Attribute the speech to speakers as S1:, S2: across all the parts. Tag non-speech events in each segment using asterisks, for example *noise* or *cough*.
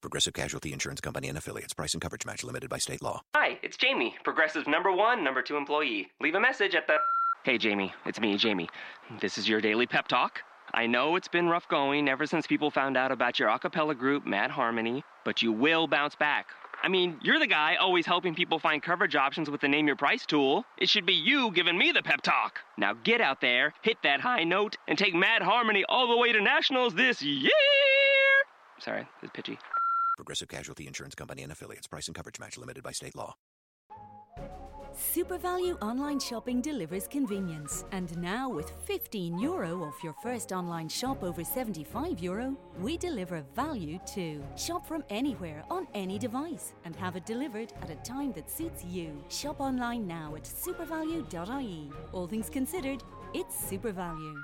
S1: Progressive Casualty Insurance Company and affiliates. Price and coverage match limited by state law.
S2: Hi, it's Jamie, Progressive number one, number two employee. Leave a message at the. Hey, Jamie, it's me, Jamie. This is your daily pep talk. I know it's been rough going ever since people found out about your a cappella group, Mad Harmony, but you will bounce back. I mean, you're the guy always helping people find coverage options with the Name Your Price tool. It should be you giving me the pep talk. Now get out there, hit that high note, and take Mad Harmony all the way to nationals this year! Sorry, it's pitchy.
S1: Progressive Casualty Insurance Company and affiliates. Price and coverage match limited by state law.
S3: SuperValue online shopping delivers convenience. And now, with 15 euro off your first online shop over 75 euro, we deliver value too. Shop from anywhere on any device and have it delivered at a time that suits you. Shop online now at supervalue.ie. E. All things considered, it's SuperValue.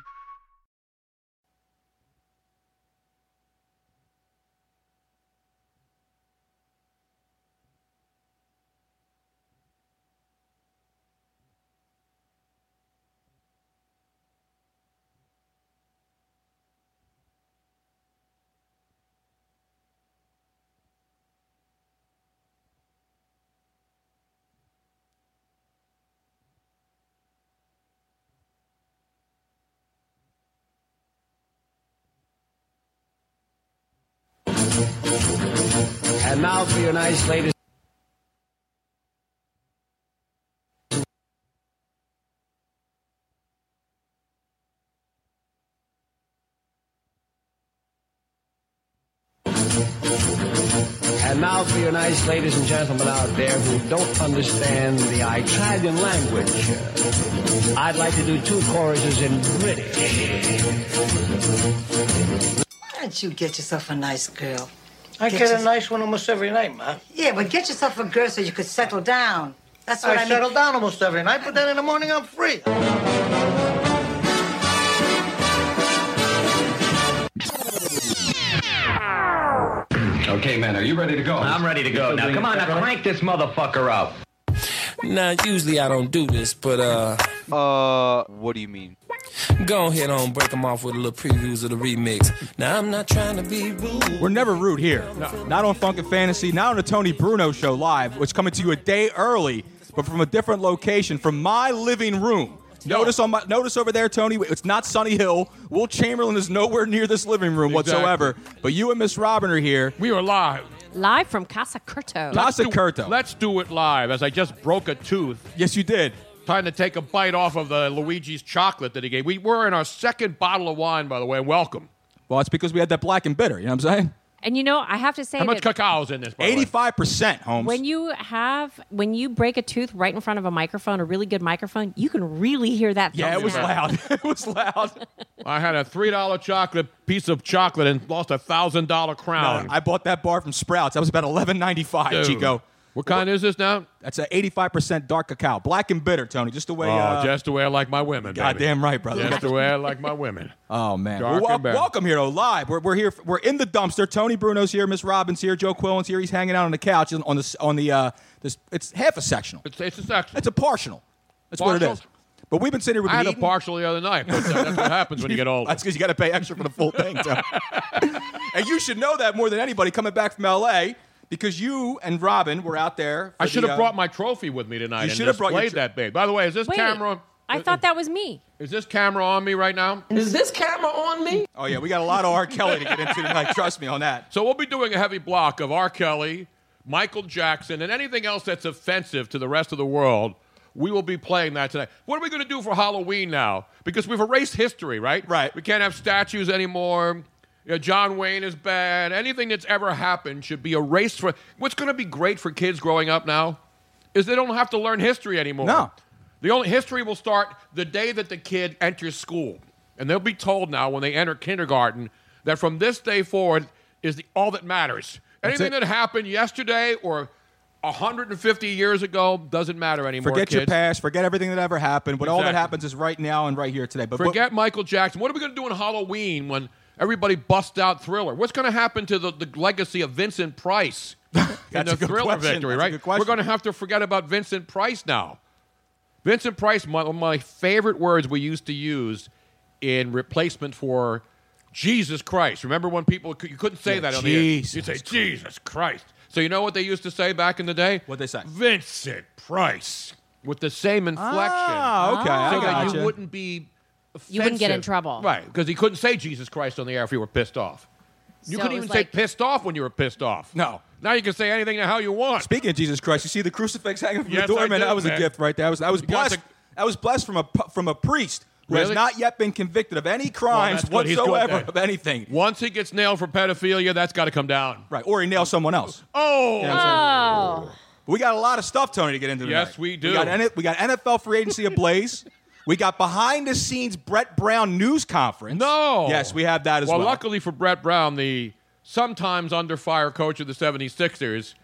S4: And now for your nice ladies. And now for your nice ladies and gentlemen out there who don't understand the Italian language, I'd like to do two choruses in British.
S5: Why don't you get yourself a nice girl?
S6: I
S5: Get
S6: get,
S5: yourself-
S6: a nice one almost every night, Ma.
S5: Yeah, but get yourself a girl so you could settle down. That's what I,
S6: I,
S5: mean.
S6: settle down almost every night, but then in the morning I'm free.
S7: Okay, man, are you ready to go? I'm ready to go. Now, come on, now crank this motherfucker up.
S8: Nah, usually I don't do this, but uh. Uh, what do you mean? Go ahead on, break them off with a little previews of the remix. Now I'm not trying to be rude.
S9: We're never rude here. Not on Funk and Fantasy, not on the Tony Bruno Show live, which coming to you a day early, but from a different location, from my living room. Notice on my notice over there, Tony. It's not Sunny Hill. Will Chamberlain is nowhere near this living room whatsoever. But you and Miss Robin are here.
S10: We are live.
S11: Live from Casa Curto.
S10: Let's
S9: Casa
S10: do-
S9: Curto.
S10: Let's do it live, as I just broke a tooth.
S9: Yes, you did.
S10: Trying to take a bite off of the Luigi's chocolate that he gave. We were in our second bottle of wine, by the way. Welcome.
S9: Well, it's because we had that black and bitter. You know what I'm saying?
S11: And you know, I have to say
S10: How much
S11: that
S10: cacao's in this? By the way?
S9: Eighty-five percent, Holmes.
S11: when you have when you break a tooth right in front of a microphone, a really good microphone, you can really hear that.
S10: Yeah,
S11: thumbs
S9: *laughs*
S10: it was
S11: down.
S10: loud.
S9: it was loud.
S10: I had a three dollar chocolate piece of chocolate and lost a thousand dollar crown.
S9: I bought that bar from Sprouts. That was about eleven ninety-five.
S10: Dude.
S9: Chico.
S10: What kind is this now?
S9: That's an eighty-five percent dark cacao, black and bitter, Tony. Just the way.
S10: oh,
S9: uh,
S10: just the way I like my women. baby.
S9: Goddamn right, brother.
S10: Just the way I like my women.
S9: Oh man,
S10: Dark
S9: Well, wel-
S10: and bad.
S9: welcome here though, live. We're, we're here. We're in the dumpster. Tony Bruno's here. Miss Robbins here. Joe Quillen's here. He's hanging out on the couch on the on the uh, this. It's half a sectional.
S10: It's, it's a sectional.
S9: It's a partial. That's what it is.
S10: Partial?
S9: But we've been sitting here. We've
S10: I had
S9: been
S10: a partial the other night. But uh, that's what
S9: *laughs*
S10: happens when you get old.
S9: That's because you got to pay extra for the full thing. Tony. *laughs* and you should know that more than anybody coming back from L.A. because you and Robin were out there. uh,
S10: I should have brought my trophy with me tonight.
S9: You
S10: and
S9: should have
S10: just
S9: brought your
S10: played
S9: tr-
S10: that big. By the way, is this
S11: Wait,
S10: camera?
S11: I thought that was me.
S10: Is this camera on me right now?
S9: Is
S11: this camera on me?
S9: Oh yeah, we got a lot of R. Kelly to get into tonight. Trust me on that.
S10: So we'll be doing a heavy block of R. Kelly, Michael Jackson, and anything else that's offensive to the rest of the world. We will be playing that tonight. What are we going to do for Halloween now? Because we've erased history, right? Right. We can't have statues anymore. You know, John Wayne is bad. Anything that's ever happened should be erased. For what's going to be great for kids growing up now is they don't have to learn history anymore. No. The only history will start the day that the kid enters school. And they'll be told now when they enter kindergarten that from this day forward is the, all that matters.
S9: That's
S10: Anything
S9: it.
S10: that happened yesterday or 150 years ago doesn't matter anymore.
S4: Forget your
S10: kids.
S4: past. Forget everything that ever happened. But all that
S10: Exactly.
S4: happens is right now and right here today. But but-
S10: Forget Michael Jackson. What are we going to do on Halloween when everybody busts out Thriller? What's going to happen to the, the legacy of
S4: *laughs*
S10: Vincent Price in the
S4: good
S10: Thriller
S4: question.
S10: victory?
S4: That's a
S10: right?
S4: good question.
S10: We're going to have to forget about Vincent Price now. Vincent Price, my, one of my favorite words we used to use in replacement for Jesus Christ. Remember when people you couldn't say
S4: Yeah,
S10: that on the air? You'd
S4: Jesus
S10: say Jesus Christ. So you know what they used to say back in the day? What
S4: they say?
S10: Vincent Price with the same inflection.
S4: Ah, okay, I
S10: so that
S4: gotcha.
S10: you wouldn't be
S5: You wouldn't get in
S10: offensive.
S5: trouble.
S10: Right, because he couldn't say Jesus Christ on the air if you were pissed off.
S5: So
S10: You
S5: it
S10: couldn't
S5: was
S10: even
S5: like-
S10: say pissed off when you were pissed off. No. Now you can say anything to how you want.
S4: Speaking of Jesus Christ, you see the crucifix hanging from
S10: Yes,
S4: the door,
S10: I
S4: man.
S10: do,
S4: that was a
S10: man.
S4: gift right there. I was, I was
S10: You got
S4: blessed. I was blessed from a pu- from a priest who has
S10: Really?
S4: not yet been convicted of any
S10: Well,
S4: crimes
S10: that's good. He's good
S4: whatsoever
S10: then.
S4: of anything.
S10: Once he gets nailed for pedophilia, that's got to come down.
S4: Right, or he nails someone else.
S10: Oh,
S5: Oh.
S4: We got a lot of stuff, Tony, to get into.
S10: Yes,
S4: tonight.
S10: we do.
S4: We got, N- we got NFL free agency ablaze. We got behind the scenes Brett Brown news conference.
S10: No.
S4: Yes, we have that as well.
S10: Well, luckily for Brett Brown, the sometimes under fire coach of the 76ers,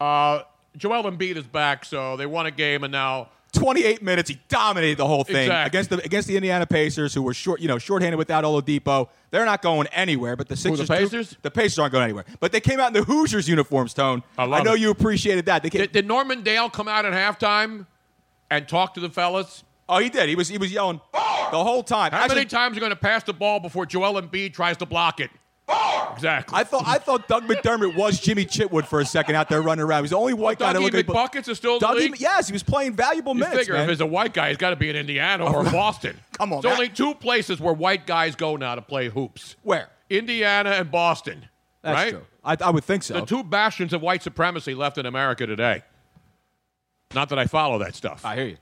S10: uh, Joel Embiid is back, so they won a game, and now
S4: 28 minutes. He dominated the whole thing
S10: Exactly.
S4: against the against the Indiana Pacers, who were short, you know, shorthanded without Oladipo. They're not going anywhere. But the
S10: Who, the
S4: Sixers, do-
S10: Pacers?
S4: the Pacers aren't going anywhere. But they came out in the Hoosiers uniforms, Tone. I,
S10: love
S4: know
S10: it.
S4: you appreciated that. They came,
S10: did, did Norman Dale come out at halftime and talk to the fellas?
S4: oh, he did. He was he was yelling the whole time.
S10: How
S4: Actually,
S10: many times are you going to pass the ball before Joel Embiid tries to block it? Exactly.
S4: I thought I thought Doug McDermott was Jimmy Chitwood for a second out there running around. He was the only white guy that
S10: Dougie
S4: looked. at-
S10: McBuckets is still in the
S4: Dougie-
S10: league?
S4: yes, he was playing valuable
S10: You
S4: minutes.
S10: figure
S4: man.
S10: if it's a white guy, he's got to be in Indiana
S4: *laughs*
S10: or Boston.
S4: Come on,
S10: There's
S4: Matt.
S10: only two places where white guys go now to play hoops.
S4: Where?
S10: Indiana and Boston.
S4: That's
S10: right?
S4: true. I, I would think so.
S10: The two bastions of white supremacy left in America today. Not that I follow that stuff.
S4: I hear you.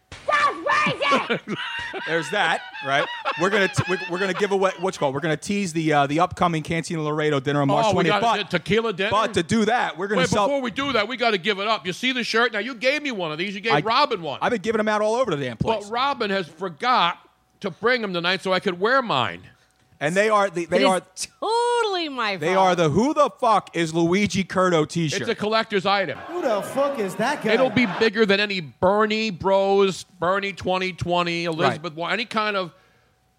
S4: There's that, right? We're gonna t- we're, we're gonna give away what's called. We're gonna tease the uh, the upcoming Cantina Laredo dinner on March
S10: oh, we
S4: 20th.
S10: got
S4: But,
S10: the tequila dinner.
S4: but to do that, we're gonna
S10: Wait,
S4: sell.
S10: before we do that, we got to give it up. You see the shirt now? You gave me one of these. You gave
S4: I-
S10: Robin one.
S4: I've been giving them out all over the damn place,
S10: But Robin has forgot to bring them tonight so I could wear mine.
S4: and they are the,
S5: It
S4: they
S5: is
S4: are
S5: totally my fault.
S4: they are the who the fuck is Luigi Curto T-shirt.
S10: It's a collector's item.
S12: Who the fuck is that guy?
S10: It'll be bigger than any Bernie Bros, Bernie 2020, Elizabeth, Warren, any kind of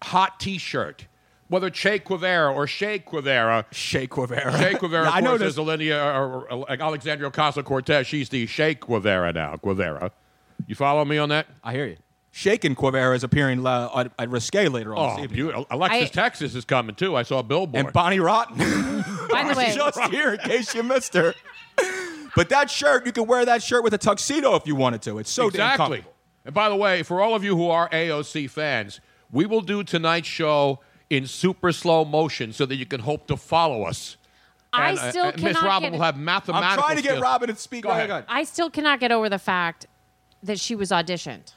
S10: hot T-shirt, whether Che Guevara or Che Guevara.
S4: Che Guevara.
S10: Che Guevara,
S4: Yeah,
S10: of
S4: I
S10: course,
S4: noticed-
S10: is Alinea or, or, or Alexandria Ocasio Cortez. She's the Che Guevara now. Guevara, you follow me on that?
S4: I hear you. Shaken Quivera is appearing uh, at, at Risque later on this
S10: Oh,
S4: evening.
S10: beautiful. Alexis
S5: I-
S10: Texas is coming too. I saw a billboard.
S4: And Bonnie
S10: *laughs*
S4: Rotten
S5: By the way,
S4: just here in case you missed her. But that shirt, you can wear that shirt with a tuxedo if you wanted to. It's so damn
S10: exactly.
S4: comfortable.
S10: And by the way, for all of you who are AOC fans, we will do tonight's show in super slow motion so that you can hope to follow us.
S5: I
S10: And, uh,
S5: still
S10: and
S5: cannot
S10: Miss Robin
S5: get-
S10: will have mathematical.
S4: I'm trying to get
S10: skills.
S4: Robin to speak.
S10: Go
S4: Go
S10: ahead.
S4: ahead.
S5: I still cannot get over the fact that she was auditioned.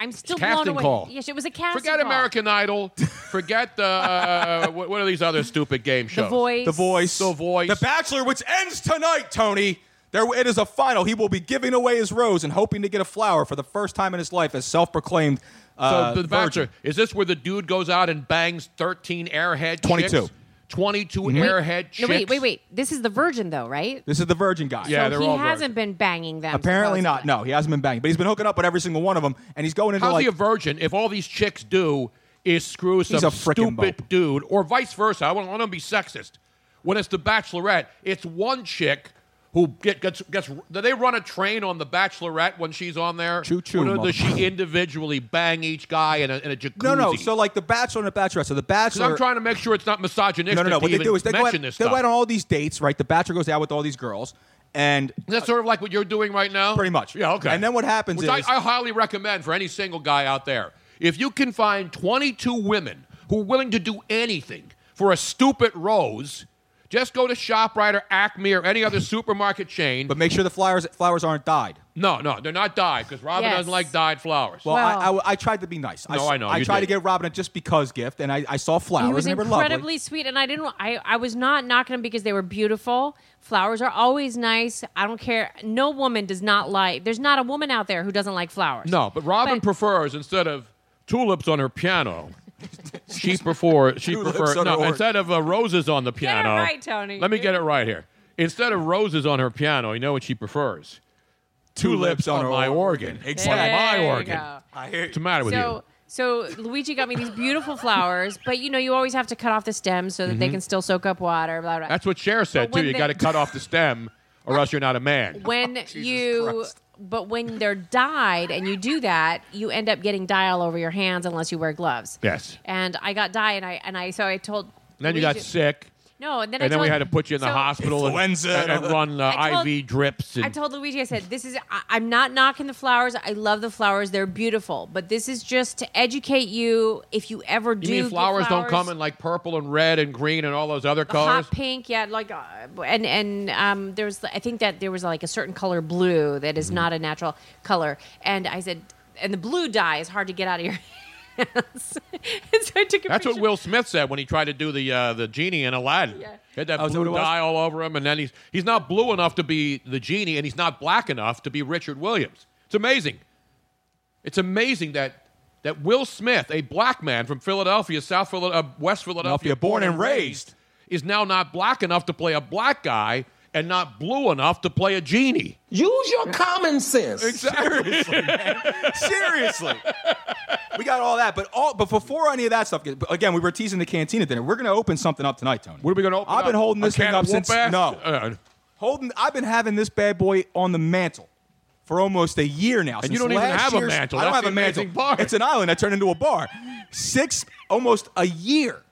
S5: I'm still blown
S10: casting
S5: away.
S10: call.
S5: Yes, it was a casting
S10: Forget
S5: call.
S10: American Idol. Forget the uh, what, what are these other stupid game shows?
S5: The voice.
S4: The voice.
S10: The Voice.
S4: The Bachelor, which ends tonight, Tony. There, it is a final. He will be giving away his rose and hoping to get a flower for the first time in his life as self-proclaimed uh,
S10: so the
S4: virgin.
S10: Bachelor. Is this where the dude goes out and bangs thirteen airhead?
S4: 22.
S10: chicks? 22 airhead. Chicks?
S5: Mm-hmm. No, wait, wait, wait. This is the virgin, though, right?
S4: This is the virgin guy.
S10: Yeah,
S5: so
S10: they're
S5: he
S10: all
S5: hasn't
S10: virgin.
S5: been banging them.
S4: Apparently not.
S5: supposedly.
S4: No, he hasn't been banging, but he's been hooking up with every single one of them, and he's going into
S10: How's
S4: like
S10: he a virgin if all these chicks do is screw some
S4: a frickin'
S10: stupid dude or vice versa? I don't want to be sexist. When it's the Bachelorette, it's one chick who get, gets gets. Do they run a train on the Bachelorette when she's on there?
S4: Choo-choo,
S10: Or does
S4: motherfucker.
S10: she individually bang each guy in a, in a jacuzzi?
S4: No, no. So like the Bachelor and the Bachelorette. So the
S10: Because
S4: Bachelor.
S10: I'm trying to make sure it's not misogynistic.
S4: no, no, no.
S10: to
S4: What they
S10: even
S4: do is they go, out,
S10: mention this
S4: they
S10: stuff.
S4: go out on all these dates, right? The Bachelor goes out with all these girls, and
S10: That's sort of like what you're doing right now.
S4: Pretty much.
S10: Yeah. Okay.
S4: And then what happens
S10: Which I-
S4: is-
S10: I, highly recommend for any single guy out there. If you can find 22 women who are willing to do anything for a stupid rose, just go to Shoprite or Acme or any other supermarket chain.
S4: but make sure the flowers flowers aren't dyed.
S10: no, no, they're not dyed because Robin
S5: Yes.
S10: doesn't like dyed flowers.
S4: Well, I-
S5: Well-
S4: I, I, tried to be nice.
S10: No,
S4: s-
S10: I know,
S4: I
S10: you
S4: tried
S10: did.
S4: to get Robin a just because gift, and I, I saw flowers
S5: He was
S4: and they were
S5: incredibly
S4: lovely.
S5: sweet, and I didn't. I, I was not knocking him because they were beautiful. Flowers are always nice. I don't care. No woman does not like. There's not a woman out there who doesn't like flowers.
S10: no, but Robin
S5: But-
S10: prefers instead of tulips on her piano. she prefer she
S4: Tulips
S10: prefer
S4: on her
S10: no
S4: org.
S10: instead of uh, roses on the
S5: it
S10: piano.
S5: right, Tony.
S10: Let me get it right here. Instead of roses on her piano, you know what she prefers? Two lips on my organ.
S5: Exactly.
S10: On my
S5: There you
S10: organ.
S5: go.
S10: I hear What's the matter with you?
S5: so, so Luigi got me these beautiful *laughs* flowers, but you know you always have to cut off the stems so that they
S10: Mhm.
S5: can still soak up water. Blah blah.
S10: That's what Cher said,
S5: But
S10: too.
S5: when
S10: You
S5: they-
S10: got to cut off the stem or else you're not a man.
S5: when you but when they're dyed and you do that, you end up getting dye all over your hands unless you wear gloves.
S10: Yes.
S5: And I got dye and I and I so I told
S10: And then you got
S5: Luigi-
S10: sick.
S5: No, and then I
S10: and then we
S5: told-
S10: had to put you in the
S5: so-
S10: hospital and, and, and run
S5: I
S10: uh,
S5: told-
S10: IV drips. And
S5: I told Luigi, I said, "This is. I, I'm not knocking the flowers. I love the flowers. They're beautiful. But this is just to educate you. If you ever do,
S10: you mean
S5: get
S10: flowers, don't come
S5: flowers,
S10: in like purple and red and green and all those other colors?
S5: hot pink, yeah, like uh, and and um, there was. I think that there was like a certain color blue that
S10: Mm-hmm.
S5: is not a natural color. And I said, and the blue dye is hard to get out of your *laughs* hands. and so I took a
S10: That's
S5: picture.
S10: what Will Smith said when he tried to do the uh, the genie in Aladdin.
S5: Yeah.
S10: He had that
S8: Oh, is that what it
S10: blue
S8: was?
S10: dye all over him, and then he's he's not blue enough to be the genie, and he's not black enough to be Richard Williams. It's amazing. It's amazing that that Will Smith, a black man from Philadelphia, South Philadelphia, West Philadelphia,
S8: born and
S10: raised, is now not black enough to play a black guy and not blue enough to play a genie.
S2: Use your common sense.
S10: Exactly.
S8: Seriously. We got all that, but all but before any of that stuff, but again, we were teasing the cantina dinner. We're going to open something up tonight, Tony. What
S10: are we going to open?
S8: I've been
S10: up?
S8: holding
S10: A
S8: this thing
S10: can
S8: up
S10: of
S8: since
S10: whoop-ass?
S8: no.
S10: Uh,
S8: Holding, I've been having this bad boy on the mantle for almost a year now.
S10: And you
S8: since
S10: don't even
S8: last
S10: have a
S8: year's-
S10: mantle.
S8: I don't
S10: That's
S8: have a
S10: the
S8: mantle.
S10: amazing part.
S8: It's an island that turned into a bar. Six, almost a year.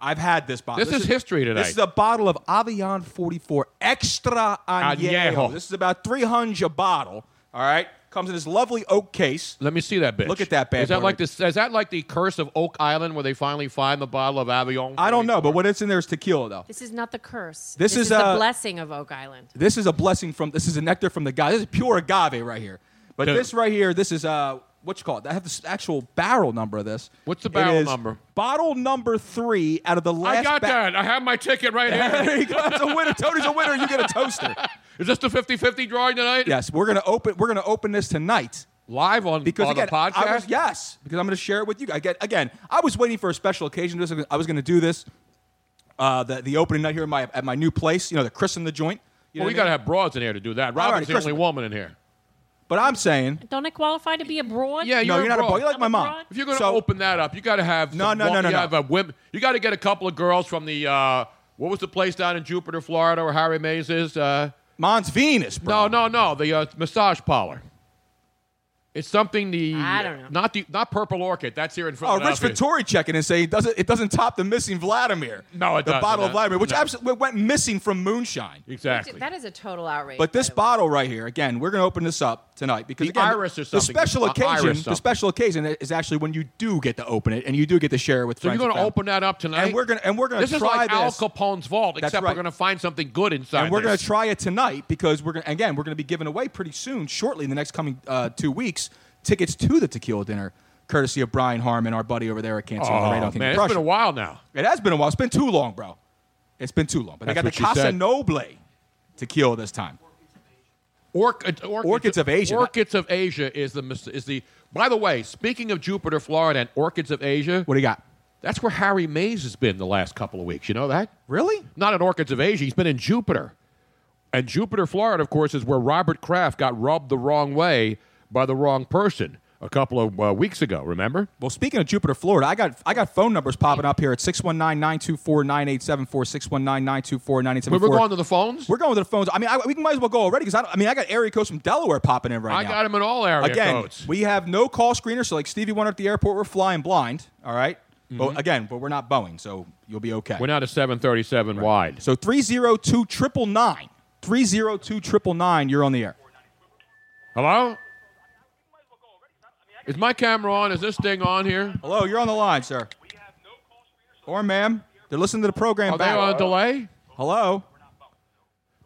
S8: I've had this bottle.
S10: This is history tonight.
S8: This is a bottle of Avian 44 Extra Añejo.
S10: Añejo.
S8: This is about 300 a bottle. All right, comes in this lovely oak case.
S10: Let me see that bitch.
S8: Look at that bad
S10: Is that
S8: boy
S10: like this? Is that like the curse of Oak Island, where they finally find the bottle of Avion?
S8: I don't know, but what it's in there is tequila, though.
S5: This is not the curse.
S8: This is,
S5: is the
S8: uh,
S5: blessing of Oak Island.
S8: This is a blessing from. This is a nectar from the god. This is pure agave right here. But
S10: Dude.
S8: this right here, this is uh, what you call it? I have the s- actual barrel number of this. What's
S10: the barrel number?
S8: Bottle number three out of the last.
S10: I got
S8: ba-
S10: that. I have my
S8: *laughs*
S10: ticket right here.
S8: There you go. It's a winner. Tony's a winner. You get a *laughs* toaster.
S10: Is this the 50-50 drawing tonight?
S8: Yes, we're gonna open. We're gonna open this tonight.
S10: Live on
S8: because
S10: on the
S8: again, I
S10: podcast?
S8: was- yes, because I'm going to share it with you. guys. Again, again, I was waiting for a special occasion. This I was going to do this, uh, the the opening night here at my at my new place. You know, the christen the joint. You know
S10: well,
S8: what
S10: we
S8: I
S10: got to
S8: mean?
S10: have broads in here to do that.
S8: All right,
S10: Robin's the only
S8: Christmas.
S10: woman in here.
S8: But I'm saying
S5: Don't I qualify to be abroad?
S10: Yeah,
S8: No, you're not a boy. You're like
S5: I'm
S8: my mom.
S5: broad?
S10: If you're going to open that up, you got to have
S8: No,
S10: some
S8: no,
S10: wo-
S8: no, no,
S10: You
S8: no.
S10: gotta have women. You got to get a couple of girls from the uh, what was the place down in Jupiter, Florida, where Harry Mays is? Uh,
S8: Mons Venus,
S10: bro. No, no, no. The uh, massage parlor. It's something the I don't know. Not the not Purple Orchid. That's here in
S8: Oh,
S10: front.
S8: Rich Vittori checking and saying it doesn't it doesn't top the missing Vladimir.
S10: No, it
S8: the
S10: doesn't,
S8: bottle of
S10: no,
S8: Vladimir, which
S10: no.
S8: absolutely went missing from Moonshine.
S10: Exactly.
S5: That is a total outrage.
S8: But this bottle right here, again, we're going to open this up tonight because
S10: The
S8: again,
S10: iris or
S8: the
S10: something.
S8: special
S10: Uh, iris
S8: occasion, the
S10: something.
S8: special occasion is actually when you do get to open it and you do get to share it with
S10: So you're
S8: friends.
S10: going
S8: and
S10: to
S8: family.
S10: open that up tonight,
S8: And we're gonna- and we're gonna
S10: This is
S8: try
S10: like Al
S8: this.
S10: Capone's vault,
S8: That's
S10: except
S8: right.
S10: we're going to find something good inside.
S8: and we're going
S10: this.
S8: to try it tonight because we're going to, again we're going to be giving away pretty soon, shortly in the next coming uh, two weeks, tickets to the tequila dinner, courtesy of Brian Harmon, our buddy over there at Cantina
S10: Oh,
S8: Laredo, King
S10: man,
S8: of
S10: it's
S8: Prussia.
S10: been a while now.
S8: It has been a while. It's been too long, bro. It's been too long. But
S10: That's
S8: they got the
S10: what she said.
S8: Casa Noble tequila this time.
S10: Orchid, orchids,
S8: Orchids of Asia.
S10: uh, Orchids of Asia is the mis- is the. By the way, speaking of Jupiter, Florida, and orchids of Asia, what
S8: do you got?
S10: That's where Harry Mays has been the last couple of weeks. You know that?
S8: Really?
S10: Not at Orchids of Asia. He's been in Jupiter, and Jupiter, Florida, of course, is where Robert Kraft got rubbed the wrong way by the wrong person a couple of uh, weeks ago. Remember?
S8: Well, speaking of Jupiter, Florida, I got I got phone numbers popping up here at 619-924-9874, 619-924-9874.
S10: We were going to the phones?
S8: We're going to the phones. I mean, I, we might as well go already because I, don't- I mean, I got area codes from Delaware popping in right
S10: I
S8: now.
S10: got him in all area
S8: again,
S10: codes.
S8: we have no call screener, so like Stevie Wonder at the airport, we're flying blind, all right? But again, but we're not Boeing, so you'll be okay.
S10: Mm-hmm. We're not a 737 wide.
S8: So 302 999 302 999, you're on the air.
S10: Hello? Is my camera on? Is this thing on here?
S8: Hello, you're on the line, sir. Or ma'am, they're listening to the program
S10: Are Oh, they
S8: back.
S10: on a delay?
S8: Hello?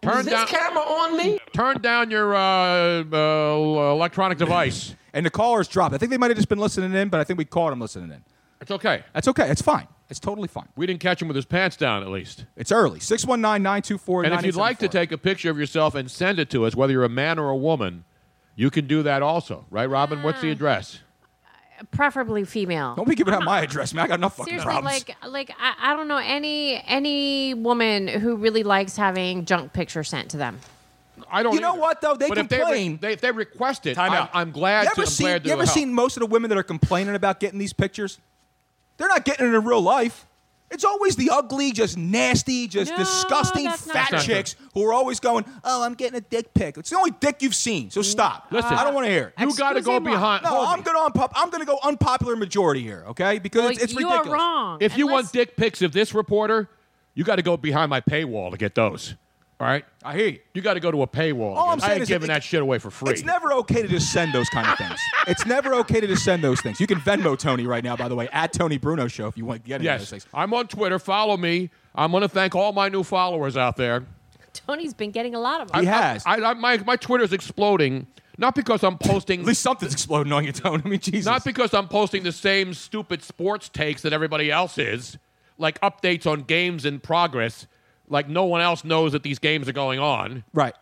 S10: Turn
S2: is this
S10: down-
S2: camera on me?
S10: Turn down your uh, uh, electronic device.
S8: And the callers dropped. I think they might have just been listening in, but I think we caught them listening in.
S10: It's okay.
S8: That's okay. It's fine. It's totally fine.
S10: We didn't catch him with his pants down, at least.
S8: It's early. 619 924
S10: And if you'd like to take a picture of yourself and send it to
S8: Ah.
S10: us, whether you're a man or a woman, you can do that also. Right, Robin? What's the address?
S5: preferably female.
S8: Don't be giving out my address, man. I got enough fucking
S5: Seriously,
S8: problems.
S5: like, like I, I don't know any any woman who really likes having junk pictures sent to them.
S10: I don't.
S8: You know what though? They
S10: But if they re-
S8: complain.
S10: they, if they request it,
S8: Time
S10: I'm-
S8: out.
S10: I'm
S8: You
S10: glad to-
S8: ever
S10: I'm
S8: seen,
S10: glad to
S8: you ever
S10: help.
S8: seen most of the women that are complaining about getting these pictures? They're not getting it in real life. It's always the ugly, just nasty, just disgusting
S4: that's not
S8: fat
S4: true.
S8: chicks who are always going, "Oh, I'm getting a dick pic." It's the only dick you've seen,
S4: Mm,
S8: so stop.
S4: uh,
S10: Listen,
S8: I don't want to hear. it.
S10: you gotta go Excuse me, behind-
S8: No,
S10: hold
S8: I'm going to unpop- I'm going to go unpopular majority here, okay? Because it's, it's ridiculous.
S10: If you want dick pics of this reporter, you got to go behind my paywall to get those. All right,
S8: I hear you.
S10: You got to go to a paywall.
S8: All
S10: to get-
S8: I'm saying
S10: I ain't
S8: is
S10: giving
S8: it-
S10: that shit away for free.
S8: It's never okay to just send those kind of things. it's never okay to just send those things. You can Venmo Tony right now, by the way, at Tony Bruno Show if you want to get any of those
S10: yes,
S8: things.
S10: I'm on Twitter. Follow me. I'm going to thank all my new followers out there.
S5: Tony's been getting a lot of them.
S10: I, I, I, my my Twitter's exploding. Not because I'm posting. At
S8: least something's exploding on your
S10: *laughs*
S8: tone. I mean, Jesus.
S10: Not because I'm posting the same stupid sports takes that everybody else is, like updates on games in progress, like no one else knows that these games are going on.
S8: Right.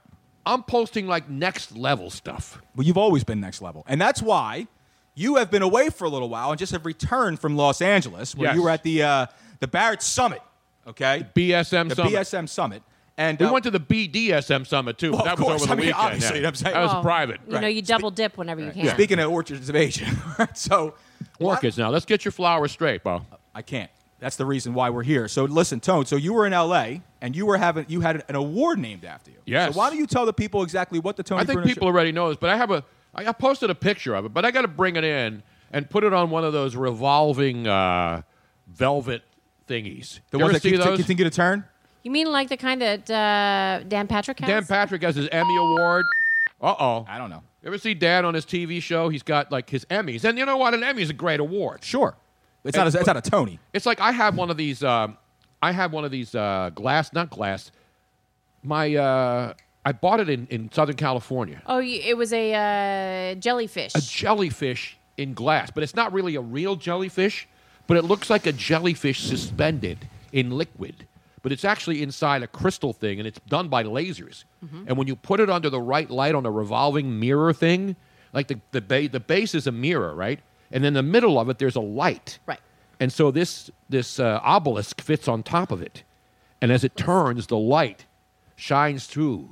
S10: I'm posting like next level stuff.
S8: Well, you've always been next level. And that's why you have been away for a little while and just have returned from Los Angeles where
S10: Yes.
S8: you were at the uh, the Barrett Summit, okay?
S10: The BSM
S8: the
S10: Summit.
S8: BSM Summit. And
S10: We
S8: uh,
S10: went to the BDSM Summit too.
S8: Well,
S10: but that
S8: of
S10: was
S8: course.
S10: over the
S8: I mean,
S10: weekend.
S8: obviously,
S10: yeah.
S8: I'm saying-
S10: that was
S8: Well,
S10: private.
S5: You know, you double dip whenever you can.
S8: Speaking of Orchards of Asia, *laughs* right? So
S10: orchids now. Let's get your flowers straight, Bo.
S8: I can't. That's the reason why we're here. So listen, Tone. So you were in L.A. and you were having you had an award named after you.
S10: Yes.
S8: So why don't you tell the people exactly what the Tony?
S10: I think
S8: Bruno
S10: people already know this, but I have a I I posted a picture of it, but I got to bring it in and put it on one of those revolving uh, velvet thingies.
S8: the
S10: you
S8: ones
S10: ever
S8: that
S10: see
S8: keep,
S10: those?
S8: continue to turn.
S5: You mean like the kind that uh, Dan Patrick has?
S10: Dan Patrick has his Emmy award. Uh oh.
S8: I don't know.
S10: You ever see Dan on his TV show? He's got like his Emmys, and you know what? An Emmy is a great award.
S8: Sure. It's
S10: And-
S8: not. A, it's not a Tony.
S10: It's like I have one of these. Um, I have one of these uh, glass, not glass. My uh, I bought it in, in Southern California.
S5: oh, you, it was a uh, jellyfish.
S10: A jellyfish in glass, but it's not really a real jellyfish. But it looks like a jellyfish suspended in liquid. But it's actually inside a crystal thing, and it's done by lasers.
S5: Mm-hmm.
S10: And when you put it under the right light on a revolving mirror thing, like the the, ba- the base is a mirror, right? And in the middle of it, there's a light.
S5: Right.
S10: And so this this uh, obelisk fits on top of it, and as it turns, the light shines through.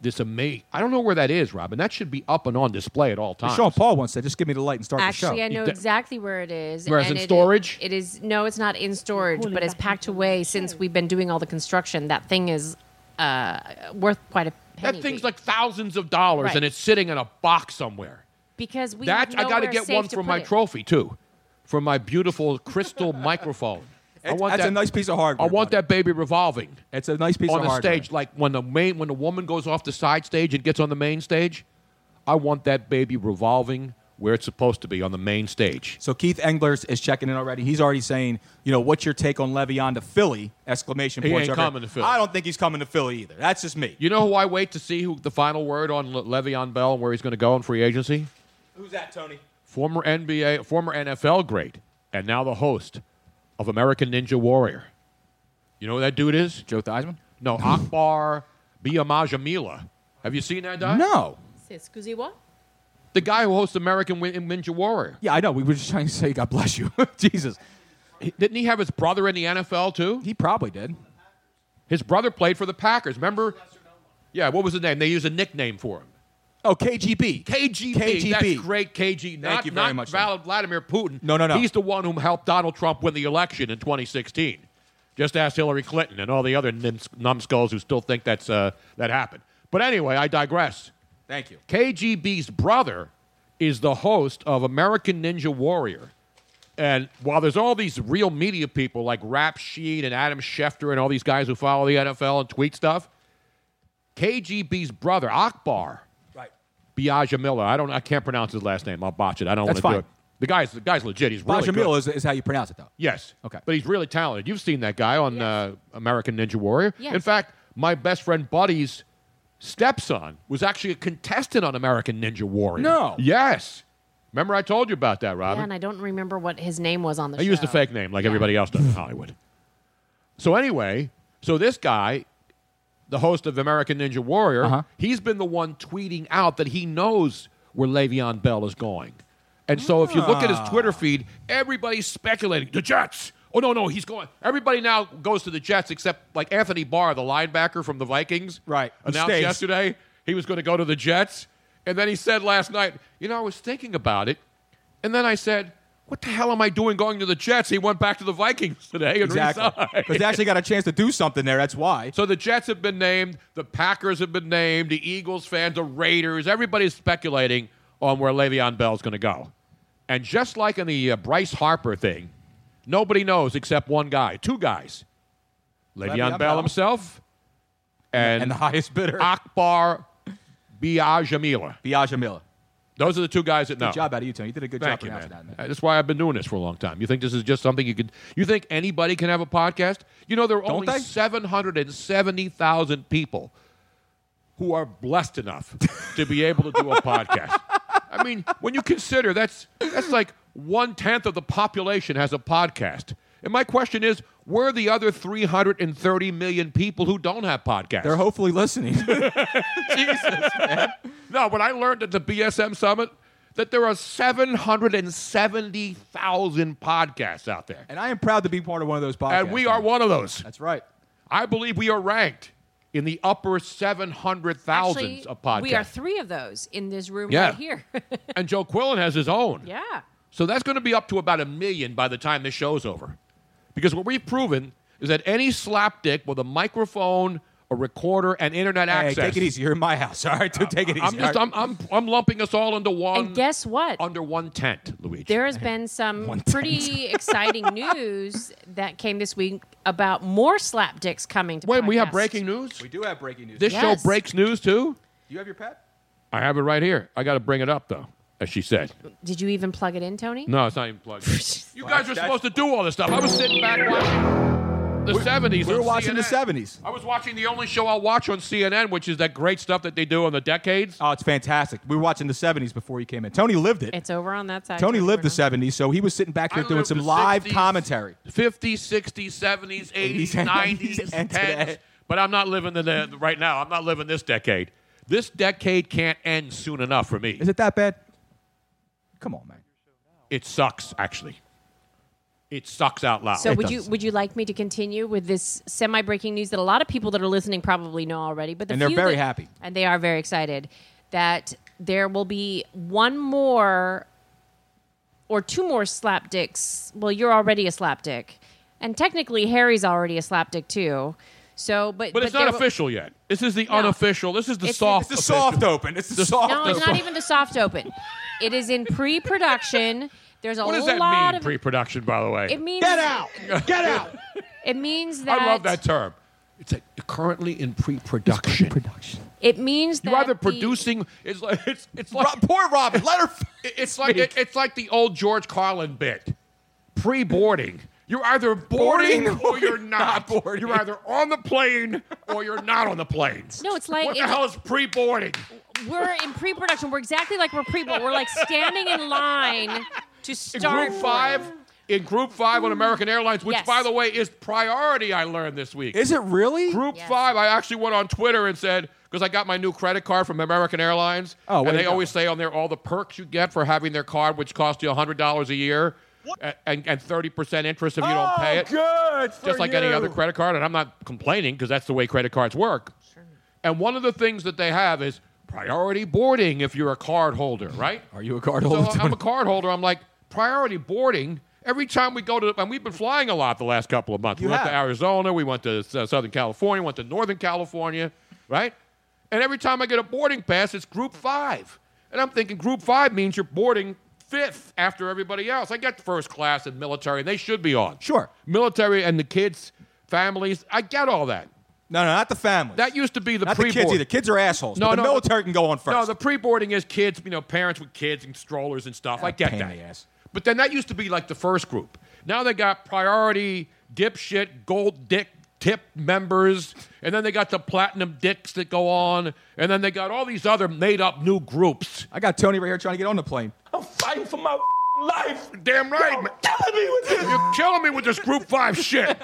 S10: This amazing. I don't know where that is, Robin. That should be up and on display at all times.
S8: Sean Paul once said, "Just give me the light and start the
S5: Actually,
S8: show."
S5: I know exactly where it is.
S10: Where it's
S5: and
S10: in
S5: it-
S10: storage?
S5: it is no, it's not in storage, but it's packed away since we've been doing all the construction. That thing is uh, worth quite a penny.
S10: That thing's like thousands of dollars,
S5: Right.
S10: and it's sitting in a box somewhere.
S5: because we
S10: that
S5: have
S10: I got to
S5: nowhere
S10: get
S5: safe
S10: one
S5: to
S10: for
S5: put
S10: my
S5: it.
S10: trophy too, for my beautiful crystal *laughs* microphone. I want
S8: that's a nice piece of hardware,
S10: I want that baby revolving
S8: It's a nice piece
S10: on
S8: of
S10: the
S8: hardware.
S10: stage, like when the main when the woman goes off the side stage and gets on the main stage. I want that baby revolving where it's supposed to be on the main stage.
S8: So Keith Englers is checking in already. He's already saying, you know, what's your take on Le'Veon to Philly? Exclamation
S10: He
S8: points.
S10: ain't
S8: over.
S10: coming to Philly.
S8: I don't think he's coming to Philly either. That's just me.
S10: You know who I wait to see who the final word on Le- Le'Veon Bell and where he's going to go in free agency?
S8: Who's that, Tony?
S10: former NBA, former NFL great, and now the host of American Ninja Warrior. You know who that dude is?
S8: Joe Theismann? *laughs*
S10: No, Akbar Biamajamila. Have you seen that guy?
S8: No.
S5: Say, Excuse me, what?
S10: The guy who hosts American Win- Ninja Warrior.
S8: Yeah, I know. We were just trying to say, God bless you, *laughs* Jesus.
S10: Didn't he have his brother in the NFL too?
S8: He probably did.
S10: His brother played for the Packers. Remember? Yeah, what was his name? They used a nickname for him.
S8: Oh, KGB.
S10: KGB.
S8: KGB.
S10: That's great, KG. Not,
S8: you very
S10: not
S8: much,
S10: Val- Vladimir Putin.
S8: No, no, no.
S10: He's the one who helped Donald Trump win the election in 2016. Just ask Hillary Clinton and all the other nims- numbskulls who still think that's uh, that happened. But anyway, I digress.
S8: Thank you.
S10: KGB's brother is the host of American Ninja Warrior. And while there's all these real media people like Rap Sheet and Adam Schefter and all these guys who follow the NFL and tweet stuff, KGB's brother, Akbar,
S8: Right.
S10: Biajamila. I don't. I can't pronounce his last name. I'll botch it. I don't want
S8: That's
S10: to do
S8: fine.
S10: it. The guy's the guy's legit. He's really
S8: Rajamil
S10: good.
S8: is, is how you pronounce
S10: *laughs*
S8: it, though.
S10: yes.
S8: Okay.
S10: But he's really talented. You've seen that guy on uh, American Ninja Warrior.
S8: Yes.
S10: In fact, my best friend Buddy's stepson was actually a contestant on American Ninja Warrior.
S5: No.
S10: Yes. Remember I told you about that,
S5: Yeah,
S10: Robin?
S5: and I don't remember what his name was on the
S10: I
S5: show.
S10: used a fake name like everybody else does in Hollywood. So anyway, so this guy, the host of American Ninja Warrior, he's been the one tweeting out that he knows where Le'Veon Bell is going. And so if you look at his
S4: Ah.
S10: Twitter feed, everybody's speculating the Jets. Oh no, no, he's going. Everybody now goes to the Jets except like Anthony Barr, the linebacker from the Vikings, right? Announced
S8: Stays.
S10: yesterday he was going to go to the Jets, and then he said last night, you know, I was thinking about it, and then I said, what the hell am I doing going to the Jets? He went back to the Vikings today and
S8: Exactly.
S10: resigned.
S8: Because they actually got a chance to do something there. That's why.
S10: So the Jets have been named, the Packers have been named, the Eagles fans, the Raiders, everybody's speculating on where Le'Veon Bell's going to go. And just like in the uh, Bryce Harper thing, nobody knows except one guy, two guys Le'Veon,
S8: Le'Veon
S10: Bell,
S8: Bell.
S10: himself and,
S8: And the highest bidder.
S10: Akbar Biajamila.
S8: Biajamila.
S10: Those are the two guys that know.
S8: Good job out of you, Tony. You did a good
S10: Oh. Thank
S8: job
S10: you, man.
S8: pronouncing that.
S10: Uh, That's why I've been doing this for a long time. You think this is just something you could? You think anybody can have a podcast? You know, there are
S8: Don't
S10: only
S8: they?
S10: seven hundred and seventy thousand people who are blessed enough to be able to do
S8: *laughs*
S10: a podcast. I mean, when you consider that's that's like one tenth of the population has a podcast. And my question is, where are the other three hundred and thirty million people who don't have podcasts?
S8: They're hopefully listening. *laughs*
S10: *laughs* No, when I learned at the BSM Summit that there are 770,000 podcasts out there.
S8: and I am proud to be part of one of those podcasts.
S10: And we are one of those.
S8: That's right.
S10: I believe we are ranked in the upper 700,000s of podcasts.
S5: we are three of those in this room
S10: Yeah.
S5: right here.
S10: *laughs* and Joe Quillen has his own.
S5: yeah.
S10: So that's going to be up to about a million by the time this show's over. Because what we've proven is that any slapdick with a microphone, a recorder, and internet
S8: Hey,
S10: access.
S8: take it easy. You're in my house. *laughs* All right, dude, take it easy.
S10: I'm just
S8: all
S10: I'm,
S8: right?
S10: I'm I'm lumping us all into one. And
S5: guess what?
S10: Under one tent, Luigi.
S5: There has been some pretty exciting news that came this week about more slapdicks coming to
S10: Wait, we have
S5: podcasts.
S10: breaking news.
S8: We do have breaking news.
S10: This
S5: Yes.
S10: show breaks news too.
S8: You have your pet?
S10: I have it right here. I got to bring it up though, as she said.
S5: Did you even plug it in, Tony?
S10: No, it's not even plugged.
S5: *laughs*
S10: in. you guys are supposed to do all this stuff. I was sitting back watching the seventies.
S8: We were watching the 70s.
S10: I was watching the only show I'll watch on CNN, which is that great stuff that they do on the decades.
S8: Oh, it's fantastic. We were watching the 70s before you came in. Tony lived it.
S5: It's over on that side.
S8: Tony lived the 70s, so he was sitting back here doing
S10: lived
S8: some
S10: the
S8: live
S10: 60s.
S8: commentary.
S10: 50s,
S8: *laughs*
S10: 60s, 70s, 80s,
S8: 80s,
S10: 90s,
S8: *laughs* and
S10: 10s.
S8: today.
S10: But I'm not living in the right now. I'm not living this decade. This decade can't end soon enough for me.
S8: Is it that bad? Come on, man.
S10: It sucks, actually. It sucks out loud.
S5: So would you would you like me to continue with this semi breaking news that a lot of people that are listening probably know already, but the
S8: And they're
S5: few
S8: very
S5: that-
S8: happy.
S5: and they are very excited that there will be one more or two more slapdicks. Well, you're already a slapdick, and technically Harry's already a slapdick too. So, but
S10: But, it's
S5: there
S10: not
S5: will-
S10: official yet. This is the unofficial. This is the
S5: It's the-
S10: soft.
S5: It's the
S8: soft
S10: official.
S8: open. It's the soft
S5: No, it's not even the soft open. It is in pre production. There's a
S10: What does that
S5: lot
S10: mean,
S5: of
S10: pre-production? By the way,
S5: it means get out, get *laughs* out. It means that
S10: I love that term. It's like currently in pre-production. Production.
S5: It means that
S10: You're either
S5: the-
S10: producing. It's like it's, it's like
S8: poor Robin. Let her.
S10: It's like it- it's like the old George Carlin bit. Pre-boarding. You're either boarding,
S8: Boarding
S10: or you're not. boarding. You're either on the plane or you're not on the plane.
S5: No, it's like-
S10: what the
S5: it's-
S10: hell is pre-boarding?
S5: we're in pre-production. We're exactly like we're pre, but we're like standing in line to
S10: In
S5: start.
S10: group five, in group five on American Airlines, which
S5: Yes.
S10: by the way is priority. I learned this week.
S8: Is it really?
S10: Group five, I actually went on Twitter and said, because I got my new credit card from American Airlines.
S8: Oh, way
S10: and
S8: to
S10: they
S8: go.
S10: always say on there all the perks you get for having their card, which costs you $100 a year a- and, and 30% interest if you don't pay it.
S8: Oh, good.
S10: Just like any other credit card. And I'm not complaining because that's the way credit cards work. And one of the things that they have is priority boarding if you're a card holder, right?
S8: Are you a card holder?
S10: So I'm a card holder. I'm like priority boarding. Every time we go to, and we've been flying a lot the last couple of months.
S8: You
S10: we went to
S8: have.
S10: Arizona, we went to uh, Southern California, went to Northern California, right? And every time I get a boarding pass, it's group five. And I'm thinking group five means you're boarding fifth after everybody else. I get first class and military, and they should be on.
S8: Sure.
S10: Military and the kids, families, I get all that.
S8: No, no, not the family.
S10: That used to be the
S8: not the
S10: pre
S8: kids either. Kids are assholes. but the military can go on first.
S10: uh, No, the pre-boarding is kids, you know, parents with kids and strollers and stuff. I get
S8: Ah, pain in
S10: that.
S8: the ass.
S10: But then that used to be like the first group. Now they got priority dipshit gold dick tip members, and then they got the platinum dicks that go on, and then they got all these other made-up new groups.
S8: I got Tony right here trying to get on the plane.
S10: Fighting for my life. Damn right. man. You're killing me with this group five shit.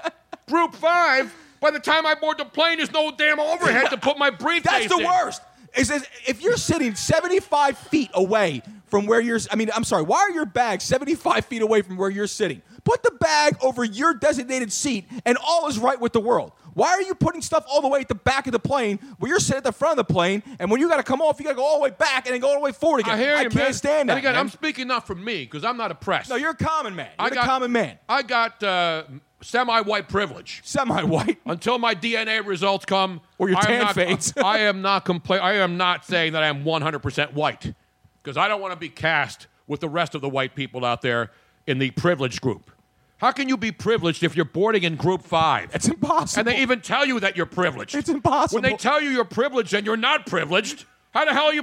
S10: group five. By the time I board the plane, there's no damn overhead to put my briefcase.
S8: That's the
S10: in.
S8: worst. It says if you're sitting 75 feet away from where you're. I mean, I'm sorry. Why are your bags 75 feet away from where you're sitting? Put the bag over your designated seat, and all is right with the world. Why are you putting stuff all the way at the back of the plane where you're sitting at the front of the plane, and when you got to come off, you got to go all the way back and then go all the way forward again?
S10: I hear you,
S8: can't
S10: man.
S8: stand that.
S10: And again,
S8: man.
S10: I'm speaking not for me because I'm not oppressed. No,
S8: you're a common man.
S10: I
S8: You're the
S10: got
S8: common man.
S10: I got uh, semi-white privilege.
S8: Semi-white.
S10: Until my DNA results come,
S8: Or your
S10: I am
S8: tan
S10: not-
S8: fades.
S10: *laughs* I am not compla- I am not saying that I am 100% white because I don't want to be cast with the rest of the white people out there in the privileged group. How can you be privileged if you're boarding in group five?
S8: It's impossible.
S10: And they even tell you that you're privileged. It's
S8: impossible.
S10: When they tell you you're privileged and you're not privileged, how the hell are you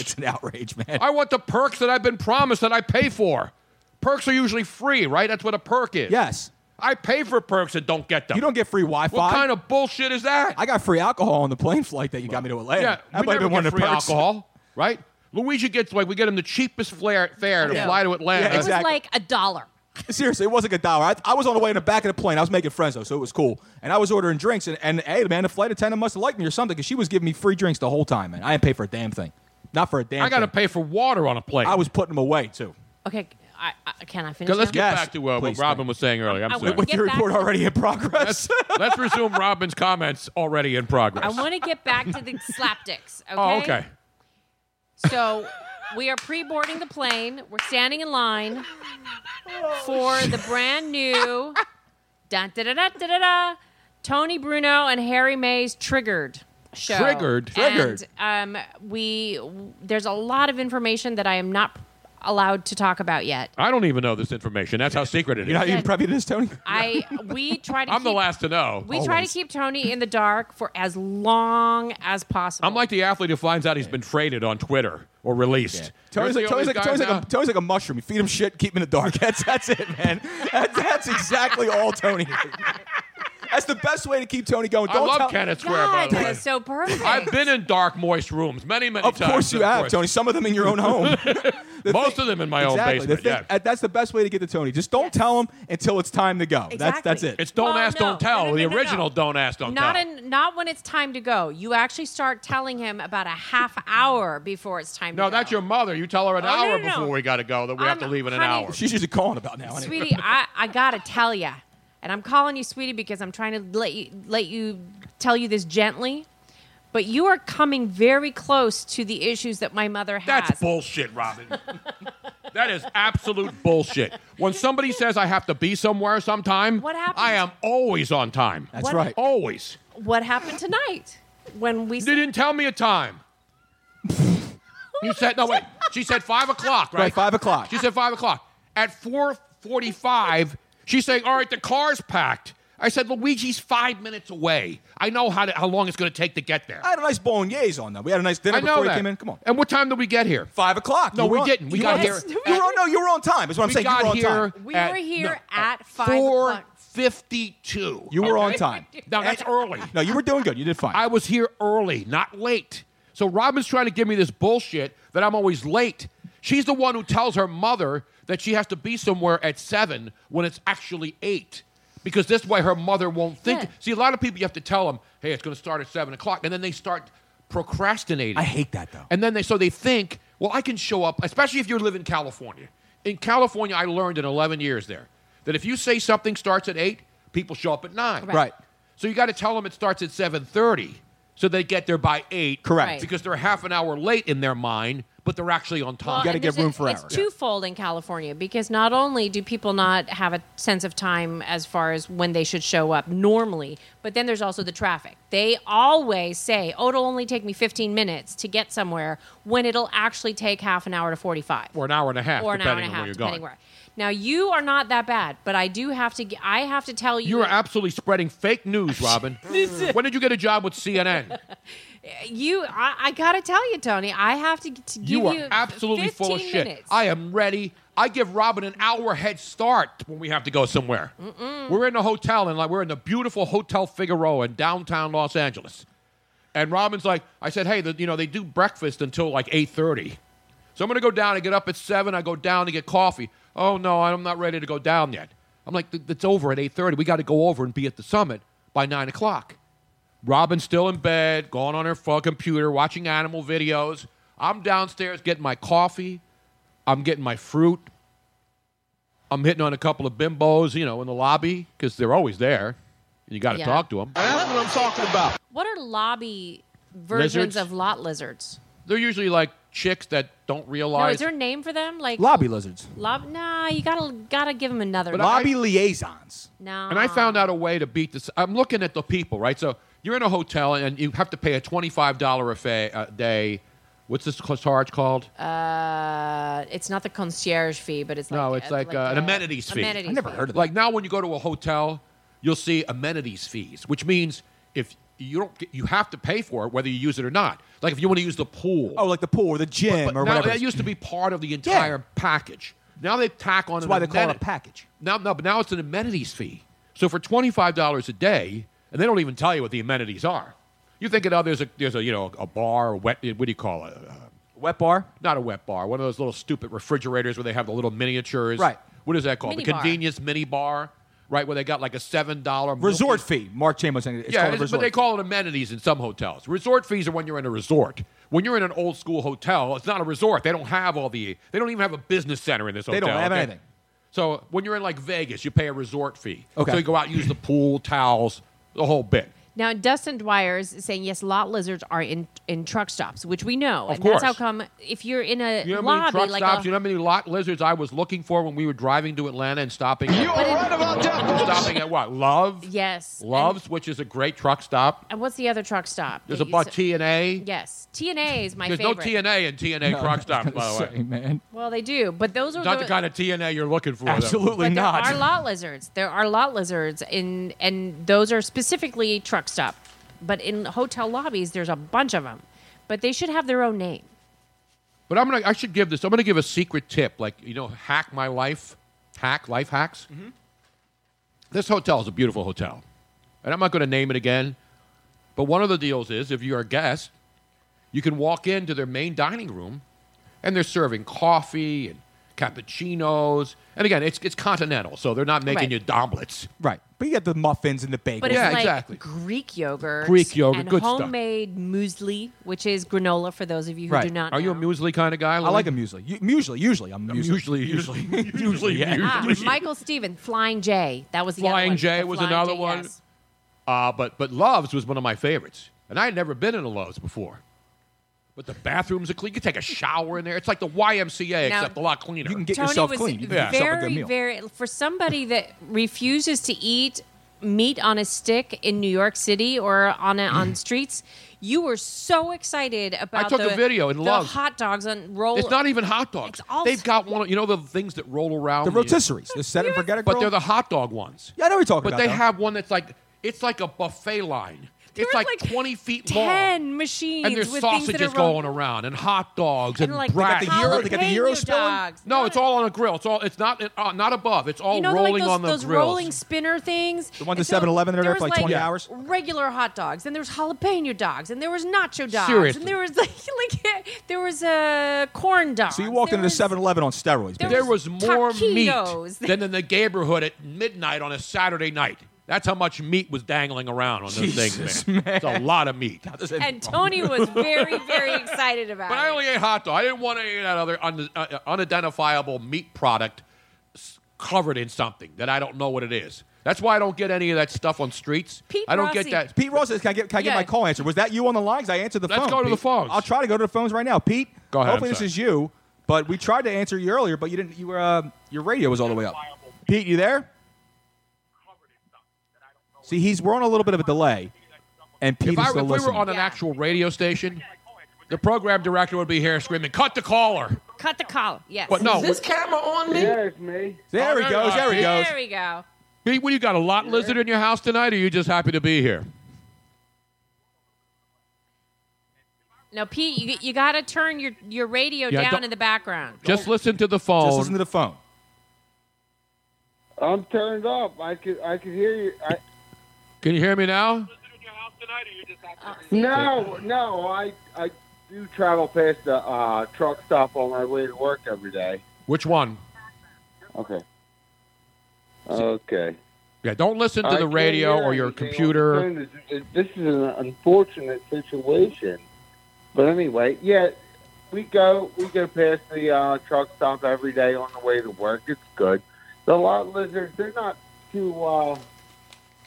S8: *laughs* It's an outrage, man.
S10: I want the perks that I've been promised that I pay for. Perks are usually free, right? That's what a perk
S8: *laughs*
S10: is.
S8: Yes.
S10: I pay for perks and don't get them.
S8: You don't get free Wi-Fi.
S10: What kind of bullshit is that?
S8: I got free alcohol on the plane flight that you got me to Atlanta.
S10: Yeah,
S8: That
S10: we
S8: might have
S10: never
S8: been one
S10: get
S8: of the
S10: free
S8: perks.
S10: alcohol, right? Luigi gets like we get him the cheapest flare, fare to
S8: Yeah.
S10: fly to Atlanta.
S8: *laughs* Yeah, exactly.
S5: Like a dollar.
S8: *laughs* Seriously, it was like a dollar. I, I was on the way in the back of the plane. I was making friends though, so it was cool. And I was ordering drinks, and, and hey, man, the flight attendant must have liked me or something because she was giving me free drinks the whole time, man. I didn't pay for a damn thing. Not for a damn.
S10: I got to
S8: thing.
S10: pay for water on a plane.
S8: I was putting them away too.
S5: Okay, I, I, can I finish?
S10: Let's
S5: now?
S10: get back to uh, what Robin was saying earlier. I'm
S5: I
S10: sorry.
S5: wanna With
S8: *laughs*
S5: get your back report to- already
S8: in progress?
S10: Let's, *laughs* let's resume Robin's comments already in progress.
S5: I want to get back to the slapdicks. Okay.
S10: Oh, okay.
S5: So we are pre-boarding the plane. We're standing in line for the brand new dun, da, da, da, da, da, da, Tony Bruno and Harry Mays Triggered show.
S10: Triggered. Triggered.
S5: And, um, we there's a lot of information that I am not allowed to talk about yet.
S10: I don't even know this information. That's how secret it
S8: *laughs*
S10: is.
S8: You're not even preppy to this, Tony.
S5: I we try to
S10: I'm the
S5: keep-
S10: last to know.
S5: We try to keep Tony in the dark for as long as possible.
S10: I'm like the athlete who finds out he's been traded on Twitter or released.
S8: Tony's like,
S10: You're the
S8: Tony's,
S10: only
S8: like,
S10: guy
S8: Tony's, like a,
S10: now-
S8: Tony's like a mushroom. You feed him shit, keep him in the dark. *laughs* That's, that's it, man. That's, that's exactly all Tony is. That's the best way to keep Tony going.
S10: I
S8: Don't
S10: love
S8: tell-
S10: Kenneth Square, by the way.
S5: so perfect.
S10: I've been in dark, moist rooms many, many
S8: Of
S10: times.
S8: course you have, Tony. Some of them in your own
S10: *laughs*
S8: home.
S10: Most of them in
S8: exactly.
S10: my own
S8: The
S10: basement.
S8: thing-
S10: yeah.
S8: uh, That's the best way to get to Tony. Just don't tell him until it's time to go. That's that's it.
S10: It's don't
S5: Well,
S10: ask,
S5: Oh, no.
S10: don't tell.
S5: No, no,
S10: the
S5: no, no,
S10: original
S5: no.
S10: don't ask, don't
S5: not
S10: tell.
S5: in not when it's time to go. You actually start telling him about a half hour before it's time
S10: no,
S5: to go.
S10: that's your mother. You tell her an
S5: Oh, no,
S10: hour
S5: no, no.
S10: before we got to go that we have to
S5: I'm-
S10: leave in an
S5: honey-
S10: hour.
S8: She's usually calling about now. Anyway.
S5: Sweetie, I, I gotta tell you, and I'm calling you sweetie because I'm trying to let you let you tell you this gently. But you are coming very close to the issues that my mother has.
S10: That's bullshit, Robin. that is absolute bullshit. When somebody says I have to be somewhere sometime,
S5: What happened?
S10: I am always on time.
S5: That's What- right.
S10: Always.
S5: what happened tonight when we
S10: You didn't tell me
S5: *laughs*
S10: a time. you said no wait. She said five o'clock, right?
S8: Right, five o'clock.
S10: She said five o'clock. At four forty-five, she's saying, "All right, the car's packed." I said, "Luigi's five minutes away. I know how to, how long it's going to take to get there."
S8: I had a nice bolognese on though. We had a nice dinner
S10: I know
S8: before we
S10: that.
S8: came in. Come on.
S10: And what time did we get here?
S8: Five o'clock.
S10: No,
S8: You were
S10: we
S8: on-
S10: didn't. We
S8: you
S10: got
S8: were-
S10: here
S8: You were on, no, you were on time. Is what I'm
S10: We
S8: saying.
S10: got
S8: you were on
S10: here-
S8: time.
S5: we
S10: at-
S5: were here at five
S10: four
S5: o'clock.
S10: fifty-two.
S8: You were on
S10: *laughs*
S8: time.
S10: Now that's early.
S8: No, you were doing good. You did fine.
S10: I was here early, not late. So Robin's trying to give me this bullshit that I'm always late. She's the one who tells her mother that she has to be somewhere at seven when it's actually eight. Because this way her mother won't think.
S5: Yeah.
S10: See, a lot of people you have to tell them, hey, it's going to start at seven o'clock. And then they start procrastinating.
S8: I hate that though.
S10: And then they so they think, well, I can show up, especially if you live in California. In California, I learned in 11 years there that if you say something starts at 8, people show up at 9.
S8: Right. Right.
S10: So you got to tell them it starts at 7:30 so they get there by 8.
S8: Correct. Right.
S10: Because they're half an hour late in their mind, but they're actually on time.
S5: and there's a- It's twofold in California because not only do people not have a sense of time as far as when they should show up normally, but then there's also the traffic. They always say, "Oh, it'll only take me 15 minutes to get somewhere," when it'll actually take half an hour to 45
S10: Or an hour and a half
S5: or an hour and
S10: depending
S5: a
S10: on
S5: half,
S10: where you're
S5: depending
S10: going.
S5: where. Now you are not that bad, but I do have to. g- I have to tell you,
S10: You are absolutely spreading fake
S5: *laughs*
S10: news, Robin. when did you get a job with CNN?
S5: you. I, I gotta tell you, Tony. I have to, g- to give
S10: You
S5: you,
S10: are absolutely full of
S5: 15
S10: shit.
S5: minutes.
S10: I am ready. I give Robin an hour head start when we have to go somewhere. We're in a hotel and like we're in the beautiful Hotel Figaro in downtown Los Angeles. And Robin's like, I said, hey, the, you know, they do breakfast until like 8.30. So I'm going to go down and get up at 7. I go down to get coffee. Oh, no, I'm not ready to go down yet. I'm like, "Th- it's over at 8.30. We got to go over and be at the summit by 9 o'clock. Robin's still in bed, going on her phone computer, watching animal videos. I'm downstairs getting my coffee, I'm getting my fruit. I'm hitting on a couple of bimbos, you know, in the lobby because they're always there. You got to
S5: Yeah.
S10: talk to them. That's what I'm talking about.
S5: What are lobby versions
S10: Lizards?
S5: of lot lizards?
S10: They're usually like chicks that don't
S5: No, is
S10: realize.
S5: there a name for them? Like
S10: Lobby lizards.
S5: Lob? Nah, you gotta gotta give them another. name.
S10: liaisons.
S5: Nah.
S10: And I found out a way to beat this. I'm looking at the people, right? So you're in a hotel and you have to pay a twenty-five dollar a fa- uh, day. What's this charge called?
S5: Uh, it's not the concierge fee, but it's like
S10: no, it's like, uh, an amenities fee.
S5: amenities I've never fee. heard of
S10: Like now, when you go to a hotel, you'll see amenities fees, which means if you don't, get, you have to pay for it whether you use it or not. Like if you want to use the pool.
S8: Oh, like the pool or the gym or
S10: now,
S8: whatever.
S10: that used to be part of the entire package. Now they tack on.
S8: That's
S10: an
S8: why they call it a
S10: ameni- package. Now, no, but now it's an amenities fee. So for twenty five dollars a day, and they don't even tell you what the amenities are. You think oh, there's a there's a you know a bar, a wet what do you call it? Uh, wet bar? Not a wet bar. One of those little stupid refrigerators where they have the little miniatures.
S8: Right.
S10: What is that called?
S8: Mini
S10: the
S8: bar.
S10: convenience mini bar, right? Where they got like a seven dollar
S8: resort fee. Mark Chambers. It's
S10: yeah,
S8: called a
S10: it's- but
S8: resort.
S10: they call it amenities in some hotels. Resort fees are when you're in a resort. When you're in an old school hotel, it's not a resort. They don't have all the. They don't even have a business center in this
S8: They
S10: hotel.
S8: don't have
S10: okay?
S8: anything.
S10: So when you're in like Vegas, you pay a resort fee.
S8: Okay.
S10: So you go out, use the pool, towels, the whole bit.
S5: Now, Dustin Dwyer is saying, yes, lot lizards are in, in truck stops, which we know.
S10: Of
S5: and
S10: course.
S5: that's how come if you're in a
S10: You know how many
S5: Uh, lobby,
S10: truck
S5: like
S10: stops?
S5: a,
S10: You know how many lot lizards I was looking for when we were driving to Atlanta and stopping? You
S5: But in- right
S10: about that. Stopping at what? Love.
S5: yes.
S10: Loves, which is a great truck stop.
S5: And, and what's the other truck stop?
S10: There's
S5: that
S10: a
S5: you-
S10: about T and A.
S5: Yes. TNA is my
S10: There's
S5: favorite.
S10: no TNA in TNA
S8: No,
S10: truck stop, by
S8: I was
S10: the
S8: gonna
S10: way.
S8: say, man.
S5: Well, they do, but those are
S10: Not the kind of TNA you're looking for. though.
S8: Absolutely
S5: But There are lot lizards. There are lot lizards, in, and those are specifically truck stop. But in hotel lobbies, there's a bunch of them. But they should have their own name.
S10: But I'm gonna. I should give this. I'm gonna give a secret tip. Like you know, hack my life, hack life hacks. This hotel is a beautiful hotel, and I'm not gonna name it again. But one of the deals is if you're a guest, you can walk into their main dining room, and they're serving coffee and cappuccinos. And again, it's it's continental, so they're not making
S5: Right.
S10: you omelets.
S8: Right. But you got the muffins and the bagels.
S5: But
S10: Yeah,
S5: it's like
S10: exactly.
S5: Greek yogurt,
S10: Greek yogurt,
S5: and
S10: good stuff.
S5: homemade muesli, which is granola for those of you who do not.
S10: Are you a muesli kind of guy? I
S8: like a muesli. You, muesli, usually. I'm muesli.
S10: Usually, *laughs* usually, usually,
S5: Ah,
S10: usually.
S5: Michael Steven, Flying J. That was the other
S10: Flying
S5: one.
S10: J
S5: The
S10: was
S5: Flying
S10: another
S5: J,
S10: one.
S5: yes.
S10: Uh, but but Love's was one of my favorites, and I had never been in a Love's before. But the bathrooms are clean. You can take a shower in there. It's like the YMCA,
S5: Now,
S10: except a lot cleaner. You can
S5: Tony was very, very for somebody that refuses to eat meat on a stick in New York City or on a, on streets. You were so excited about.
S10: took a
S5: the,
S10: video and
S5: the
S10: loved-
S5: hot dogs on roll.
S10: It's not even hot dogs.
S5: all-
S10: They've got one. You know the things that roll around.
S8: The
S10: you-
S8: rotisseries. The set and forget it
S10: But
S8: girl.
S10: they're the hot dog ones.
S8: Yeah, I know what you're talking
S10: But
S8: about.
S10: they
S8: though.
S10: have one that's like it's like a buffet line.
S5: There
S10: it's
S5: are
S10: like, twenty feet long.
S5: ten machines
S10: And there's
S5: with things that
S10: sausages
S5: are rolled-
S10: going around and hot dogs
S5: And
S10: and,
S5: like
S10: brats.
S5: They got the Euro- they got the Euro jalapeno stone? dogs.
S10: No, it's all on a grill. It's all. It's not uh, not above. It's all
S5: you know,
S10: rolling
S5: like those,
S10: on the
S5: those
S10: grills.
S5: rolling spinner things.
S10: The ones
S5: And
S10: at 7-Eleven that are
S5: there
S10: there for
S5: was,
S10: like 20 hours?
S5: Regular hot dogs, and there was jalapeno dogs, and there was nacho dogs,
S8: Seriously.
S5: and there was *laughs* like, like there was a corn dog.
S8: So you walked into the 7 Eleven on steroids.
S10: There,
S8: basically.
S10: was, more
S5: taquitos.
S10: meat than in the neighborhood at midnight on a Saturday night. That's how much meat was dangling around on those
S8: Jesus,
S10: things, man. It's a lot of meat.
S5: and Tony was very, very excited about
S10: But
S5: it.
S10: I only ate hot dog. I didn't want any of that other un- uh, unidentifiable meat product s- covered in something that I don't know what it is. That's why I don't get any of that stuff on streets.
S8: Pete
S10: I don't
S8: Rossi-
S10: get that.
S8: Pete Ross says, "Can I get, can I get
S10: Yeah.
S8: my call answer? Was that you on the line? 'Cause I answered the
S10: Let's
S8: phone.
S10: go to the
S8: Pete.
S10: phones.
S8: I'll try to go to the phones right now, Pete. Go
S10: ahead,
S8: Hopefully
S10: I'm
S8: this is you. But we tried to answer you earlier, but you didn't. You were uh, your radio was all the way up. Pete, you there? See, he's we're on a little bit of a delay, and Pete
S10: If, I,
S8: is
S10: if we
S8: still listening.
S10: were on an actual radio station, the program director would be here screaming, "Cut the caller!"
S5: Cut the collar. Yes. *laughs*
S10: But no,
S2: Is this camera on me?
S10: Yeah,
S2: it's me.
S10: There he goes, there he goes.
S5: There we go.
S10: Pete, what do you got? A lot lizard in your house tonight, or are you just happy to be here?
S5: Now, Pete, you, you got to turn your, your radio
S10: Yeah,
S5: down
S10: don't-
S5: in the background.
S10: Just listen to the phone. Just listen to
S8: the phone.
S4: I'm turned up. I could I could hear you. I,
S10: Can you hear me now?
S4: no, no. I I do travel past the uh, truck stop on my way to work every day.
S10: Which one?
S4: Okay. Okay.
S10: Yeah, don't listen
S4: I
S10: to the
S4: can't
S10: radio
S4: hear
S10: or your
S4: anything on the
S10: computer.
S4: phone. This is an unfortunate situation. But anyway, yeah, we go we go past the uh, truck stop every day on the way to work. It's good. The lot lizards they're not too uh,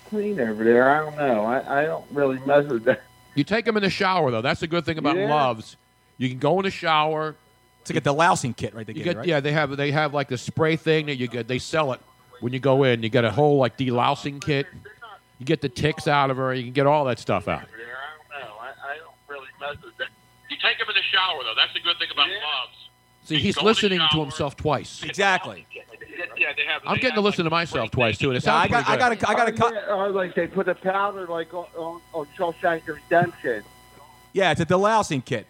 S4: clean over there. I don't know. I, I don't really mess with that.
S10: You take them in the shower, though. That's the good thing about
S4: Yeah.
S10: loves. You can go in the shower.
S8: To get the lousing kit right there.
S10: You
S8: get,
S10: get,
S8: right?
S10: Yeah, they have they have like the spray thing that you get. They sell it when you go in. You get a whole like delousing kit. You get the ticks out of her. You can get all that stuff out.
S4: You take them in the shower though. That's the good thing about loves.
S10: See, he's listening to himself twice.
S8: Exactly.
S4: Yeah, they have.
S10: I'm getting to listen to myself twice too, and it sounds
S8: I got-
S10: pretty
S8: I
S10: good.
S8: gotta- I gotta cut-
S4: Yeah, or uh, like they put the powder like on, on, on Shawshank Redemption.
S8: Yeah, it's a delousing kit.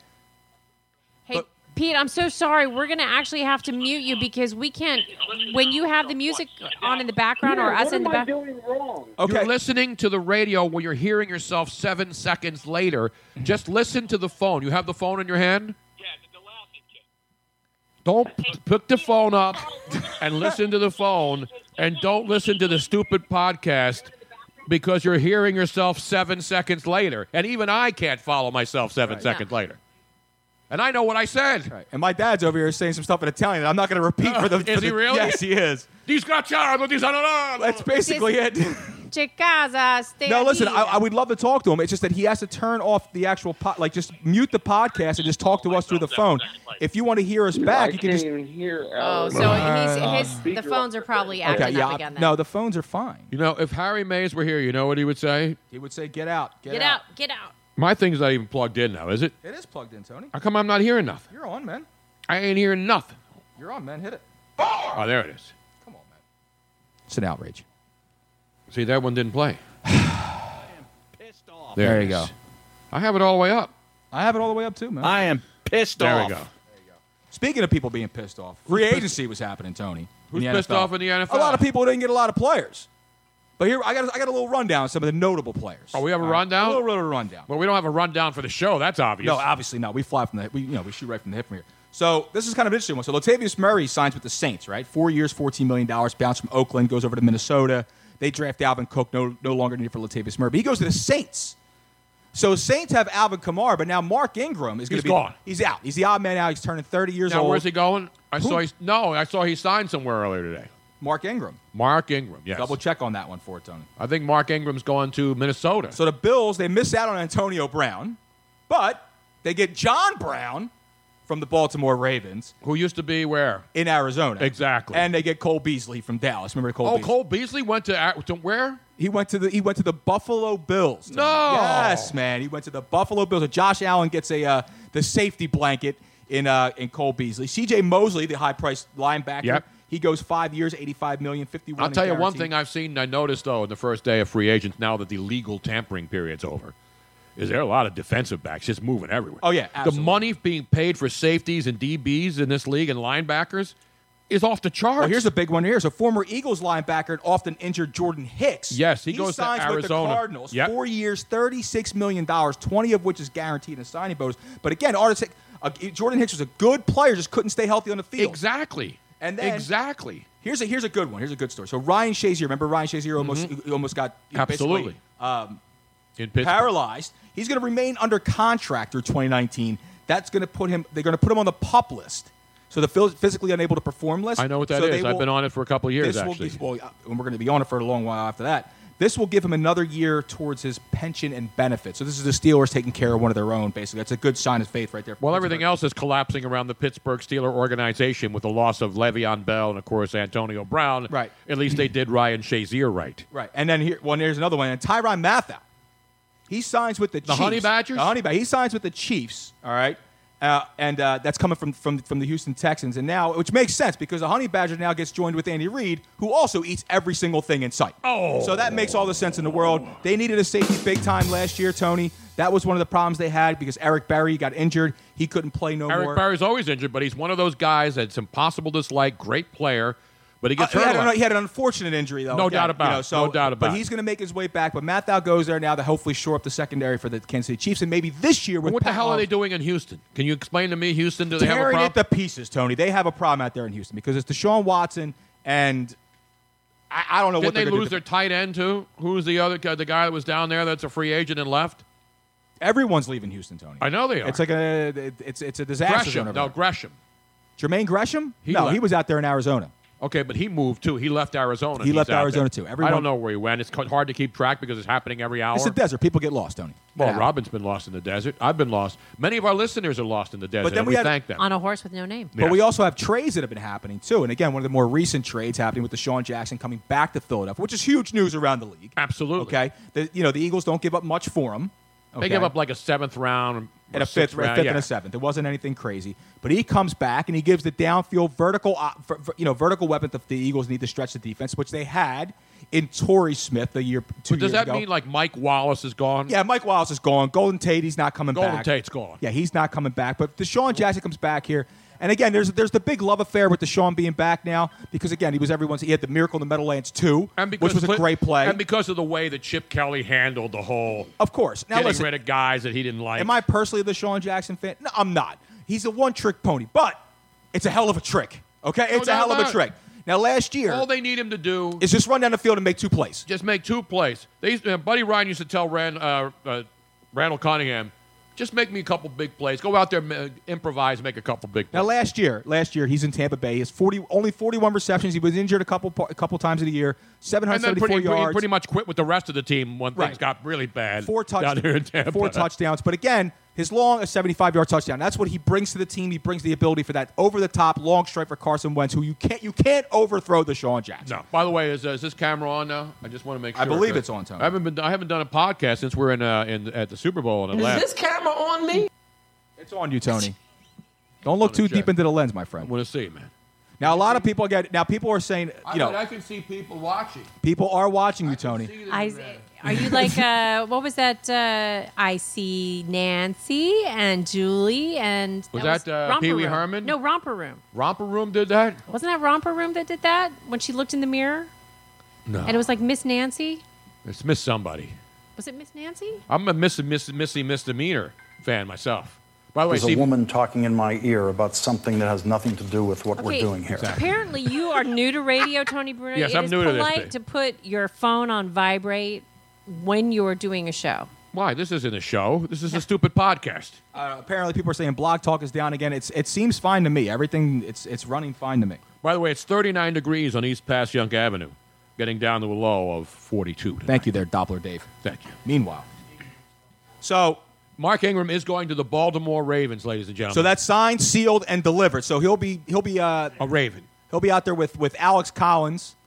S5: Hey, Pete, I'm so sorry. We're going to actually have to mute you because we can't. When you have the music on in the background or
S4: Yeah,
S5: us
S4: what
S5: in the
S4: am I
S5: background.
S4: doing wrong?
S10: You're listening to the radio when you're hearing yourself seven seconds later. Just listen to the phone. You have the phone in your hand? Don't p- pick the phone up *laughs* and listen to the phone, and don't listen to the stupid podcast because you're hearing yourself seven seconds later. And even I can't follow myself seven seconds later. And I know what I said.
S8: And my dad's over here saying some stuff in Italian that I'm not going to repeat for the.
S10: Uh, Is
S8: for
S10: he
S8: the-
S10: really?
S8: Yes, he is.
S10: These got charged. These
S8: That's basically it. *laughs*
S5: Chicasa, stay
S8: No, listen,
S5: aquí.
S8: I, I would love to talk to him. It's just that he has to turn off the actual pot, like just mute the podcast and just talk to us through the phone. If you want to hear us back, you can just.
S4: hear.
S5: Oh, so
S2: Uh, um,
S5: he's, his, the phones are probably acting up again then.
S8: no, the phones are fine.
S10: You know, if Harry Mays were here, you know what he would say?
S8: He would say, "Get out,
S5: Get out, get out.
S10: My thing's not even plugged in now, is it?
S8: It is plugged in, Tony.
S10: How come I'm not hearing nothing?
S8: You're on, man.
S10: I ain't hearing nothing.
S8: You're on, man. Hit it.
S10: Oh, there it is.
S8: It's an outrage.
S10: See, that one didn't *sighs* play.
S8: There,
S10: it
S8: you go.
S10: is. I have it all the way up.
S8: I have it all the way up too, man. I
S13: am pissed
S10: There we off. go. There
S8: Speaking of people being pissed off, free agency was happening, Tony.
S10: Who's
S8: in the
S10: pissed
S8: NFL.
S10: off in the NFL?
S8: A lot of people didn't get a lot of players. But here I got I got a little rundown of some of the notable players.
S10: Oh, we have a
S8: All right.
S10: rundown?
S8: A little, little rundown.
S10: Well, we don't have a rundown for the show. That's obvious.
S8: No, obviously not. We fly from the we you know we shoot right from the hip from here. So this is kind of an interesting one. So Latavius Murray signs with the Saints, right? Four years, fourteen million dollars. Bounce from Oakland, goes over to Minnesota. They draft Alvin Cook. No, no longer needed for Latavius Murray. But he goes to the Saints. So Saints have Alvin Kamara, but now Mark Ingram is going
S10: He's
S8: to be
S10: gone.
S8: He's out. He's the odd man out. He's turning thirty years
S10: now,
S8: old.
S10: where's he going? I
S8: Who?
S10: saw he, no, I saw he signed somewhere earlier today.
S8: Mark Ingram.
S10: Mark Ingram, yes.
S8: Double check on that one for it, Tony.
S10: I think Mark Ingram's going to Minnesota.
S8: So the Bills they miss out on Antonio Brown, but they get John Brown from the Baltimore Ravens,
S10: who used to be where
S8: in Arizona,
S10: Exactly.
S8: and they get Cole Beasley from Dallas. Remember Cole?
S10: oh,
S8: Beasley?
S10: Cole Beasley went to, Ar- to where?
S8: He went to the he went to the Buffalo Bills.
S10: No.
S8: Yes, man. He went to the Buffalo Bills. So Josh Allen gets a uh, the safety blanket in uh, in Cole Beasley. C.J. Mosley, the high priced linebacker,
S10: Yep.
S8: he goes five years, eighty five million, fifty one.
S10: I'll tell you one thing I've seen and I noticed though in the first day of free agents now that the legal tampering period's over is there a lot of defensive backs just moving everywhere.
S8: Oh, yeah, absolutely.
S10: The money being paid for safeties and DBs in this league and linebackers is off the charts.
S8: Well, here's a big one here. So former Eagles linebacker and often injured Jordan Hicks.
S10: Yes, he goes to
S8: signs with the
S10: Arizona.
S8: Cardinals.
S10: Yep.
S8: Four years, thirty-six million dollars, twenty of which is guaranteed in signing bonus. But again, Artis, uh, Jordan Hicks was a good player, just couldn't stay healthy on the field.
S10: Exactly.
S8: And then
S10: exactly.
S8: Here's a here's a good one. Here's a good story. So Ryan Shazier, remember Ryan Shazier almost he almost got he
S10: Mm-hmm. Absolutely.
S8: basically, um,
S10: in Pittsburgh.
S8: paralyzed. He's going to remain under contract through 2019. That's going to put him. They're going to put him on the pup list. So the phys- physically unable to perform list.
S10: I know what that
S8: that
S10: is. I've been on it for a couple of years,
S8: This will
S10: actually.
S8: give- well, uh, and we're going to be on it for a long while after that. This will give him another year towards his pension and benefits. So this is the Steelers taking care of one of their own. Basically, that's a good sign of faith right there.
S10: Well, everything else is collapsing around the Pittsburgh Steeler organization with the loss of Le'Veon Bell and, of course, Antonio Brown. Right. At least they did Ryan Shazier right.
S8: Right. And then here, well, here's another one. And Tyron Matthew, he signs with the,
S10: The
S8: Chiefs.
S10: Honey Badgers?
S8: The Honey Badgers. He signs with the Chiefs. All right. Uh, and uh, that's coming from, from from the Houston Texans, and now which makes sense because the Honey Badger now gets joined with Andy Reid, who also eats every single thing in sight.
S10: Oh.
S8: so that makes all the sense in the world. They needed a safety big time last year, Tony. That was one of the problems they had because Eric Berry got injured; he couldn't play no
S10: Eric
S8: more.
S10: Barry's always injured, but he's one of those guys that's impossible to dislike, great player, but he
S8: Uh,
S10: gets
S8: he,
S10: hurt.
S8: had
S10: a
S8: an,
S10: lot.
S8: he had an unfortunate injury, though.
S10: No
S8: Yeah,
S10: doubt about
S8: you know,
S10: it.
S8: so,
S10: No doubt about
S8: But
S10: it.
S8: he's going to make his way back. But Mathau goes there now to hopefully shore up the secondary for the Kansas City Chiefs, and maybe this year with
S10: what the
S8: Pat
S10: hell are
S8: Mahomes-
S10: they doing in Houston? Can you explain to me, Houston? Do they have a
S8: tearing
S10: problem?
S8: it to pieces, Tony. They have a problem out there in Houston because it's Deshaun Watson and I, I don't know
S10: Didn't
S8: what
S10: they
S8: they're
S10: lose
S8: gonna
S10: their tight end too? Who's the other guy? The guy that was down there that's a free agent and left.
S8: do. Everyone's leaving Houston, Tony. I
S10: know they
S8: It's like a it- it's it's a disaster zone
S10: Gresham.
S8: over
S10: No,
S8: there.
S10: Gresham.
S8: Jermaine Gresham?
S10: He
S8: no,
S10: left.
S8: he was out there in Arizona.
S10: Okay, but he moved too. He left Arizona.
S8: He
S10: He's
S8: left
S10: out
S8: Arizona,
S10: there.
S8: too. Everyone-
S10: I don't know where he went. It's ca- hard to keep track because it's happening every hour.
S8: It's a desert. People get lost, Tony.
S10: well,
S8: Yeah.
S10: Robin's been lost in the desert. I've been lost. Many of our listeners are lost in the desert.
S8: then
S10: and
S8: we
S10: we,
S8: had-
S10: thank them.
S5: on a horse with no name.
S8: But we also have trades that have been happening too. And again, one of the more recent trades happening with Deshaun Jackson coming back to Philadelphia, which is huge news around the league.
S10: Absolutely.
S8: Okay. The, you know, the Eagles don't give up much for him.
S10: They gave up like a seventh round
S8: and
S10: or
S8: a fifth,
S10: sixth round.
S8: a fifth
S10: yeah.
S8: and a seventh. It wasn't anything crazy, but he comes back and he gives the downfield vertical, op- ver- ver- you know, vertical weapon that the Eagles need to stretch the defense, which they had in Torrey Smith the year two
S10: But does
S8: years
S10: that
S8: ago.
S10: mean like Mike Wallace is gone?
S8: yeah, Mike Wallace is gone. Golden Tate, he's not coming
S10: Golden
S8: back.
S10: Tate's gone.
S8: Yeah, he's not coming back. But Deshaun Jackson comes back here. And again, there's there's the big love affair with Deshaun being back now because again he was everyone's he had the miracle in the Meadowlands too,
S10: And because
S8: which was a
S10: Clint-
S8: great play.
S10: and because of the way that Chip Kelly handled the whole,
S8: of course. Now
S10: getting
S8: listen,
S10: rid of guys that he didn't like.
S8: Am I personally the Sean Jackson fan? No, I'm not. He's a one trick pony, but it's a hell of a trick. Okay?
S10: No
S8: It's a hell
S10: doubt
S8: of a
S10: about it.
S8: trick. Now, last year
S10: All they need him to do
S8: is just run down the field and make two plays.
S10: just make two plays. They used, uh, Buddy Ryan used to tell Ran, uh, uh, Randall Cunningham, just make me a couple big plays. Go out there, ma- improvise, make a couple big plays.
S8: Now, last year, last year he's in Tampa Bay. He has 40, only 41 receptions. He was injured a couple pa- a couple times in the year.
S10: and then
S8: 774
S10: pretty, pretty-
S8: yards,
S10: pretty much quit with the rest of the team when
S8: Right.
S10: things got really bad.
S8: four
S10: down here in Tampa.
S8: touchdowns, four touchdowns. But again, his long, a 75 yard touchdown. That's what he brings to the team. He brings the ability for that over the top long strike for Carson Wentz, who you can't you can't overthrow Deshaun Jackson.
S10: No. By the way, is, uh, is this camera on now? I just want to make sure.
S8: I believe
S10: because
S8: it's on, Tony.
S10: I haven't been. I haven't done a podcast since we're in, uh, in at the Super Bowl in
S2: Is
S10: Atlanta.
S2: this camera on me?
S8: It's on you, Tony. Don't look too deep into the lens, my friend.
S10: want to see, man.
S8: Now a lot of people get. Now people are saying, you know,
S10: can see people watching.
S8: people are watching you, Tony.
S5: I, are you like uh, what was that? Uh, I see Nancy and Julie and
S10: Was that, uh,
S5: Romper
S10: Pee Wee
S5: Room.
S10: Herman?
S5: No, Romper Room.
S10: Romper Room did that.
S5: Wasn't that Romper Room that did that when she looked in the mirror
S10: No,
S5: and it was like Miss Nancy?
S10: it's Miss Somebody.
S5: Was it Miss Nancy?
S10: I'm a Miss, miss, Missy Misdemeanor fan myself. By the way,
S13: There's
S10: see,
S13: a woman talking in my ear about something that has nothing to do with what we're doing here.
S5: Apparently, you are new to radio, Tony Bruno.
S13: Yes,
S5: It
S13: I'm
S5: is
S13: new to this
S5: polite
S10: thing.
S5: to put your phone on vibrate when you are doing a show.
S10: why this isn't a show? This is a stupid podcast.
S8: Uh, apparently, people are saying Blog Talk is down again. It's it seems fine to me. Everything it's it's running fine to me.
S10: By the way, it's 39 degrees on East Pass Yonk Avenue, getting down to a low of 42. Tonight.
S8: Thank you, there, Doppler Dave.
S10: Thank you.
S8: Meanwhile, so
S10: Mark Ingram is going to the Baltimore Ravens, ladies and gentlemen.
S8: so that's signed, sealed, and delivered. So he'll be he'll be uh,
S10: a Raven.
S8: He'll be out there with with Alex Collins,